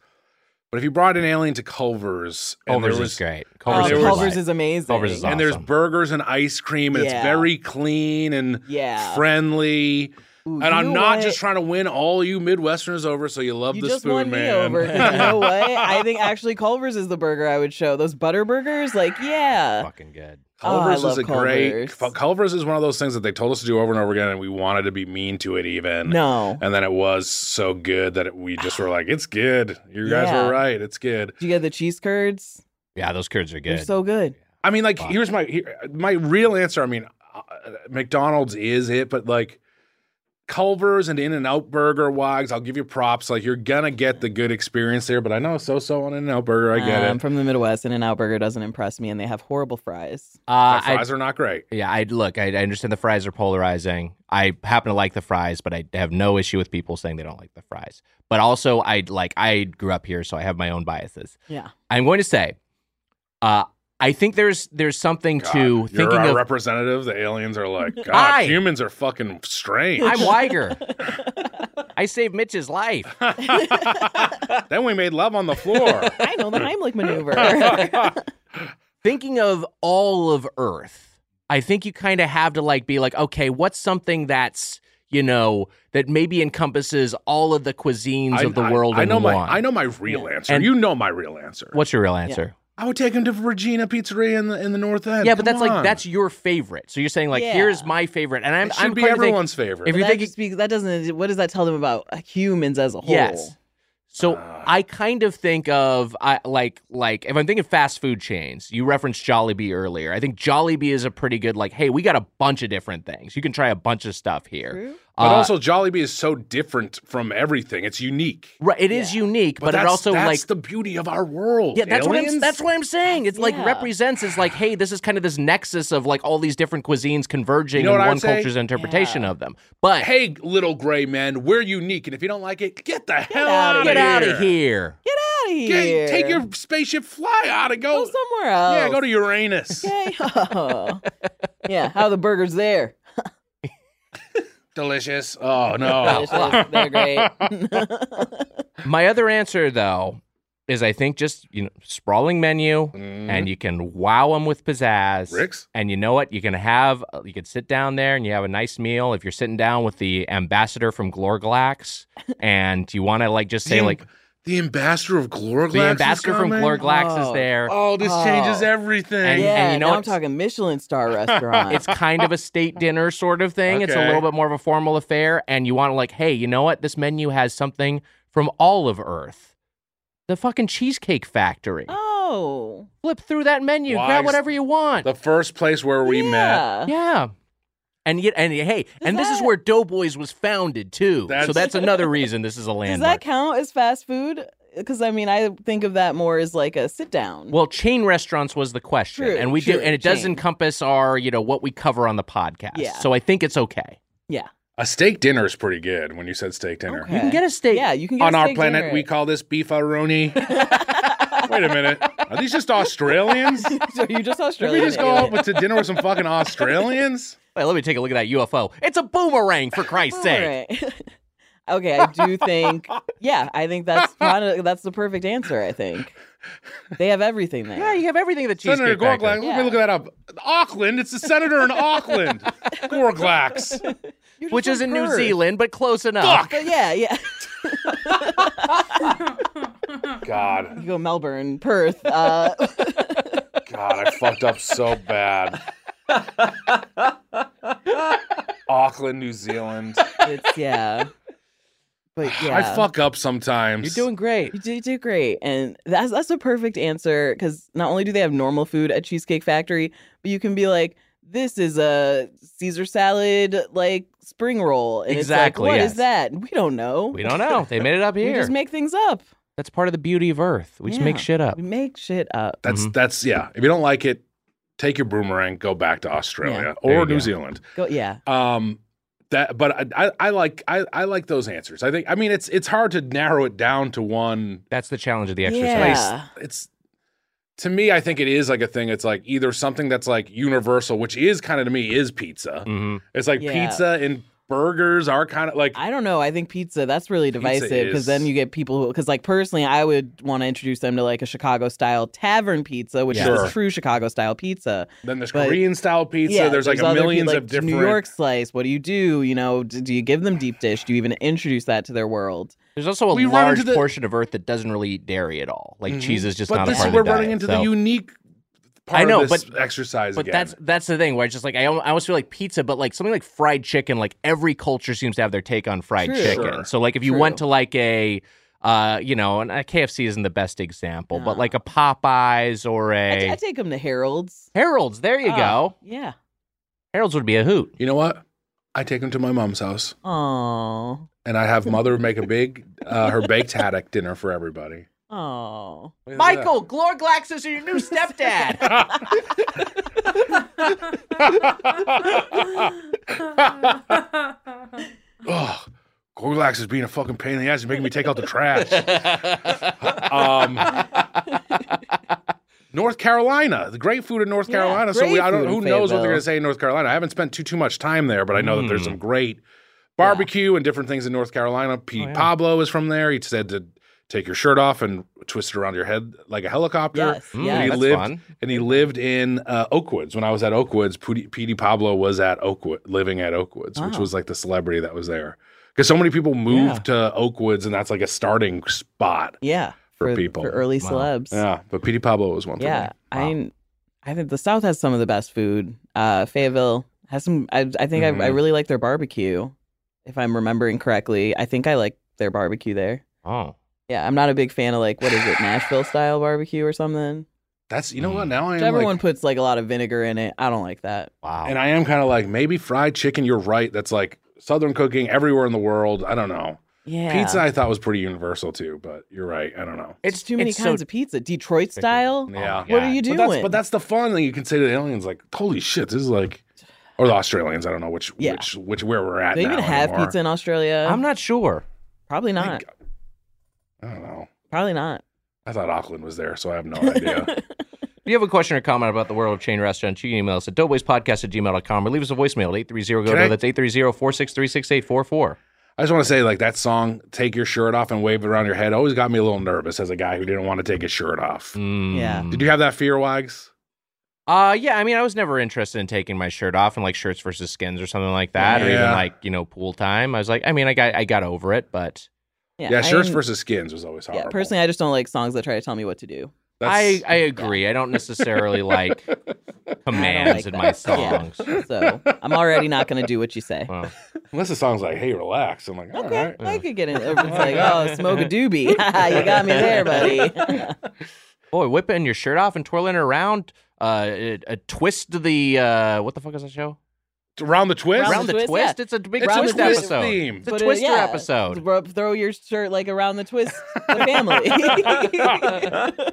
Speaker 2: But if you brought an alien to Culver's, and there
Speaker 3: Culver's
Speaker 2: was uh,
Speaker 3: is great.
Speaker 4: Oh,
Speaker 3: Culver's,
Speaker 2: there
Speaker 3: is,
Speaker 2: was-
Speaker 4: Culver's
Speaker 3: light.
Speaker 4: is amazing.
Speaker 3: Culver's is
Speaker 2: and there's
Speaker 3: awesome.
Speaker 2: burgers and ice cream, and
Speaker 4: Yeah.
Speaker 2: it's very clean and
Speaker 4: Yeah.
Speaker 2: friendly.
Speaker 4: Ooh, you
Speaker 2: And I'm
Speaker 4: know
Speaker 2: not
Speaker 4: what?
Speaker 2: just trying to win all you Midwesterners over, so you love
Speaker 4: you
Speaker 2: the
Speaker 4: just
Speaker 2: spoon
Speaker 4: won
Speaker 2: man.
Speaker 4: me over.
Speaker 2: <laughs>
Speaker 4: 'cause You know what? I think actually Culver's is the burger I would show. Those butter burgers, like yeah,
Speaker 3: fucking good.
Speaker 4: Oh, I
Speaker 2: Culver's is
Speaker 4: love
Speaker 2: a great.
Speaker 4: Culver's.
Speaker 2: Culver's is one of those things that they told us to do over and over again, and we wanted to be mean to it, even.
Speaker 4: no.
Speaker 2: And then it was so good that it, we just were like, "It's good. You guys
Speaker 4: Yeah.
Speaker 2: were right. It's good."
Speaker 4: Did you get the cheese curds?
Speaker 3: Yeah, those curds are
Speaker 4: They're
Speaker 3: good.
Speaker 4: so good.
Speaker 2: I mean, like,
Speaker 3: Fuck.
Speaker 2: here's my here, my real answer. I mean, uh, McDonald's is it, but like Culver's and In and Out Burger, Wags. I'll give you props. Like, you're gonna get the good experience there. But I know so so on In and Out Burger. I get
Speaker 4: I'm
Speaker 2: it.
Speaker 4: Um, from the Midwest, and an Out Burger doesn't impress me, and they have horrible fries.
Speaker 3: Uh,
Speaker 2: The
Speaker 3: I,
Speaker 2: fries are not great.
Speaker 3: yeah, I look. I, I understand the fries are polarizing. I happen to like the fries, but I have no issue with people saying they don't like the fries. But also, I like. I grew up here, so I have my own biases.
Speaker 4: Yeah.
Speaker 3: I'm going to say, uh, I think there's there's something
Speaker 2: God,
Speaker 3: to
Speaker 2: you're
Speaker 3: thinking
Speaker 2: our
Speaker 3: of.
Speaker 2: representative. The aliens are
Speaker 3: <laughs>
Speaker 2: like, God,
Speaker 3: I-
Speaker 2: humans are fucking strange.
Speaker 3: I'm Weiger. <laughs> I saved Mitch's life.
Speaker 2: <laughs> then we made love on the floor.
Speaker 3: <laughs>
Speaker 4: I know
Speaker 2: <laughs>
Speaker 4: the Heimlich maneuver.
Speaker 3: thinking of all of Earth, I think you kind of have to like be like, okay, what's something that's you know that maybe encompasses all of the cuisines of the world
Speaker 2: I,
Speaker 3: in
Speaker 2: know my
Speaker 3: one?
Speaker 2: I know my real answer.
Speaker 3: And-
Speaker 2: you know my real answer.
Speaker 3: What's your real answer?
Speaker 2: I would take him to Regina Pizzeria in the in the North End.
Speaker 3: Yeah, but
Speaker 2: Come
Speaker 3: that's
Speaker 2: on.
Speaker 3: like that's your favorite. So you're saying like,
Speaker 4: Yeah.
Speaker 3: here's my favorite, and I'm
Speaker 2: it should
Speaker 3: I'm
Speaker 2: be
Speaker 3: trying to think-
Speaker 2: everyone's favorite.
Speaker 3: if you're
Speaker 4: that
Speaker 3: thinking-
Speaker 4: just be- that doesn't. What does that tell them about humans as a whole?
Speaker 3: Yes. So
Speaker 2: Ah.
Speaker 3: I kind of think of I like like if I'm thinking fast food chains, you referenced Jollibee earlier. I think Jollibee is a pretty good like, hey, we got a bunch of different things. You can try a bunch of stuff here.
Speaker 2: but
Speaker 3: Uh,
Speaker 2: also Jollibee is so different from everything. It's unique.
Speaker 3: right, it is unique, but, it
Speaker 2: that's-
Speaker 3: also
Speaker 2: that's
Speaker 3: like
Speaker 2: the beauty of our world.
Speaker 3: Yeah, that's what I'm,
Speaker 2: aliens.
Speaker 3: that's what I'm saying. It's like represents is like, hey, this is kind of this nexus of like all these different cuisines converging
Speaker 2: You know what I
Speaker 3: in
Speaker 2: would
Speaker 3: one
Speaker 2: say?
Speaker 3: culture's interpretation of them. But
Speaker 2: Hey, little gray men, we're unique, and if you don't like it, get the hell
Speaker 4: outta
Speaker 2: out
Speaker 3: get out of here.
Speaker 4: Get out of
Speaker 2: Get-
Speaker 4: here.
Speaker 2: take your spaceship, fly out and
Speaker 4: go
Speaker 2: go.
Speaker 4: somewhere else.
Speaker 2: yeah, go to
Speaker 4: <laughs>
Speaker 2: Uranus. <laughs>
Speaker 4: Okay. <laughs> yeah. How are the burgers there?
Speaker 2: Delicious. Oh
Speaker 3: <laughs>
Speaker 2: no.
Speaker 4: Delicious. They're great. <laughs>
Speaker 3: My other answer though is I think just you know sprawling menu, and you can wow them with pizzazz.
Speaker 2: Mm-hmm. Rick's?
Speaker 3: And you know what? You can have you can sit down there and you have a nice meal. If you're sitting down with the ambassador from
Speaker 2: <laughs>
Speaker 3: Glorglax, and you want to like just say
Speaker 2: The
Speaker 3: like
Speaker 2: amb- the ambassador of Glorglax.
Speaker 3: the ambassador
Speaker 2: is
Speaker 3: from
Speaker 2: coming?
Speaker 3: Glorglax is
Speaker 4: Oh.
Speaker 3: there.
Speaker 2: Oh, this
Speaker 4: Oh.
Speaker 2: changes everything.
Speaker 3: And-
Speaker 4: yeah.
Speaker 3: you know
Speaker 4: now I'm
Speaker 3: what's-
Speaker 4: talking Michelin star restaurant.
Speaker 3: it's kind of
Speaker 2: <laughs>
Speaker 3: a state dinner sort of thing. It's a
Speaker 2: Okay.
Speaker 3: little bit more of a formal affair, and you want to like, hey, you know what? This menu has something from all of Earth. The fucking Cheesecake Factory.
Speaker 4: oh.
Speaker 3: Flip through that menu,
Speaker 2: Why
Speaker 3: grab
Speaker 2: is-
Speaker 3: whatever you want.
Speaker 2: the first place where we met.
Speaker 4: yeah.
Speaker 3: yeah. And yet, and hey, and this is
Speaker 4: that-
Speaker 3: where Doughboys was founded too. so
Speaker 2: That's-
Speaker 3: that's another <laughs> reason this is a
Speaker 4: Does that
Speaker 3: landmark.
Speaker 4: count as fast food? Because I mean, I think of that more as like a sit down.
Speaker 3: well, chain restaurants was the question,
Speaker 4: True,
Speaker 3: and we do,
Speaker 4: true,
Speaker 3: and it does
Speaker 4: chain.
Speaker 3: encompass our, you know, what we cover on the podcast.
Speaker 4: Yeah.
Speaker 3: So I think it's okay.
Speaker 2: A steak dinner is pretty good when you said steak dinner.
Speaker 3: You can get a steak.
Speaker 4: yeah, you can get
Speaker 2: On
Speaker 4: a
Speaker 2: our
Speaker 4: steak
Speaker 2: planet,
Speaker 4: dinner. <laughs>
Speaker 2: we call this beefaroni. Wait a minute. Are these just
Speaker 4: <laughs>
Speaker 2: Australians? Did
Speaker 4: so you just
Speaker 2: we
Speaker 4: Australian.
Speaker 2: just go out with- to dinner with some fucking Australians?
Speaker 3: Wait, let me take a look at that UFO. It's a boomerang, for Christ's sake.
Speaker 4: <laughs> All right. <laughs> okay, I do think. Yeah, I think that's kind of, that's the perfect answer. I think. They have everything there.
Speaker 3: Yeah, you have everything that
Speaker 2: Senator
Speaker 3: cheesecake. factory.
Speaker 2: Gorglax. Let me look that up. Auckland. It's the senator in
Speaker 3: <laughs>
Speaker 2: Auckland. Gorglax.
Speaker 4: You're just
Speaker 3: which
Speaker 4: from
Speaker 3: is in New
Speaker 4: Perth.
Speaker 3: Zealand, but close enough.
Speaker 4: But yeah, yeah.
Speaker 2: God.
Speaker 4: <laughs> You go Melbourne, Perth. Uh,
Speaker 2: God, I fucked up so bad. Auckland, New Zealand.
Speaker 4: it's yeah.
Speaker 3: <sighs>
Speaker 4: But yeah,
Speaker 2: I fuck up sometimes.
Speaker 3: You're doing great.
Speaker 4: You do, you do great, and that's that's a perfect answer because not only do they have normal food at Cheesecake Factory, but you can be like, "This is a Caesar salad, like spring roll." And
Speaker 3: Exactly,
Speaker 4: It's like, what
Speaker 3: yes.
Speaker 4: is that? We don't know.
Speaker 3: <laughs> We don't know. They made it up
Speaker 4: We
Speaker 3: here.
Speaker 4: just make things up.
Speaker 3: That's part of the beauty of Earth. We just make
Speaker 4: Yeah.
Speaker 3: shit up.
Speaker 4: We make shit up.
Speaker 2: That's
Speaker 3: Mhm.
Speaker 2: that's yeah. If you don't like it, take your boomerang, go back to Australia
Speaker 3: There you
Speaker 2: or New
Speaker 3: go.
Speaker 2: Zealand.
Speaker 4: Go, yeah.
Speaker 2: Um, that but I, I, I like I, I like those answers. I think I mean it's it's hard to narrow it down to one
Speaker 3: That's the challenge of the exercise.
Speaker 4: Yeah.
Speaker 2: it's to me i think it is like a thing it's like either something that's like universal which is kind of to me is pizza
Speaker 3: hmm
Speaker 2: it's like
Speaker 4: Yeah.
Speaker 2: pizza and burgers are kind of like
Speaker 4: I don't know. I think pizza, that's really divisive
Speaker 2: is-
Speaker 4: because then you get people who, because like personally, I would want to introduce them to like a Chicago style tavern pizza, which is
Speaker 2: Sure.
Speaker 4: a true Chicago style pizza.
Speaker 2: then there's
Speaker 4: but-
Speaker 2: korean style pizza
Speaker 4: Yeah,
Speaker 2: there's, like a
Speaker 4: other pe-
Speaker 2: millions
Speaker 4: like
Speaker 2: of different
Speaker 4: New York slice. What do you do? You know, do, do you give them deep dish? Do you even introduce that to their world?
Speaker 3: There's also a
Speaker 2: We run
Speaker 3: large
Speaker 2: into the-
Speaker 3: portion of Earth that doesn't really eat dairy at all. Like
Speaker 2: Mhm.
Speaker 3: cheese is just
Speaker 2: but
Speaker 3: not
Speaker 2: this
Speaker 3: a
Speaker 2: is
Speaker 3: part of the
Speaker 2: we're running
Speaker 3: diet,
Speaker 2: into
Speaker 3: so-
Speaker 2: the unique part
Speaker 3: I know,
Speaker 2: of this
Speaker 3: but-
Speaker 2: exercise
Speaker 3: But
Speaker 2: again.
Speaker 3: that's that's the thing where it's just like I, al- I almost feel like pizza, but like something like fried chicken, like every culture seems to have their take on fried
Speaker 4: True.
Speaker 3: chicken.
Speaker 2: Sure.
Speaker 3: So like if you
Speaker 4: True.
Speaker 3: went to like a uh, you know, and a KFC isn't the best example, but
Speaker 4: No.
Speaker 3: like a Popeyes or
Speaker 4: I t-
Speaker 3: a
Speaker 4: I take them to Harold's.
Speaker 3: Harold's, there you
Speaker 4: Ah,
Speaker 3: go.
Speaker 4: Yeah.
Speaker 3: Harold's would be a hoot.
Speaker 2: you know what i take them to my mom's house
Speaker 4: Oh.
Speaker 2: and i have mother make a big uh, her baked haddock dinner for everybody <laughs>
Speaker 4: Oh.
Speaker 2: Look at
Speaker 3: Michael, Glorglax is your new <laughs> stepdad.
Speaker 2: oh, Gorlax is being a fucking pain in the ass. He's making me take out the
Speaker 3: <laughs>
Speaker 2: trash. um, North Carolina, the great food in North
Speaker 4: Yeah,
Speaker 2: Carolina. So we,
Speaker 4: great
Speaker 2: I don't.
Speaker 4: food
Speaker 2: Who
Speaker 4: in
Speaker 2: knows what they're
Speaker 4: Fayetteville.
Speaker 2: going to say in North Carolina? I haven't spent too too much time there, but I know that there's
Speaker 3: Mm.
Speaker 2: some great barbecue and different things in North Carolina. Pete
Speaker 3: Oh, yeah.
Speaker 2: Pablo is from there. He said to take your shirt off and twist it around your head like a helicopter.
Speaker 4: Yes.
Speaker 3: Mm,
Speaker 4: yeah.
Speaker 2: and he
Speaker 3: that's
Speaker 2: lived
Speaker 3: fun.
Speaker 2: and he lived in uh, Oakwoods. When I was at Oakwoods, Pudi- Petey Pablo was at Oakwood, living at Oakwoods, which
Speaker 4: Wow.
Speaker 2: was like the celebrity that was there. Because so many people moved to Oakwoods, and that's like a starting spot.
Speaker 4: Yeah.
Speaker 2: For people.
Speaker 4: For early
Speaker 3: Wow.
Speaker 4: celebs.
Speaker 2: Yeah, but Petey Pablo was one. for
Speaker 4: Yeah,
Speaker 3: Wow.
Speaker 4: I I think the South has some of the best food. Uh, Fayetteville has some. I, I think I, I
Speaker 2: Mhm.
Speaker 4: really like their barbecue. If I'm remembering correctly, I think I like their barbecue there.
Speaker 3: Oh.
Speaker 4: Yeah, I'm not a big fan of like what is it Nashville style barbecue or something.
Speaker 2: That's you know what now I am.
Speaker 4: Which Mm. everyone
Speaker 2: like-
Speaker 4: puts like a lot of vinegar in it. I don't like that.
Speaker 3: Wow.
Speaker 2: and I am kind of like maybe fried chicken. You're right. That's like Southern cooking everywhere in the world. I don't know.
Speaker 4: Yeah,
Speaker 2: Pizza I thought was pretty universal too, but you're right. I don't know.
Speaker 4: It's too many kinds of pizza. Detroit style.
Speaker 2: Yeah.
Speaker 4: What are you doing?
Speaker 2: But that's, but that's the fun thing you can say to the aliens, like, holy shit, this is like, or the Australians. I don't know which,
Speaker 4: Yeah.
Speaker 2: which, which, where we're at.
Speaker 4: they even
Speaker 2: now
Speaker 4: have
Speaker 2: anymore.
Speaker 4: pizza in Australia.
Speaker 3: I'm not sure.
Speaker 4: probably
Speaker 2: I
Speaker 4: not.
Speaker 2: think- I don't know.
Speaker 4: Probably not.
Speaker 2: I thought Auckland was there, so I have no idea.
Speaker 3: If you have a question or comment about the world of chain restaurants, you can email us at doughboyspodcast at gmail.com or leave us a voicemail at 830 go
Speaker 2: Can I-
Speaker 3: That's 830 463 6844.
Speaker 2: I just want to say, like, that song, Take Your Shirt Off and Wave It Around Your Head, always got me a little nervous as a guy who didn't want to take his shirt off.
Speaker 4: Mm. Yeah.
Speaker 2: Did you have that fear, Wags?
Speaker 3: Hmm. Uh, yeah, I mean, I was never interested in taking my shirt off and like shirts versus skins or something like that, or even
Speaker 2: Yeah.
Speaker 3: like, you know, pool time. I was like, I mean, I got, I got over it, but
Speaker 4: Yeah,
Speaker 2: Yeah, shirts
Speaker 4: I'm-
Speaker 2: versus skins was always
Speaker 4: Yeah,
Speaker 2: horrible.
Speaker 4: personally, I just don't like songs that try to tell me what to do.
Speaker 3: I,
Speaker 2: That's-
Speaker 3: I agree. I don't necessarily
Speaker 2: <laughs>
Speaker 3: like <laughs> commands in
Speaker 4: that.
Speaker 3: my
Speaker 4: Yeah.
Speaker 3: songs.
Speaker 4: So <laughs> I'm already not going to do what you say.
Speaker 3: Well,
Speaker 2: unless the song's like, hey, relax. I'm like, all right.
Speaker 4: Okay, I could get in. It's like,
Speaker 3: Yeah.
Speaker 2: <laughs>
Speaker 4: oh, smoke a doobie. <laughs> you got me there, buddy.
Speaker 3: boy, whipping your shirt off and twirling it around, uh, it- a twist the, uh, what the fuck is that show?
Speaker 2: Round the twist?
Speaker 3: Round,
Speaker 4: Round
Speaker 3: the,
Speaker 4: the
Speaker 3: twist.
Speaker 4: Twist,
Speaker 3: It's a big
Speaker 2: It's
Speaker 4: a
Speaker 3: twist,
Speaker 4: twist
Speaker 3: episode.
Speaker 2: theme.
Speaker 3: It's a
Speaker 4: But it-
Speaker 3: twister
Speaker 4: yeah.
Speaker 3: episode.
Speaker 4: Throw- Throw your shirt like around the twist, the
Speaker 2: <laughs>
Speaker 4: family. <laughs>
Speaker 2: we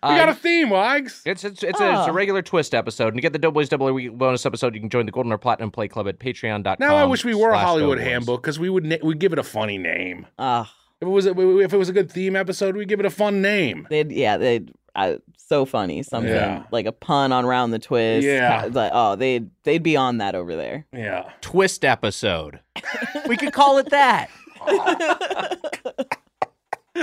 Speaker 3: Uh,
Speaker 2: got a theme, Wags.
Speaker 3: It's it's it's, a,
Speaker 2: Ah.
Speaker 3: it's a
Speaker 4: Oh.
Speaker 3: regular twist episode. And to get the Doughboys Double Week bonus episode, you can join the Golden or Platinum Play Club at patreon.com.
Speaker 2: Now I wish we were a
Speaker 3: slash
Speaker 2: Hollywood
Speaker 3: Doughboys.
Speaker 2: handbook because we would na- we'd give it a funny name.
Speaker 4: Ah,
Speaker 2: If it was a, if it was a good theme episode, we'd give it a fun name.
Speaker 4: they'd yeah, they'd uh, so funny something
Speaker 2: Yeah.
Speaker 4: like a pun on round the twist.
Speaker 2: Yeah.
Speaker 4: It's like oh, they'd they'd be on that over there.
Speaker 2: Yeah. <laughs>
Speaker 3: Twist episode. we could call it that.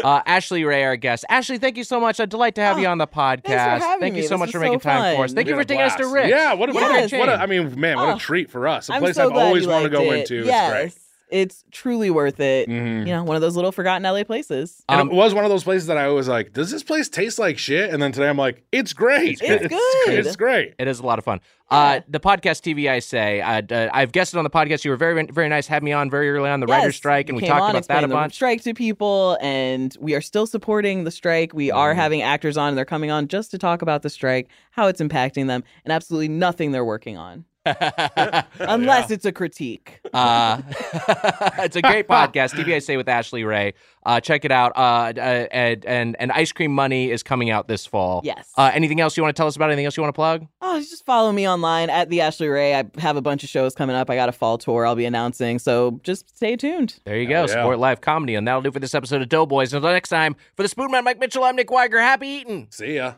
Speaker 3: Uh, Ashley Ray, our guest. Ashley, thank you so much. A delight to have
Speaker 2: Ah,
Speaker 4: Oh,
Speaker 3: you on the podcast.
Speaker 4: for having
Speaker 3: thank
Speaker 4: me.
Speaker 3: you so
Speaker 4: This
Speaker 3: much
Speaker 4: was
Speaker 3: for
Speaker 4: so
Speaker 3: making time for us.
Speaker 4: fun.
Speaker 3: Thank
Speaker 2: We
Speaker 3: you for
Speaker 2: had a
Speaker 3: taking us to
Speaker 2: blast.
Speaker 3: Rick.
Speaker 2: Yeah, what a,
Speaker 4: Yes.
Speaker 2: what, a, what a I mean, man, what
Speaker 4: Oh.
Speaker 2: a treat for us. A
Speaker 4: I'm
Speaker 2: place
Speaker 4: so
Speaker 2: I've
Speaker 4: glad
Speaker 2: always
Speaker 4: you
Speaker 2: wanted to
Speaker 4: liked
Speaker 2: go
Speaker 4: it.
Speaker 2: into.
Speaker 4: Yes,
Speaker 2: It's great.
Speaker 4: it's truly worth it.
Speaker 2: Mhm.
Speaker 4: You know, one of those little forgotten LA places.
Speaker 3: Uh,
Speaker 2: And
Speaker 3: Um,
Speaker 2: it was one of those places that I was like, does this place taste like shit? And then today I'm like, <laughs> it's great.
Speaker 3: It's great.
Speaker 4: It's
Speaker 2: great.
Speaker 4: good.
Speaker 2: It's great.
Speaker 3: It is a lot of fun. Uh, the podcast TV, I say, I, uh, I've guested on the podcast. You were very, very nice. Had me on very early on the
Speaker 4: Yes,
Speaker 3: writer's strike,
Speaker 4: you
Speaker 3: and we
Speaker 4: came
Speaker 3: talked
Speaker 4: on,
Speaker 3: about that
Speaker 4: explained
Speaker 3: a
Speaker 4: the <laughs>
Speaker 3: bunch.
Speaker 4: Strike to people, and we are still supporting the strike. We are
Speaker 3: Mm-hmm.
Speaker 4: having actors on, and they're coming on just to talk about the strike, how it's impacting them, and absolutely nothing they're working on,
Speaker 3: <laughs>
Speaker 4: unless it's a critique.
Speaker 3: Uh, <laughs> it's a
Speaker 4: <laughs>
Speaker 3: great podcast, TV I Say with Ashley Ray. Uh, check it out. Uh, d- uh, and, and and Ice Cream Money is coming out this fall.
Speaker 4: Yes.
Speaker 3: Uh, anything else you want to tell us about? Anything else you want to plug?
Speaker 4: Oh, just follow me online at the Ashley Ray. I have a bunch of shows coming up. I got a fall tour I'll be announcing, so just stay tuned.
Speaker 3: There you go.
Speaker 2: Hell yeah.
Speaker 3: Support live comedy, and that'll do for this episode of Doughboys. Until next time, for the Spoon Man, Mike Mitchell, I'm Nick Weiger. Happy eating.
Speaker 2: See ya.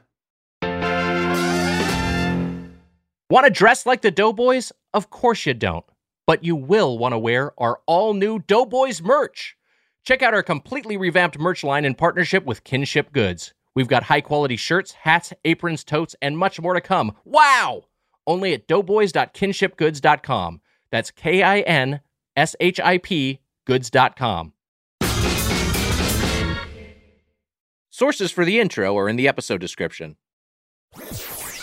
Speaker 3: Want to dress like the Doughboys? Of course you don't. But you will want to wear our all new Doughboys merch. Check out our completely revamped merch line in partnership with Kinship Goods. We've got high quality shirts, hats, aprons, totes, and much more to come. Wow! Only at doughboys.kinshipgoods.com. That's K I N S H I P goods.com. Sources for the intro are in the episode description.